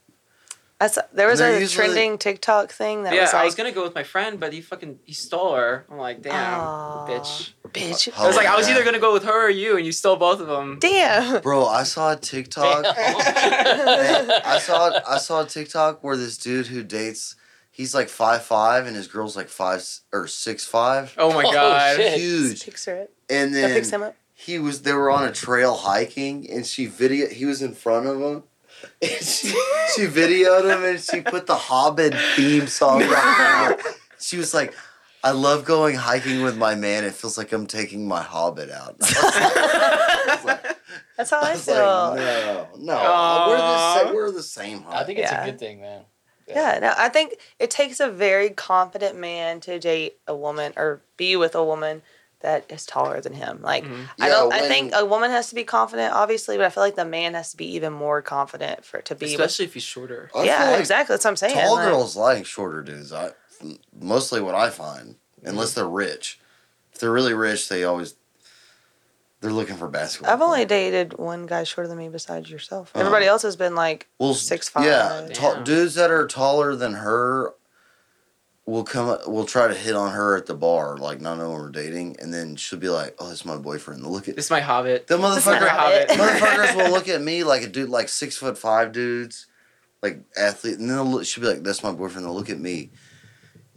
I saw, there was They're a usually- trending TikTok thing that yeah, was like, I was gonna go with my friend, but he fucking he stole her. I'm like, damn, Aw. bitch. "Bitch, How- I was like, I was Oh, yeah. either gonna go with her or you, and you stole both of them. damn." bro i saw a tiktok Man, I saw oh I saw a TikTok where this dude who dates he's like five five and his girl's like five s- or six five. Oh my Oh, god. shit. Huge. Picks her up. And That picks him then up. he was they were on a trail hiking and she video he was in front of him. And she, she videoed him and she put the Hobbit theme song behind her. She was like, I I love going hiking with my man. It feels like I'm taking my hobbit out. That's how I, I was feel. like, no, no. Aw. We're the, sa- we're the same I height. think it's Yeah. a good thing, man. yeah, no, I think it takes a very confident man to date a woman or be with a woman that is taller than him. Like Mhm. I don't Yeah, I think when- a woman has to be confident, obviously, but I feel like the man has to be even more confident for to be Especially if he's shorter. I with Yeah, feel like exactly. That's what I'm saying. Tall like- girls like shorter dudes. I mostly what I find, unless Mm-hmm. they're rich. If they're really rich, they always they're looking for basketball. I've only players. dated one guy shorter than me besides yourself. Oh. Everybody else has been like well, six five. Yeah, ta- Damn. dudes that are taller than her will come. up- Will try to hit on her at the bar, like not knowing we're dating, and then she'll be like, "Oh, that's my boyfriend." Look at This is my hobbit. the This is my motherfucker. hobbit. motherfuckers will look at me like a dude, like six foot five dudes, like athlete, and then they'll look, she'll be like, "That's my boyfriend." They'll look at me,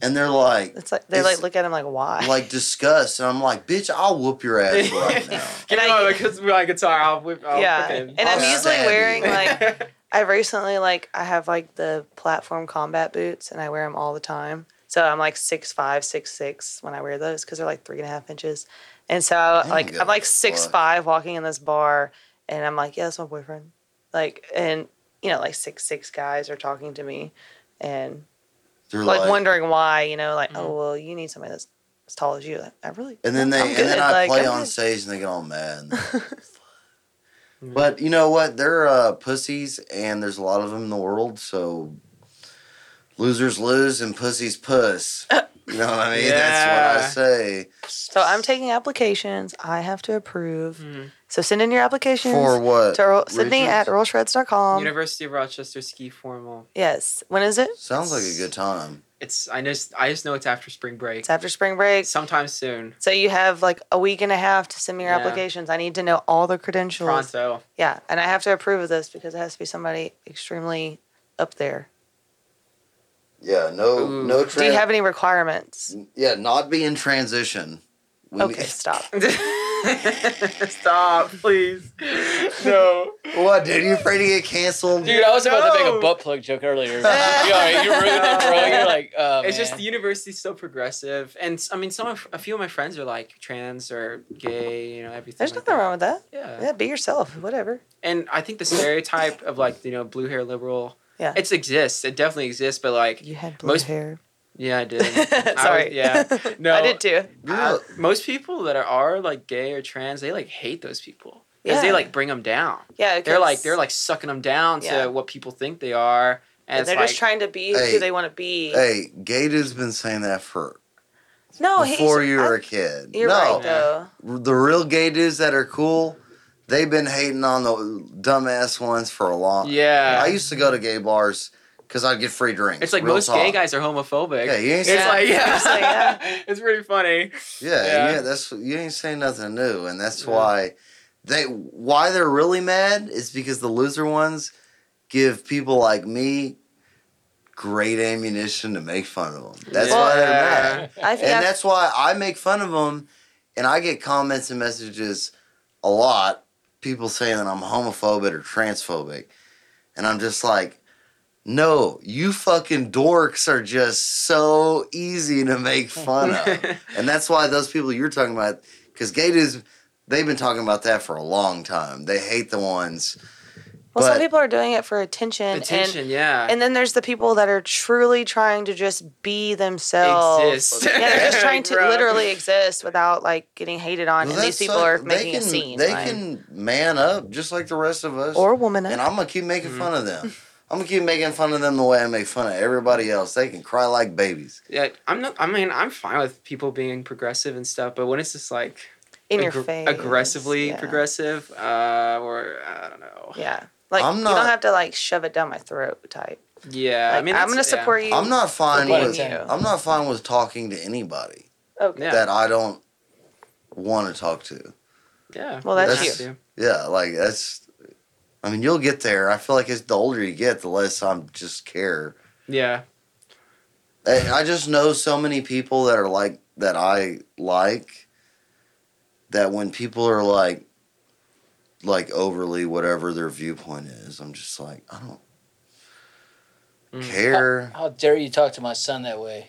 and they're like, It's like they It's- like look at him like why? like disgust, and I'm like, "Bitch, I'll whoop your ass right now." And Get out I- of because we're on guitar. I'll whip. I'll yeah, fucking- and I'm I'll usually stab you. wearing like I've recently like I have like the platform combat boots and I wear them all the time. So I'm like six five, six six when I wear those because they're like three and a half inches. And so like give I'm like a six fuck. five walking in this bar and I'm like, yeah, that's my boyfriend. Like and you know like six six guys are talking to me and They're like, like, wondering why you know like oh well you need somebody that's as tall as you. Like, I really and then they I'm and good, then I like, play I'm on good. stage and they get all mad. and they're like, But you know what? They're uh, pussies, and there's a lot of them in the world. So losers lose, and pussies puss. Uh, You know what I mean? That's what I Yeah. say. So I'm taking applications. I have to approve. Mhm. So send in your applications For what? to Earl, Sydney Richards? at Um, earlshreds.com. University of Rochester ski formal. yes. When is it? Sounds like a good time. It's I just I just know it's after spring break. It's after spring break. Sometime soon. So you have like a week and a half to send me your Yeah. applications. I need to know all the credentials. Pronto. Yeah, and I have to approve of this because it has to be somebody extremely up there. Yeah. No. Ooh. No. Do you tran- have any requirements? Yeah. Not be in transition. We- Okay, stop. Stop, please. No. what, dude? You afraid to get canceled? Dude, I was about to make No. a butt plug joke earlier. You're, like, you're ruining it, bro. You're like, oh, It's just man. the university's so progressive, and s- I mean, some of, a few of my friends are like trans or gay, you know, everything. There's like nothing wrong with that. that. Yeah. Yeah, be yourself. Whatever. and I think the stereotype of like you know blue hair liberal, Yeah. it exists. It definitely exists, but like, You had blue Most- hair. yeah, I did. Sorry. I was- yeah. No. I did too. Uh, most people that are, are like gay or trans, they like hate those people because Yeah. they like bring them down. Yeah, They're like 'cause they're like sucking them down Yeah. to what people think they are, and they're it's like just trying to be Hey. who they want to be. Hey, gay dude's been saying that for no, he's- before you I- were a kid. You're no, right though. the real gay dudes that are cool, they've been hating on the dumbass ones for a long. yeah. I used to go to gay bars because I'd get free drinks. it's like real most gay talk. guys are homophobic. Yeah, you ain't it's saying, like yeah, It's like, yeah. it's pretty funny. yeah, yeah. yeah, That's you ain't saying nothing new, and that's Yeah. why they why they're really mad is because the loser ones give people like me great ammunition to make fun of them. That's why they're Yeah. mad. I And think I've- that's why I make fun of them, and I get comments and messages a lot. People saying that I'm homophobic or transphobic, and I'm just like, no, you fucking dorks are just so easy to make fun of, and that's why those people you're talking about, because gay dudes, they've been talking about that for a long time. They hate the ones. but- well, some people are doing it for attention, Attention, and yeah. and then there's the people that are truly trying to just be themselves. Exist. Yeah, they're just trying to Bro. literally exist without like getting hated on, Well, and that's these people so- are they making a can- scene. They like- can man up just like the rest of us. or woman up. and I'm gonna keep making fun of them. I'm gonna keep making fun of them the way I make fun of everybody else. They can cry like babies. yeah, I'm not. I mean, I'm fine with people being progressive and stuff, but when it's just like in your aggr- face, aggressively yeah. progressive, uh, or I don't know. Yeah, like I'm you not- don't have to like shove it down my throat type. Yeah, Like, I mean, I'm that's- gonna yeah. support you. I'm not fine being with you. I'm not fine with talking to anybody Okay. Yeah. that I don't want to talk to. Yeah. Well, that's have you. to. Yeah, like that's. I mean, you'll get there. I feel like it's the older you get, the less I'm just care. Yeah. I I just know so many people that are like that I like that when people are like like overly whatever their viewpoint is, I'm just like, I don't Mm. care. Mm. Oh, How dare you talk to my son that way?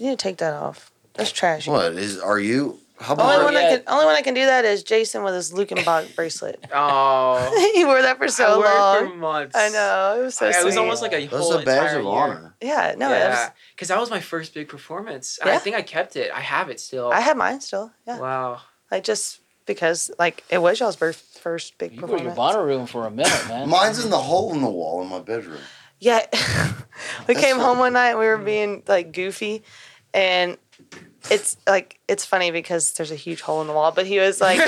You need to take that off. That's trash. What is? Are you? How Oh, Only one about? Oh, yeah. I can only one I can do that is Jason with his Lukenbach bracelet. Oh, he wore that for I so wore it long. for months. I know it was so. it was sweet. almost like a That's whole a badge entire of year. honor. yeah. No, it was, yeah, because that was my first big performance. and I Yeah. think I kept it. I have it still. I have mine still. Yeah, Wow. like just because like it was y'all's birth, first big You were in your performance. bottle room for a minute, man. Mine's in the hole in the wall in my bedroom. Yeah. we That's came so home one night and we were being like goofy and it's like it's funny because there's a huge hole in the wall, but he was like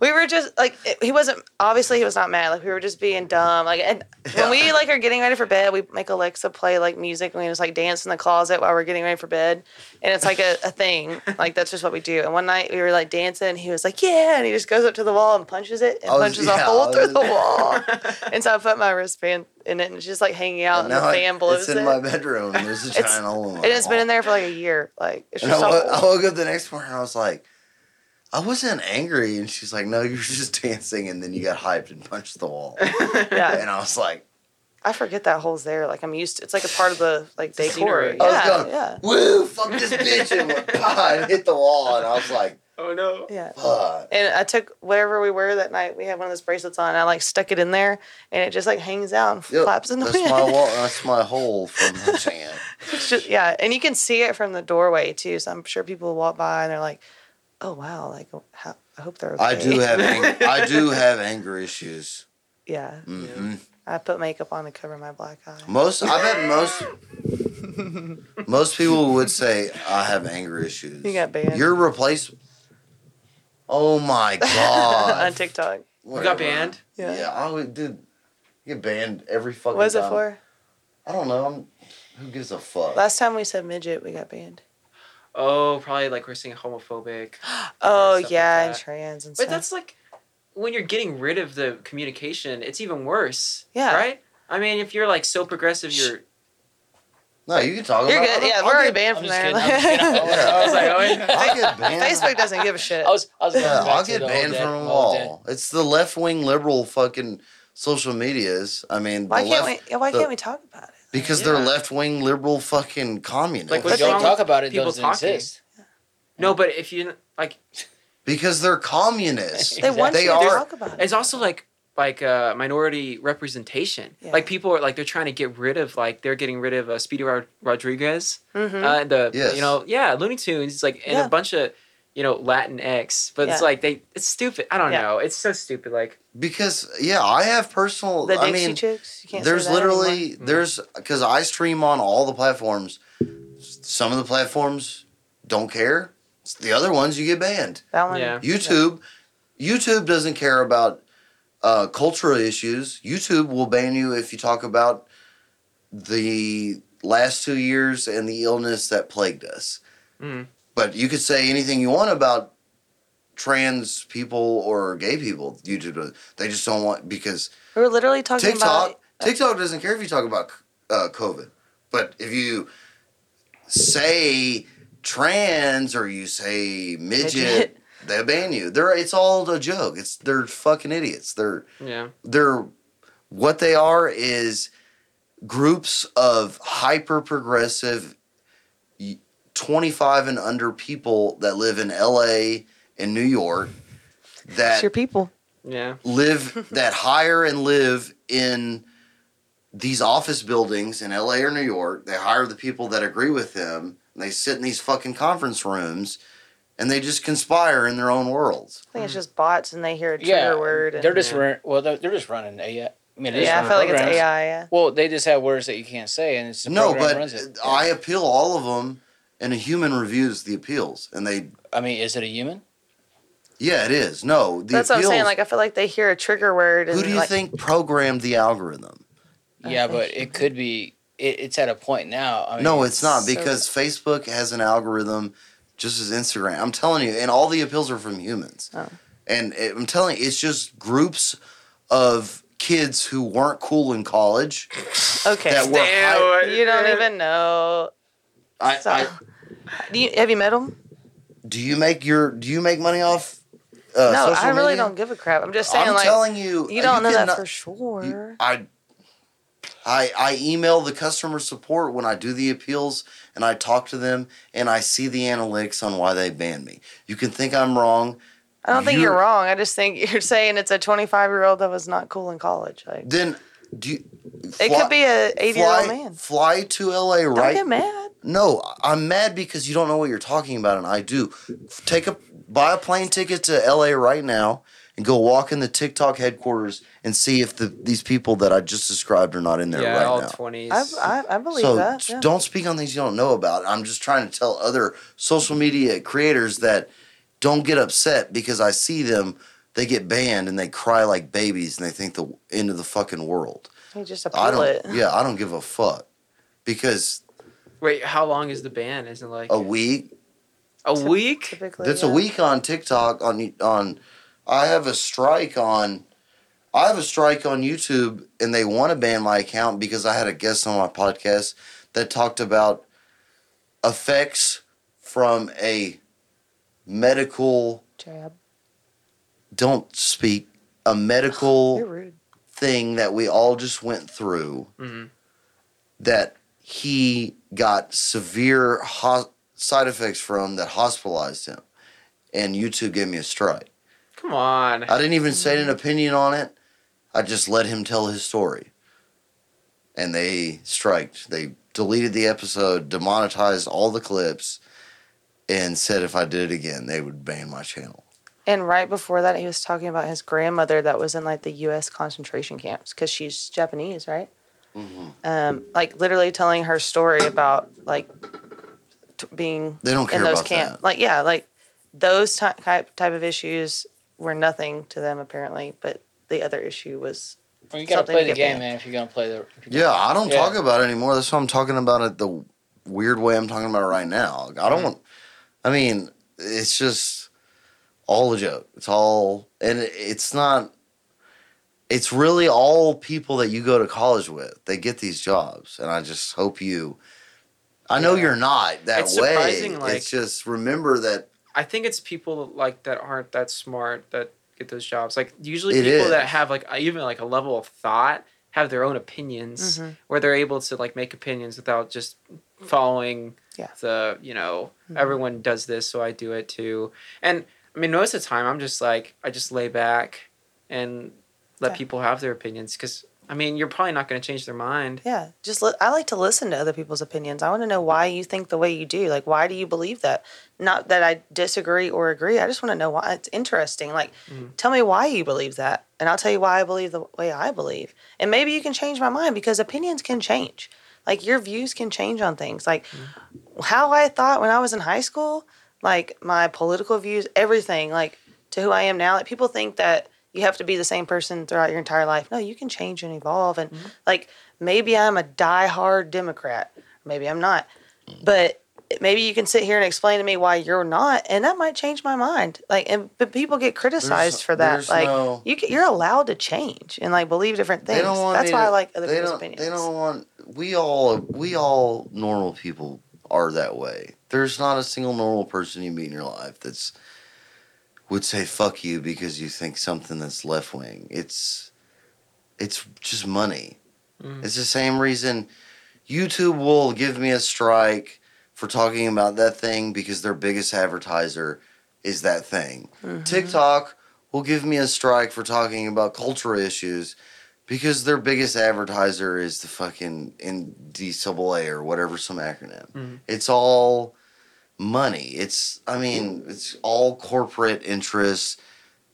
we were just like it- he wasn't obviously he was not mad. Like we were just being dumb. Like and when we like are getting ready for bed, we make Alexa play like music and we just like dance in the closet while we're getting ready for bed. And it's like a, a thing. Like that's just what we do. And one night we were like dancing and he was like, Yeah, and he just goes up to the wall and punches it and I was- punches Oh, yeah, I a hole was- through the wall. And so I put my wristband in it and it's just like hanging out And and, the now I- fan blows it's in it. my bedroom. and There's a It's- giant hole in my and it's been wall. in there for like a year. Like it's And just I, so wo- I old. woke up the next morning. I was like, I wasn't angry, and she's like, No, you were just dancing, and then you got hyped and punched the wall. Yeah. and I was like, I forget that hole's there. Like I'm used to it's like a part of the like the decor. scenery. I was Yeah, going- yeah. Woo! Fuck this bitch, and went "Pah," and hit the wall, and I was like, Oh no. Yeah. Pah. And I took whatever we were that night. We had one of those bracelets on. And I like stuck it in there, and it just like hangs out and Yep, flaps in the that's wind. my wall. That's my hole from punching it. It's just- yeah, and you can see it from the doorway too. So I'm sure people walk by and they're like, "Oh wow!" Like how, I hope they're. Okay. I do have ang- I do have anger issues. Yeah, hmm I put makeup on to cover my black eye. Most I bet most most people would say I have anger issues. You got banned. You're replaceable. Oh my on god! TikTok. We Whatever. got banned. Yeah. Yeah, I would, dude. You get banned every fucking. What was it time. for? I don't know. I'm, who gives a fuck? Last time we said midget, we got banned. Oh, probably like we're seeing homophobic. Oh stuff like yeah, and that. trans and But stuff. that's like when you're getting rid of the communication, it's even worse. Yeah. Right? I mean, if you're like so progressive, you're. no, you can talk You're about. good. Yeah, we're already banned I'm from just there. kidding, I'm just kidding. I was like, oh, yeah. I'll get banned. Facebook doesn't give a shit. I was, I was going Yeah, back I'll to get the old banned dad- from them old dad. all. It's the left wing liberal fucking social medias. I mean, why the can't left- we? yeah, Why the- can't we talk about it? Because they're Yeah. left wing liberal fucking communists. Like, If we what's don't wrong talk with about it, it people doesn't talking? exist. No, but if you like, because they're communists. They want They you to are- talk about it. it's also like like uh, minority representation. Yeah. Like people are like they're trying to get rid of like they're getting rid of uh, Speedy Rod- Rodriguez. Mhm. uh, the Yes. you know yeah Looney Tunes it's like and Yeah. a bunch of you know Latin X, but it's Yeah. like they it's stupid. I don't Yeah. know. It's so stupid. Like Because yeah, I have personal. the I Dixie mean, Chicks. You can't. say there's that anymore. literally there's because I stream on all the platforms. Some of the platforms don't care. The other ones you get banned. that one. Yeah. YouTube, YouTube doesn't care about uh, cultural issues. YouTube will ban you if you talk about the last two years and the illness that plagued us. Mm. But you could say anything you want about trans people or gay people. YouTube, does- they just don't want because We were literally talking TikTok. about. TikTok doesn't care if you talk about uh, COVID, but if you say trans or you say midget, Midget. they ban you. They're it's all a joke. It's they're fucking idiots. They're yeah they're what they are is groups of hyper progressive 25 and under people that live in LA and New York that It's your people. yeah live that hire and live in these office buildings in LA or New York. They hire the people that agree with them. And they sit in these fucking conference rooms and they just conspire in their own worlds. I think it's just bots, and they hear a trigger Yeah, word. And, they're just Yeah. run, well, they're, they're just running AI. I mean, they're just yeah, I running feel like it's programs. AI. Yeah. Well, they just have words that you can't say, and it's the No, program but runs it. I appeal all of them and a human reviews the appeals. And they, I mean, is it a human? yeah, it is. No, the That's what I'm appeals. saying. Like I feel like they hear a trigger word. And who do you like, think programmed the algorithm? I yeah, think but human. it could be. It, it's at a point now. I mean, no, it's not Oh, so- because Facebook has an algorithm just as Instagram. I'm telling you, and all the appeals are from humans. Oh. And it, I'm telling you, it's just groups of kids who weren't cool in college. Okay. that were hype- you don't even know. I, So- I, Do you, have you met them? do you make your do you make money off? Uh, no, social I really media? don't give a crap. I'm just saying, I'm like telling you, you don't know that cannot- for sure. you- I I, I email the customer support when I do the appeals and I talk to them and I see the analytics on why they banned me. You can think I'm wrong. I don't think you're, You're- wrong. I just think you're saying it's a 25 year old that was not cool in college. Like Then do you, it could be a 80 year old man. Fly to LA Don't right get mad. No, I'm mad because you don't know what you're talking about, and I do. Take a buy a plane ticket to LA right now and go walk in the TikTok headquarters and see if the these people that I just described are not in there yeah, right all now. twenties. I, I, I believe so that. s- yeah. don't speak on things you don't know about. I'm just trying to tell other social media creators that don't get upset because I see them. They get banned and they cry like babies and they think the end of the fucking world. You just I appeal don't. it. Yeah, I don't give a fuck because Wait, how long is the ban? Isn't it like a week a week? Typically, That's yeah. a week on TikTok on on I have a strike on I have a strike on YouTube and they want to ban my account because I had a guest on my podcast that talked about effects from a medical Jab. don't speak a You're medical rude. thing that we all just went through hmm that he got severe ho- side effects from that hospitalized him and YouTube gave me a strike. Come on. I didn't even say an opinion on it. I just let him tell his story. And they striked. They deleted the episode, demonetized all the clips, and said if I did it again, they would ban my channel. And right before that, he was talking about his grandmother that was in like the U.S. concentration camps because she's Japanese, right? Um, like literally telling her story about like t- being They don't care in those about camps. that. Like yeah, like those ty- type type of issues were nothing to them apparently, but the other issue was Well, you gotta Something play to the get game, back. man. If you're gonna play the. if you're Yeah, I don't Yeah. talk about it anymore. That's what I'm talking about it the weird way I'm talking about it right now. I don't Mm-hmm. want, I mean, it's just all a joke. It's all, and it- it's not, it's really all people that you go to college with. They get these jobs, and I just hope you, I know Yeah. you're not that It's way. surprising, like- it's just remember that I think it's people like that aren't that smart that get those jobs. Like usually It people that is. have like a- even like a level of thought have their own opinions Mm-hmm. Mhm. where they're able to like make opinions without just following Yeah. the you know Mm-hmm. Mhm. everyone does this so I do it too. And I mean most of the time I'm just like I just lay back and let Yeah. people have their opinions because I mean you're probably not going to change their mind. Yeah, just li- I like to listen to other people's opinions. I want to know why you think the way you do. Like, why do you believe that? Not that I disagree or agree. I just want to know why. It's interesting. Like, Mhm. tell me why you believe that, and I'll tell you why I believe the way I believe. And maybe you can change my mind because opinions can change. Like your views can change on things. Like Mm-hmm. how I thought when I was in high school, like my political views, everything, like to who I am now. Like people think that you have to be the same person throughout your entire life. No, you can change and evolve. And Mm-hmm. like maybe I'm a diehard Democrat, maybe I'm not, but maybe you can sit here and explain to me why you're not, and that might change my mind. Like, and but people get criticized for that. there's Like no- you, can, you're allowed to change and like believe different things. They don't want That's me why to- I like other they people's don't, opinions. They don't want. We all we all normal people are that way. There's not a single normal person you meet in your life that's would say fuck you because you think something that's left wing. It's it's just money. Mm. It's the same reason YouTube will give me a strike for talking about that thing because their biggest advertiser is that thing. Mm-hmm. TikTok will give me a strike for talking about cultural issues because their biggest advertiser is the fucking NCAA or whatever some acronym. Mhm. It's all money. It's I mean, it's all corporate interests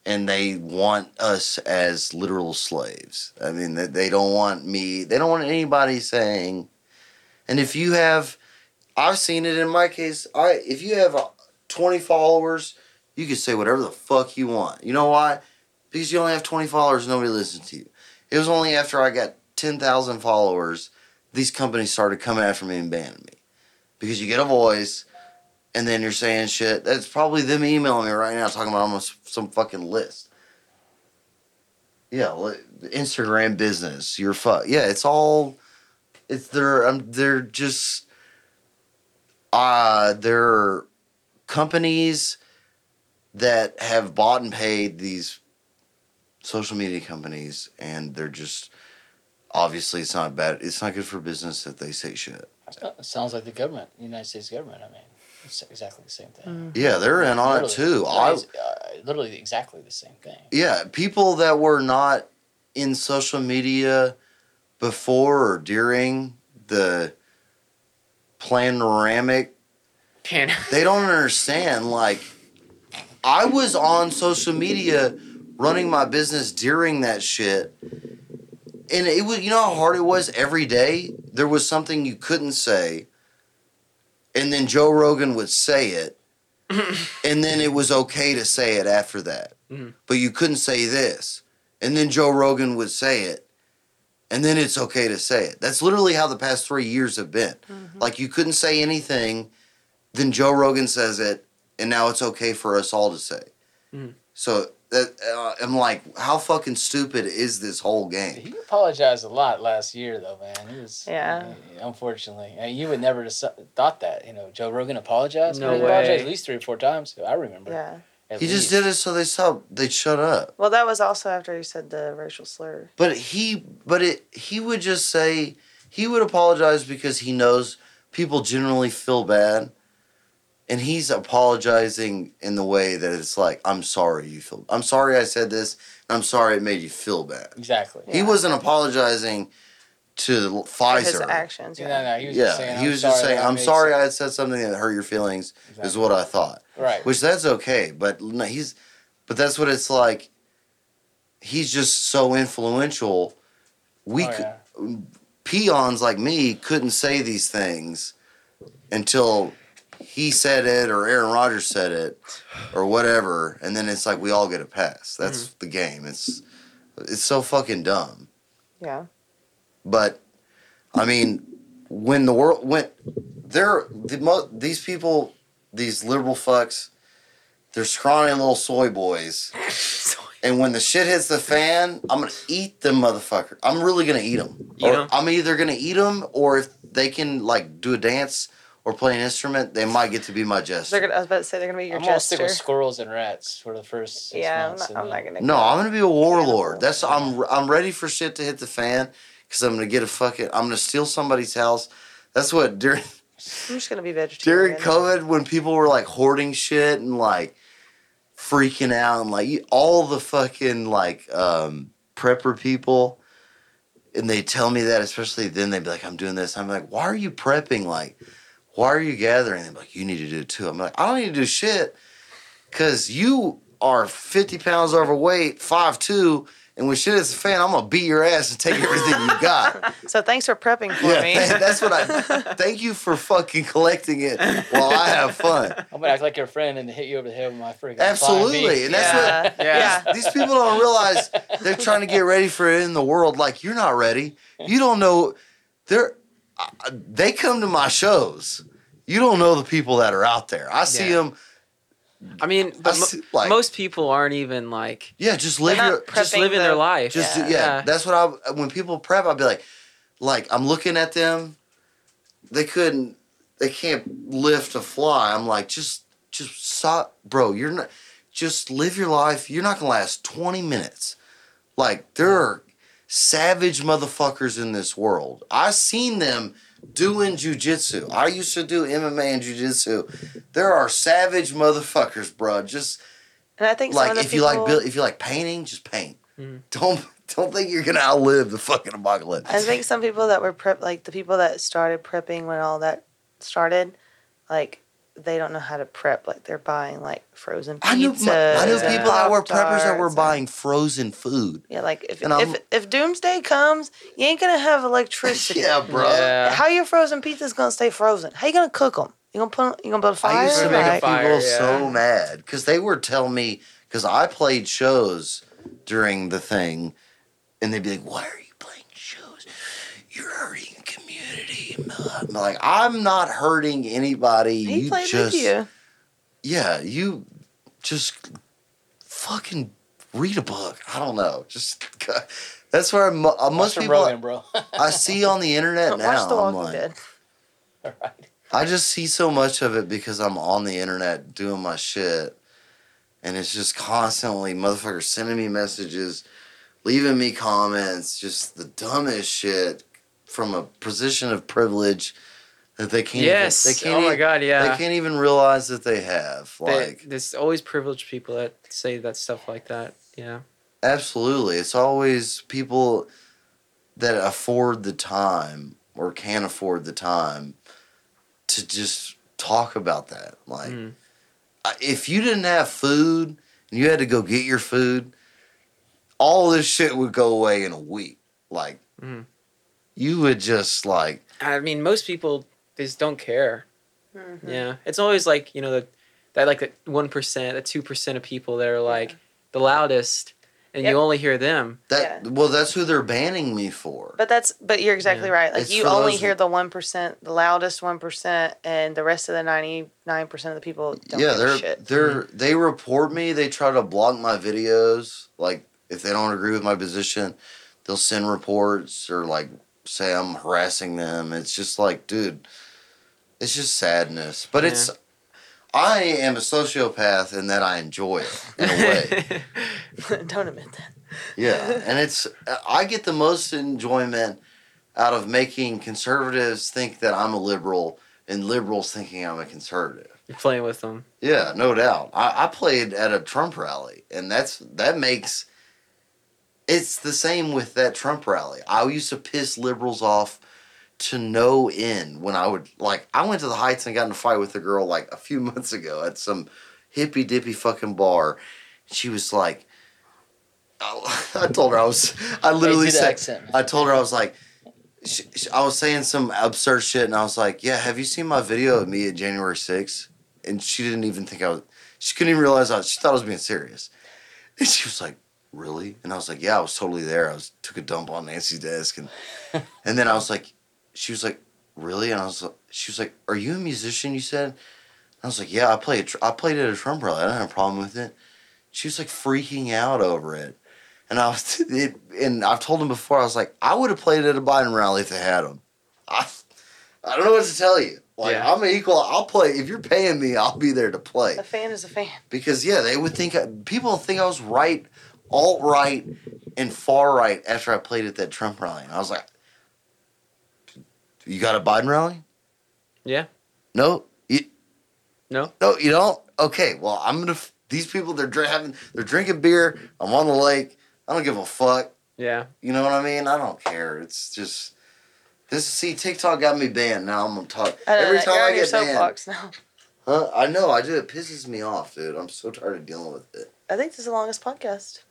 and they want us as literal slaves. I mean, they, they don't want me. They don't want anybody saying. And if you have, I've seen it in my case. I if you have uh, twenty followers, you can say whatever the fuck you want. You know why? Because you only have twenty followers, nobody listens to you. It was only after I got ten thousand followers, these companies started coming after me and banning me, because you get a voice. And then you're saying shit. That's probably them emailing me right now, talking about almost some fucking list. Yeah, li- Instagram business. You're fuck. Yeah, it's all. It's they're um, they're just. Uh they're companies that have bought and paid these social media companies, and they're just Obviously, it's not bad. It's not good for business that they say shit. It Uh, sounds like the government, the United States government. I mean, it's exactly the same thing. Yeah, they're in Mm. on it too. I, It's, uh, literally exactly the same thing. yeah, people that were not in social media before or during the panoramic Pan. they don't understand like i was on social media running my business during that shit and it was you know how hard it was every day there was something you couldn't say and then joe rogan would say it and then it was okay to say it after that Mhm. but you couldn't say this and then joe rogan would say it and then it's okay to say it that's literally how the past three years have been like you couldn't say anything then Joe Rogan says it, and now it's okay for us all to say. Mm-hmm. Mm. So that uh, I'm like, how fucking stupid is this whole game? He apologized a lot last year, though, man. He was, Yeah. Unfortunately, I mean, you would never have su- thought that. You know, Joe Rogan apologized. No he apologized way. at least three or four times. I remember. Yeah. At He just least. did it so they saw they shut up. Well, that was also after he said the racial slur. But he, but it, he would just say he would apologize because he knows people generally feel bad, and he's apologizing in the way that it's like, I'm sorry you feel, I'm sorry I said this, and I'm sorry it made you feel bad. Exactly. He Yeah. wasn't apologizing to for Pfizer. His actions. Yeah. No, no, he was yeah, just saying. he "I'm was just sorry saying, that "I'm made sorry sense." I said something that hurt your feelings," is Exactly. what I thought. Right. Which that's okay, but no, he's, but that's what it's like. He's just so influential. We Oh, could, yeah. peons like me couldn't say these things until he said it or Aaron Rodgers said it or whatever, and then it's like we all get a pass. That's Mm-hmm. the game. It's it's so fucking dumb. Yeah. But I mean, when the world went, they're the mo- these people, these liberal fucks, they're scrawny little soy boys. And when the shit hits the fan, I'm gonna eat them, motherfucker. I'm really gonna eat them. You know? Or I'm either gonna eat them, or if they can like do a dance or play an instrument, they might get to be my jester. They're gonna, I was about to say they're gonna be your I'm gonna stick jester. with squirrels and rats for the first six Yeah, I'm months. not, I'm not gonna. no, go. I'm gonna be a warlord. That's I'm I'm ready for shit to hit the fan because I'm gonna get a fucking I'm gonna steal somebody's house. That's what during I'm just gonna be during vegetarian. COVID when people were like hoarding shit and like freaking out and like you- all the fucking like um, prepper people. And they tell me that, especially then, they'd be like, I'm doing this. I'm like, why are you prepping? Like, why are you gathering? They'd be like, you need to do it too. I'm like, I don't need to do shit because you are 50 pounds overweight, 5'2, and when shit hits the fan, I'm going to beat your ass and take everything you got. So thanks for prepping for Yeah, me. tha- that's what I. Thank you for fucking collecting it while I have fun. I'm gonna act like your friend and hit you over the head with my freaking. Absolutely, and that's yeah. what yeah. these people don't realize. They're trying to get ready for it in the world. Like you're not ready. You don't know. They're I- I- they come to my shows. You don't know the people that are out there. I see Yeah. them. I mean, I but mo- see, like most people aren't even like yeah, just live They're not your prepped just living the- their life. Just Yeah. yeah. that's what I when people prep, I'd be like, like I'm looking at them, they couldn't, they can't lift a fly. I'm like, just just stop, bro. You're not, just live your life. You're not gonna last 20 minutes. Like there are savage motherfuckers in this world. I seen them doing jujitsu. I used to do MMA and jujitsu. There are savage motherfuckers, bro. Just And I think some like of the if you people, like buil- if you like painting, just paint. Mhm. Don't don't think you're gonna outlive the fucking apocalypse. I think some people that were prep, like the people that started prepping when all that started, like they don't know how to prep. Like they're buying like frozen I knew pizzas. my, I knew and people that were preppers Pop-Tarts that were and- buying frozen food. Yeah, like if and I'm- if, if doomsday comes, you ain't gonna have electricity. yeah, bro. Yeah. How your frozen pizza's gonna stay frozen? How you gonna cook them? You gonna put 'em- you gonna build a fire? I used to Fire, make Like, fire, people yeah. so mad because they were telling me because I played shows during the thing, and they'd be like, "Why are you playing shows? You're hurting the community." I'm like, "I'm not hurting anybody. He you played just with you. yeah, you just fucking read a book. I don't know. Just that's where I'm, uh, most Mr. people Rogan, bro. I see on the internet now. Watch The I'm Walking like, Dead. I just see so much of it because I'm on the internet doing my shit, and it's just constantly motherfuckers sending me messages leaving me comments, just the dumbest shit from a position of privilege that they can't. yes. Even, they can't oh my even- god. Yeah. They can't even realize that they have. They- Like, there's always privileged people that say that stuff like that. Yeah. absolutely. It's always people that afford the time or can afford the time to just talk about that. Like, Mm. I- if you didn't have food and you had to go get your food, all this shit would go away in a week. Like, Mhm. you would just like, I mean, most people they just don't care. Mhm. Mm. Yeah, it's always like you know the that like the one percent, the two percent of people that are like the loudest, and Yep. you only hear them. that. Well, that's who they're banning me for. But that's but you're exactly Yeah. right. Like It's you for only those- hear the one percent, the loudest one percent, and the rest of the ninety nine percent of the people don't yeah, give they're a shit. Mm-hmm. they're they report me. They try to block my videos. Like if they don't agree with my position, they'll send reports or like say I'm harassing them. It's just like, dude, it's just sadness. But it's I am a sociopath in that I enjoy it in a way. don't admit that. yeah, and it's I get the most enjoyment out of making conservatives think that I'm a liberal and liberals thinking I'm a conservative. You're playing with them. Yeah, no doubt. I, I played at a Trump rally, and that's that makes it's the same with that Trump rally. I used to piss liberals off to no end when I would like I went to the Heights and got in a fight with a girl like a few months ago at some hippy dippy fucking bar. She was like, I, I told her I was I literally do the said accent, man. I told her I was like. She, she, I was saying some absurd shit, and I was like, "Yeah, have you seen my video of me at January 6th? and she didn't even think I was. She couldn't even realize I. Was, she thought I was being serious, and she was like, "Really?" And I was like, "Yeah, I was totally there. I was took a dump on Nancy's desk, and and then I was like, she was like, "Really?" And I was, like- she was like, "Are you a musician?" You said, and I was like, "Yeah, I played. tr- I played at a Trump rally. I don't have a problem with it." She was like freaking out over it. And I was, it, and I've told him before. I was like, I would have played at a Biden rally if they had him. I, I don't know what to tell you. Like, Yeah. I'm an equal. I'll play if you're paying me. I'll be there to play A fan is a fan. because yeah, they would think people think I was right, alt right, and far right after I played at that Trump rally. And I was like, "You got a Biden rally? Yeah. No, you, No. no, you don't. Okay, well, I'm gonna. f- These people, they're dri- having, they're drinking beer. I'm on the lake. I don't give a fuck. Yeah. You know what I mean? I don't care. It's just this. See, TikTok got me banned. Now I'm gonna talk I don't every know. time Uh, You're I on your get banned. soapbox now. Huh? I know. I do. It pisses me off, dude. I'm so tired of dealing with it. I think this is the longest podcast.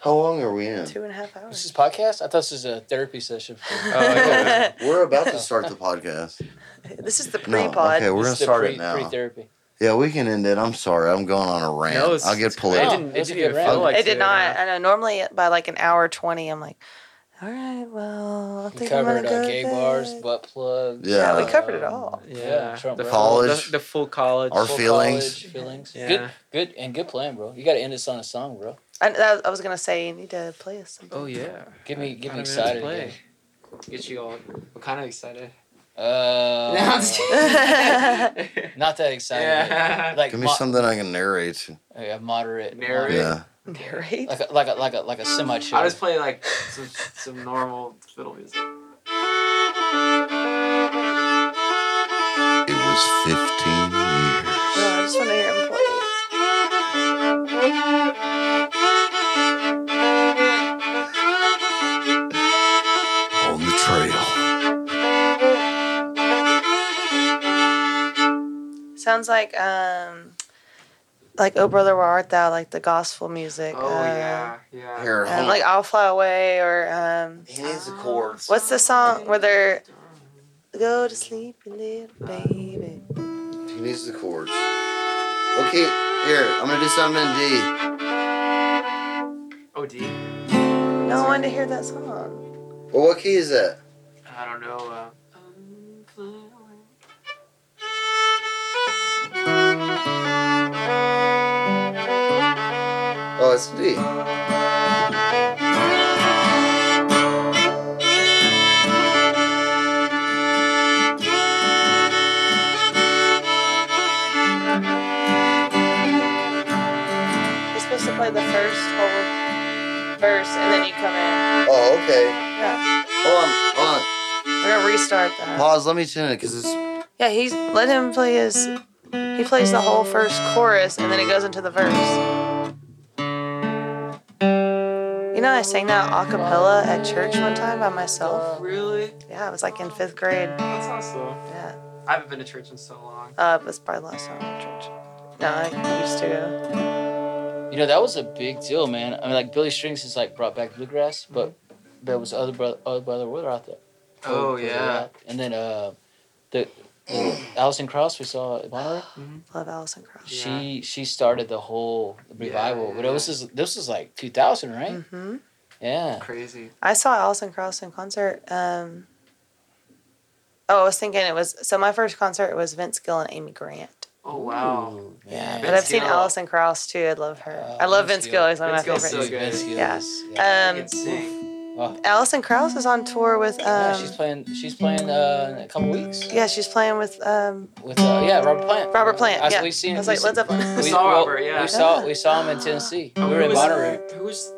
How long are we in? Two and a half This is hours. podcast. I thought this was a therapy session. For, Oh, okay. We're about to start the podcast. this is the No, pre-pod. okay, we're gonna This is the start pre, it now. Pre-therapy. Yeah, we can end it. I'm sorry, I'm going on a rant. No, it's- I'll get it's great. It political. No, didn't, it that's a didn't good even feel round. like it did two, not. yeah. I know. Normally by like an hour twenty, I'm like, all right, well, I We think I'm gonna covered go uh, to gay bed." bars, butt plugs. Yeah. Yeah, we covered it all. Yeah. Trump the full, rally. College. the, the full college. Our Full feelings. college, feelings. Yeah. Good, good, and good plan, bro. You got to end this on a song, bro. I, that, I was gonna say you need to play us something. oh yeah. Get me, get I me don't even have to excited. play. again. Get you all. I'm kind of excited. Uh, No, I'm just not that excited. Yeah. Like Give me mo- something I can narrate. yeah, moderate. Narrate. moderate. Yeah. Narrate. Like a, like a like a like a semi chill. I just play like some some normal fiddle music. It was 15 years. No, I just want to hear him play. on the trail. Sounds like um, like Oh Brother Where Art Thou, like the gospel music. Oh uh, yeah, yeah. Here, um, hold like I'll Fly Away or um, He needs the chords. what's the song where they're Go to sleep, you little baby. He needs the chords. Okay, here, I'm gonna do something in D. Oh D. No one wanted to hear that song. Well, what key is that? I don't know. Uh, Oh, it's D. You're supposed to play the first whole verse, and then you come in. Oh, okay. Yeah, Hold on, hold on. we're gonna restart that. Pause. Let me tune it because it's. Yeah, he's let him play his. He plays the whole first chorus and then it goes into the verse. You know, I sang that a cappella at church one time by myself. Really? Yeah, I was like in fifth grade. That's awesome. Yeah, I haven't been to church in so long. uh, that's probably the last time I went to church. No, I used to go. You know, that was a big deal, man. I mean, like Billy Strings has like brought back bluegrass, but Mm-hmm. there was other brother, other brother Wheeler out there. Oh, Wheeler yeah. out. And then uh, the, the Allison Krauss we saw at Monterey. Love Allison Krauss. She she started the whole revival, but yeah. it was just, this was like 2000, right? hmm Yeah. Crazy. I saw Allison Krauss in concert. Um, oh, I was thinking it was so. My first concert was Vince Gill and Amy Grant. Oh wow. Ooh, Yeah, man. but I've Vince seen Gill. Allison Krauss too. I love her. Uh, I love Vince Vince Gill. Gill. He's one of my Vince Gill's favorites. so good. Vince Gill Yeah. is- I Um, can sing. Oh, Allison Krauss is on tour with. yeah, Um, she's playing. She's playing uh, in a couple weeks yeah, she's playing with um, with uh, yeah Robert Plant. Robert Plant. I- yeah, we've seen- I was we've like, Led Zeppelin. We saw Robert, yeah. We saw we saw him in Tennessee. Oh, we were in was- Monterey. Who was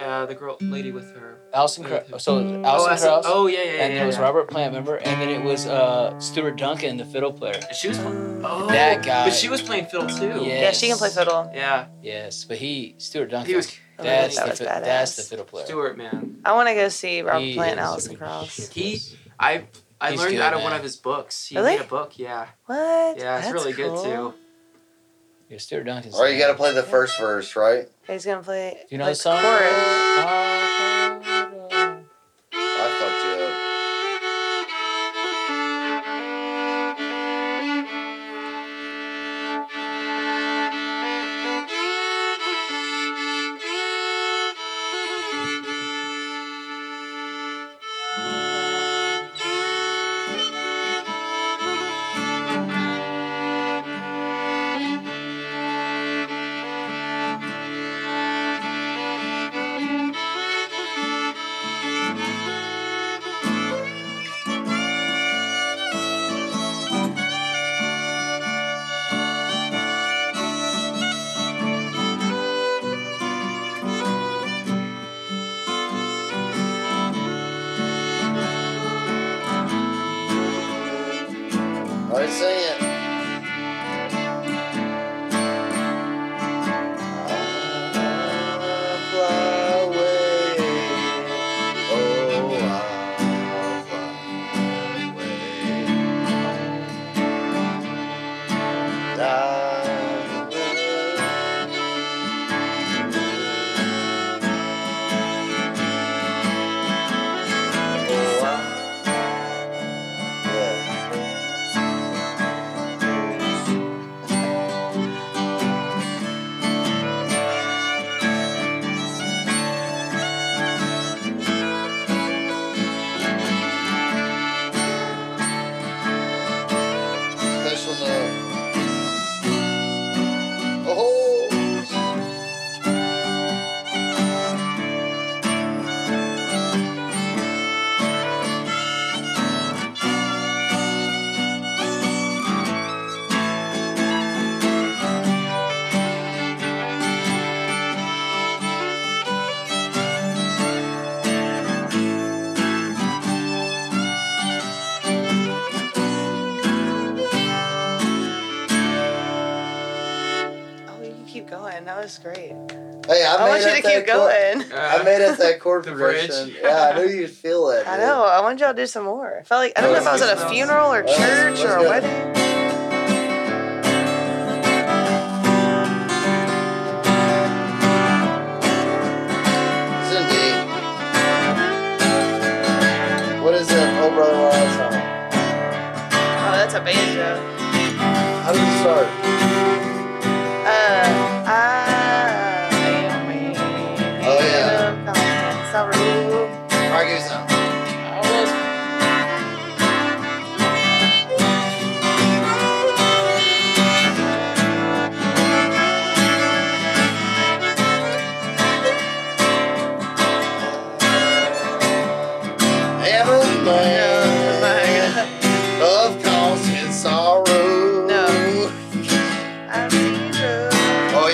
uh, the girl lady with her? Alison Wait, Krauss. who? So Alison oh, I Krauss. saw- oh yeah, yeah, yeah. and yeah, there was yeah. Robert Plant, remember? And then it was uh, Stuart Duncan, the fiddle player. She was. Playing, oh, That guy. But she was playing fiddle too. Yeah. yeah, she can play fiddle. Oh, Yeah. Yes, but he Stuart Duncan. He was that's that the was fi- badass. that's the fiddle player. Stewart, man. I want to go see Robert He Plant and is Allison a Krauss. He- I I He's learned good, out of man. one of his books. He Really? made a book. Yeah. What? Yeah, it's That's really cool. good too. Yeah, Stuart Duncan. All right, you got to play the first verse, right? He's gonna play. Do you know like, the song? Chorus. Uh, I fucked you up. All right, sing it. I'll fly away. Oh, I'll fly away. Down the road. Oh, I- yeah. Special note. Oh. Oh, you keep going. That was great. Hey, I, I want made you to it that chord- keep going. Uh, I made it that chord The bridge. progression. Yeah, I knew you'd feel it. I dude. know. I want y'all to do some more. I felt like I don't know if I was at a funeral or Let's- church let's or a go. wedding. It's in D. What is that? Oh, brother, wild song. Oh, that's a banjo. How does it start? Uh, I am a Oh, yeah. of constant sorrow. All right, give me some. Am a man No, of constant sorrow. No. Oh,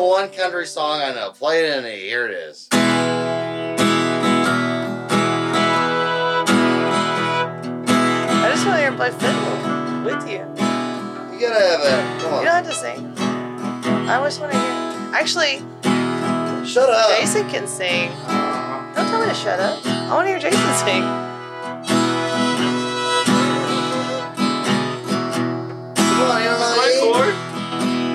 one country song I know. Play it in it. Here it is. I just want to hear him play fiddle with you. You You gotta have a. Come don't on. have to sing. I just want to hear. Actually, Shut up. Jason can sing. Don't tell me to shut up. I want to hear Jason sing. Come on, Emily.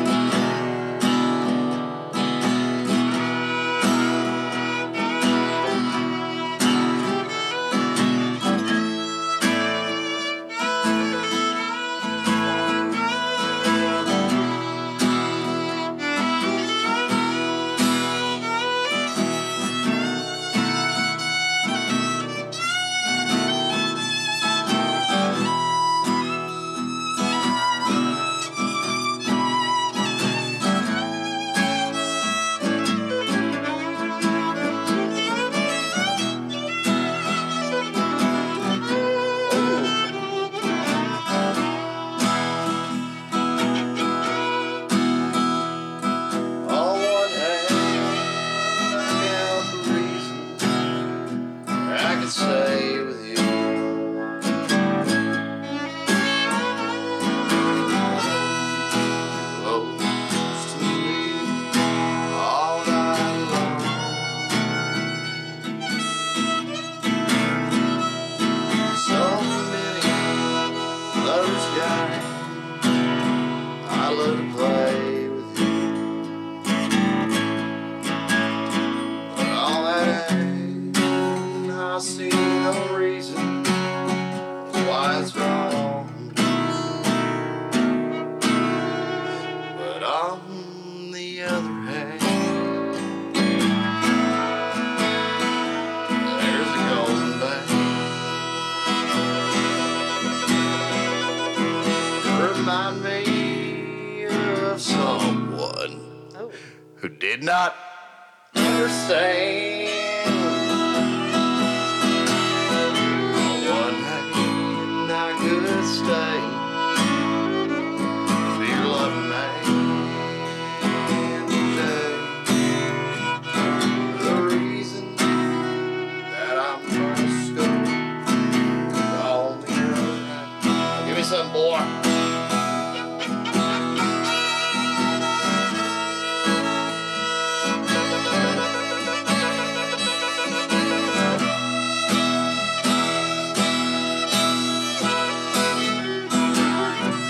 All one hand, found the reason I could stay with you. Close to me all night long. So many lovers got I love to play with you. But all that I see no reason why it's wrong. But on the other hand, there's a golden bay. Remind me of someone Oh. who did not understand. On one hand, I could stay. Be your loving man today. The reason that I'm first go on the other hand. Give me some boy.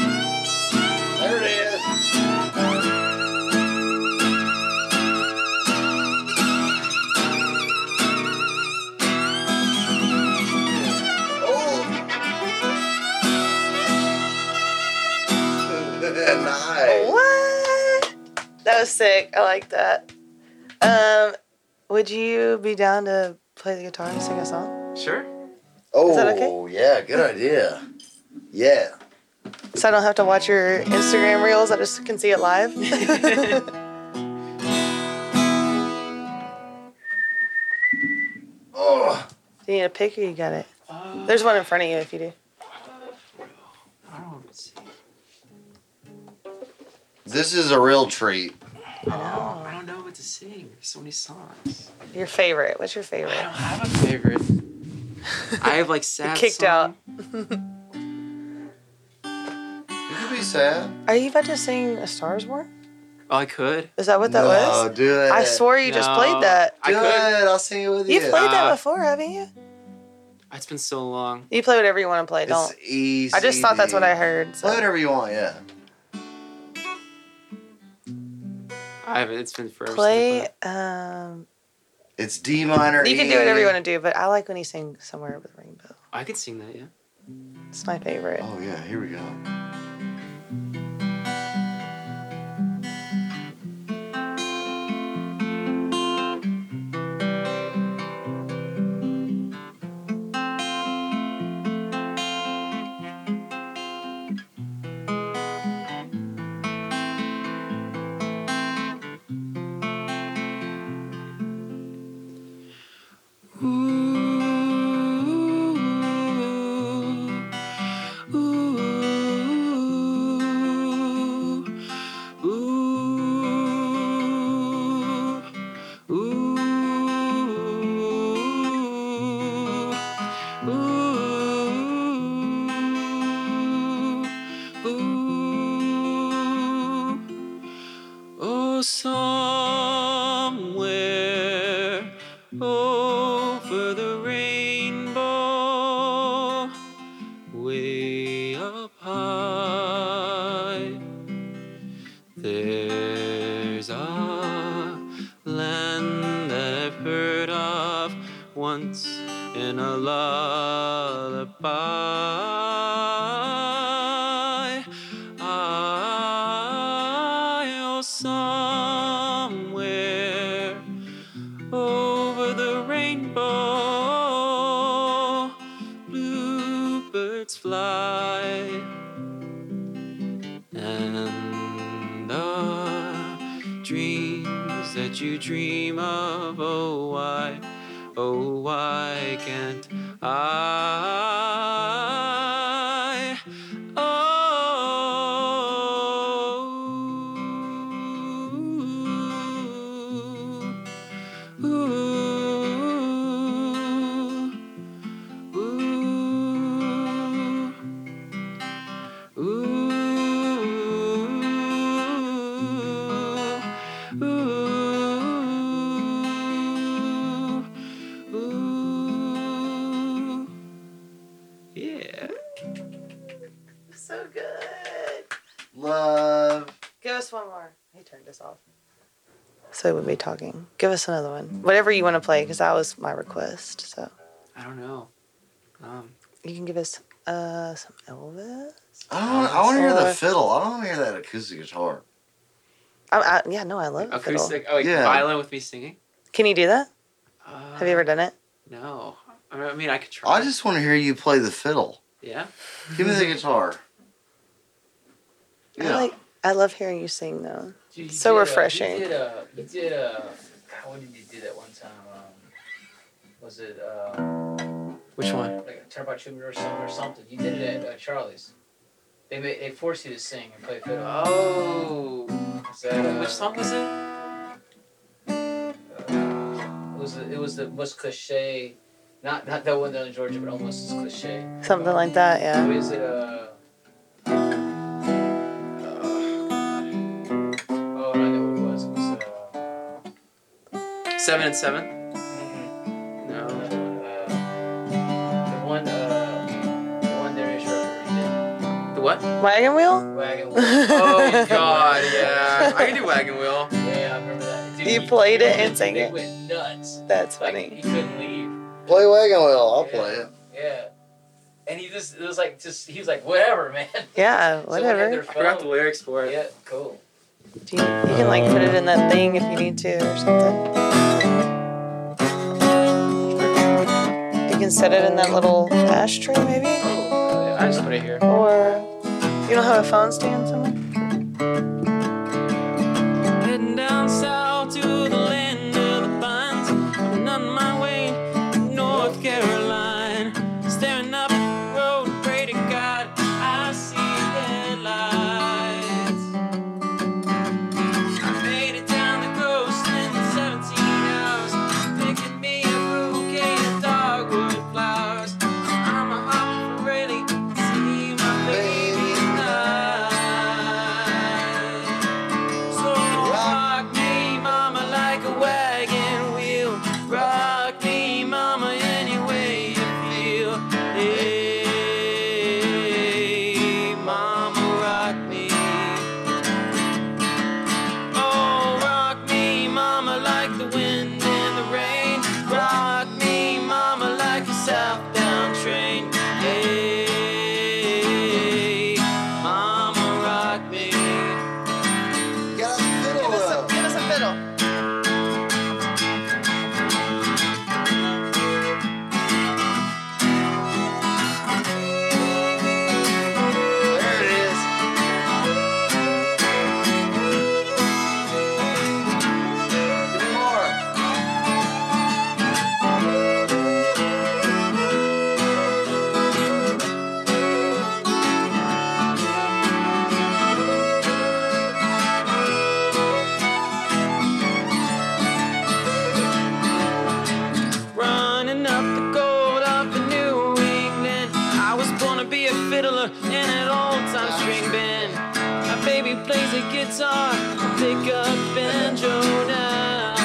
There it is. Oh. nice. What? That was sick. I like that. Um, would you be down to play the guitar and sing a song? Sure. Oh, Is that yeah, good idea. Yeah. So I don't have to watch your Instagram reels. I just can see it live. Oh, Do you need a pick or you got it? There's one in front of you if you do. I don't want to see. this is a real treat. I don't know what to sing. There's so many songs. Your favorite. What's your I favorite? don't have a favorite. I have like sad. kicked song. out. You could be sad. Are you about to sing A Star Is Born? Oh, I could. Is that what that no, was? do it. I swore you just No, played that. I do could. it. I'll sing it with you. You've played that Uh, before, haven't you? It's been so long. You play whatever you want to play. Don't. It's easy. I just thought that's what I dude. heard. Play So. whatever you want, yeah. I haven't. It's been forever. since I Play. played. Um, It's D minor. you can E. do whatever you want to do, but I like when you sing somewhere with rainbow. I could sing that. Yeah. It's my favorite. Oh yeah, here we go. Ooh, Oh, once in a lullaby. I, oh, somewhere over the rainbow, bluebirds fly. And the dreams that you dream of, oh, why, oh, why can't I? Oh. Ooh. Ooh. Ooh, ooh, ooh. Yeah. So good. Love. Give us one more. He turned us off. So we'll be talking. Give us another one. Whatever you want to play, because that was my request. So I don't know. Um, you can give us uh some Elvis. I don't. wanna- I want to hear the fiddle. I don't want to hear that acoustic guitar. I, I, yeah, no, I love a fiddle. acoustic. Oh, like Yeah. violin with me singing. Can you do that? Uh, Have you ever done it? No. I mean- I mean, I could try. I just want to hear you play the fiddle. Yeah. Give me the guitar. Yeah. I like. I love hearing you sing though. Dude, you So did, uh, refreshing. you did a. You did a. God, what did you do that one time? Um, was it uh, Which one? like a Turbo Troubadour song or something? You did it at uh, Charlie's. They made, they forced you to sing and play fiddle. Oh. Was that, uh, Which song was it? It was the, it was the most cliche, not not that one down in Georgia, but almost as cliche. Something like that. Who Yeah. is it? Uh, oh, I know who it was. It was uh, Seven and seven. No. uh, the one uh, the one Darius Rucker The what? Wagon wheel. did. Wagon Wheel. Oh god, yeah. I can do wagon wheel. Yeah, I remember that. Dude, You he- played it they- and sang they it? went nuts. That's Like funny. he couldn't leave. Play wagon wheel. I'll Yeah. play it. Yeah. And he just it was like just he was like whatever man. Yeah. Someone had their Whatever. I forgot the phone. lyrics for it. Yeah, cool. Do you, you can like put it in that thing if you need to or something. You can set it in that little ashtray maybe, Oh, I just put it here. or you don't have a phone stand somewhere. Heading down south to the land of the pines. I'm on my way to North Carolina. Staring up the road, pray to God I see headlights. I made it down the coast in 17 hours. Picking me a bouquet of dogwood flowers. I'm a hopper ready to see my baby tonight. So rock me, mama, like a wagon wheel. Rock me, mama, any way you feel. Hey, mama, rock me. Oh, rock me, mama, like the wind and the rain. Rock me, mama, like a southbound train. Hey, mama, rock me. Got the fiddle though. Give us a fiddle. There it is. Give me more. running up the gold of the New England. I was born to be a fiddler in an old time string band. My baby plays a guitar, I pick up banjo now.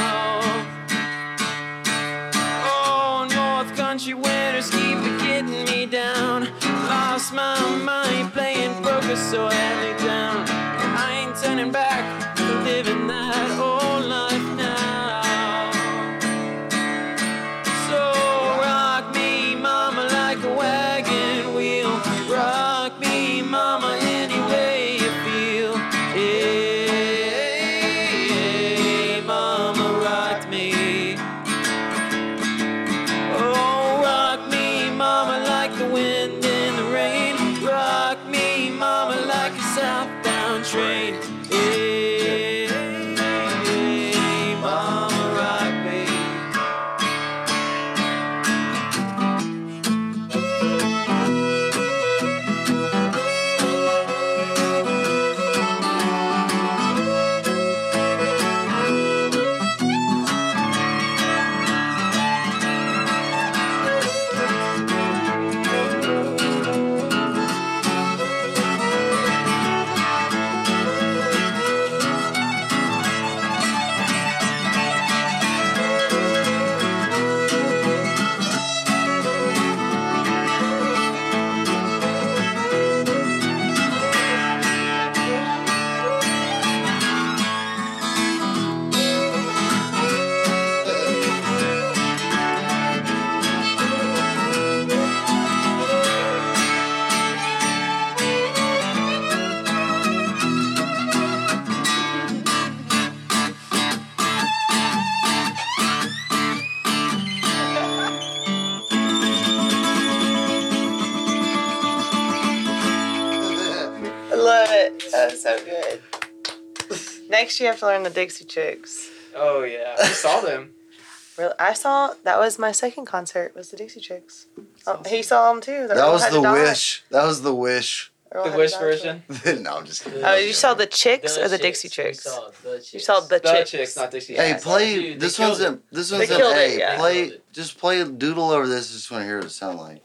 Oh, North Country winters keep getting me down. Lost my mind playing poker, so had me down. I ain't turning back, living that old life now. So Oh, That was so good. Next, you have to learn the Dixie Chicks. Oh yeah, I saw them. Really, I saw that was my second concert. Was the Dixie Chicks? Oh, he saw them too. That was the wish. That was the wish. The Wish version. no, I'm just kidding. Oh, you saw the Chicks The or the Chicks. Dixie We Chicks? saw the Chicks. You saw the, The Chicks. chicks. not Dixie. Hey, Chicks. play dude, they this one's killed in this They one's in killed it, A. yeah. Play Killed it. just play doodle over this. Just want to hear what it sound like.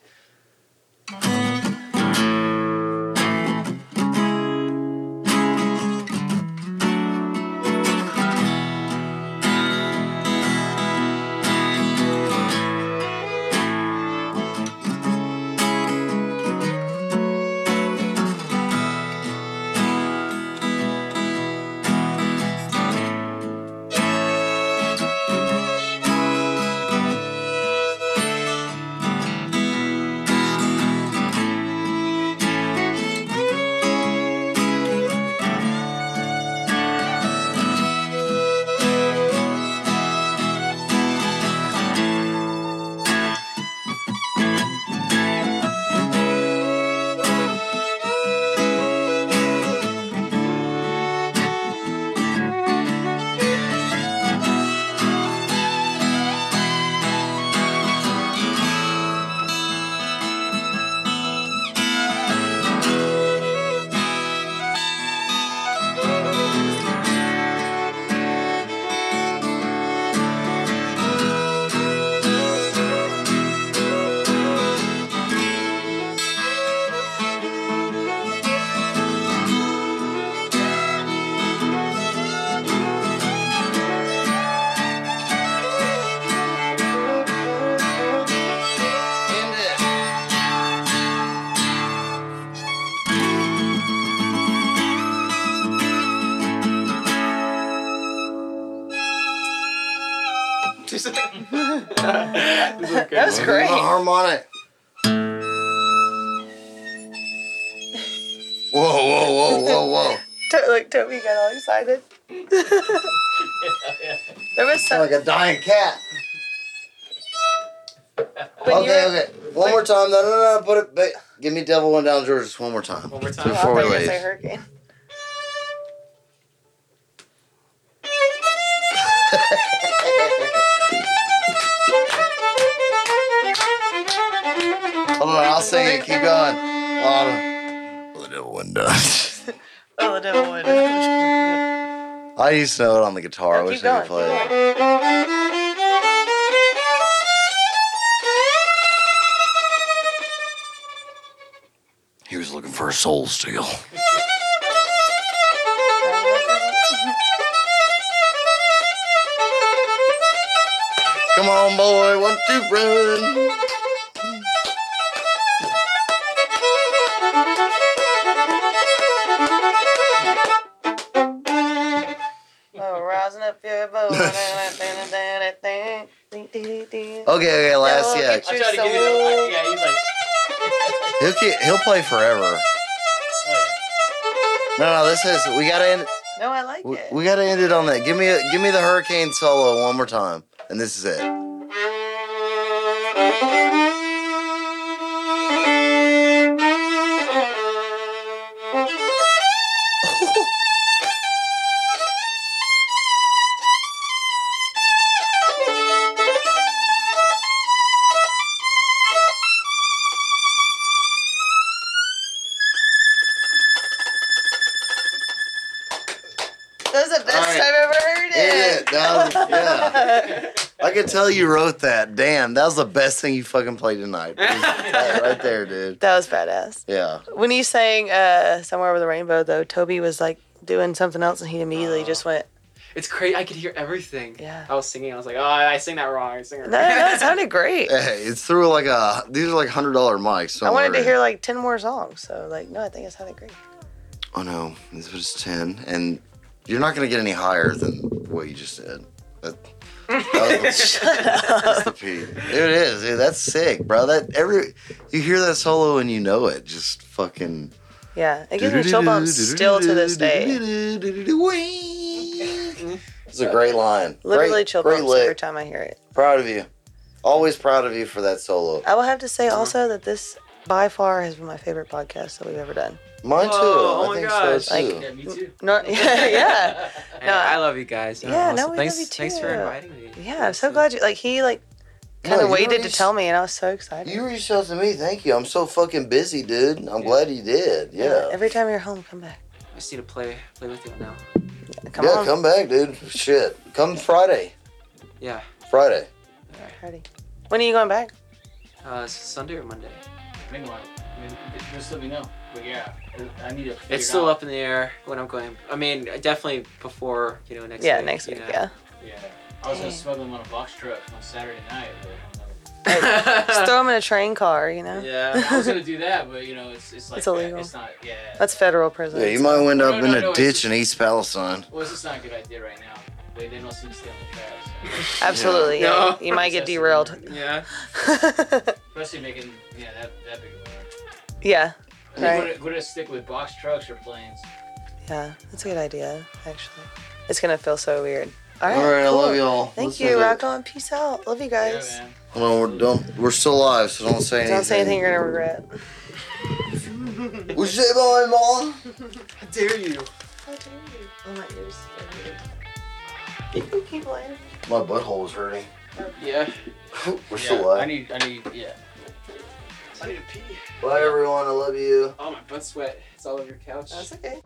This is a good That was one. great. The harmonic. Whoa, whow, whoa, whoa, whoa! To- like Toby got all excited. there was some. Sound like a dying cat. when you okay, were- okay. One more time. No, no, no. Put it. But give me Devil One Down George just one more time. One Oh, more I time. thought Before we you were gonna leave. say hurricane. Hold on, I'll sing it. Keep going. Hold on. The Devil One Down. Oh, the devil would. No, I used to know it on the guitar. I keep wish I going. could play it. keep going. He was looking for a soul steal. Come on, boy. One, two, run. Oh, rising up your boat. Okay, Okay, okay, last, yeah. I tried to give you the. I, yeah, he's like. He'll, keep, he'll play forever. No, no, this is, we gotta end, No, I like we, it. we gotta end it on that. Give me, a, give me the hurricane solo one more time, and this is it. That was the best All right. I've ever heard Yeah, it. that was- yeah. I could tell you wrote that. Damn, that was the best thing you fucking played tonight. That right there, dude. That was badass. Yeah. When he sang uh, Somewhere Over the Rainbow, though, Toby was like doing something else and he immediately just went, It's crazy. I could hear everything. Yeah. I was singing. I was like, oh, I sing that wrong. I sing it No, wrong. that sounded great. Hey, it's through like a, these are like $100 mics. so I I'm wanted to already- hear like 10 more songs. So, like, no, I think it sounded great. Oh no, this was 10, and you're not gonna get any higher than what you just did. That, that was that's the Uh, peak. Dude, It is, dude. That's sick, bro. That every you hear that solo and you know it. Just fucking. Yeah, it gives me chill bumps still to this day. It's a great line. Literally great, chill great bumps lick. every time I hear it. Proud of you. Always proud of you for that solo. Uh-huh. I will have to say also that this by far has been my favorite podcast that we've ever done. Mine too. Whoa, oh I my think gosh. so too. Yeah, me too. No, yeah, yeah. Hey, I love you guys. You're Yeah, no, we love thanks, you Thanks for too. inviting me. Yeah, I'm so glad you like he like kind No, of you waited to reached- tell me, and I was so excited. You reached out to me. Thank you. I'm so fucking busy, dude. I'm glad you did. Yeah. Every time you're home, come back. I just need to play play with you now. Come yeah, on, come back, dude. Shit. Come Friday. Yeah. Friday. Friday. When are you going back? Uh, it's Sunday or Monday? Meanwhile, I mean, just let me know. But yeah, I need to. figure It's still out- up in the air when I'm going. I mean, definitely before you know next. yeah, week, next you week. know. Yeah. Yeah, I was gonna Dang. smuggle them on a box truck on Saturday night, but I'm not Just throw him in a train car. You know. yeah. I was gonna do that, but you know, it's it's like It's illegal. It's not. Yeah. That's federal prison. Yeah, you might wind No, up no, in a no, it's ditch just- in East Palestine. well, it's just not a good idea right now. They, they don't seem to stay on the tracks, Absolutely. Yeah. No. You might get That's- derailed. Yeah. especially making yeah that that big of a. yeah. Right. Right. We're, gonna, we're gonna stick with box trucks or planes. Yeah. That's a good idea. Actually, it's gonna feel so weird. All right. All right, I cool. love y'all. Thank Listen you. to- Rock on. Peace out. Love you guys. Yeah, man. Well, we're, don't, we're still alive, so don't say anything. Don't say anything you're gonna regret. Would you say my mom? How dare you? Oh my ears. You can keep laying. My butthole was hurting. Yeah. we're Yeah, still alive. I need. I need. Yeah. I need to pee. Bye, everyone. I love you. Oh, my butt sweat. It's all over your couch. That's okay.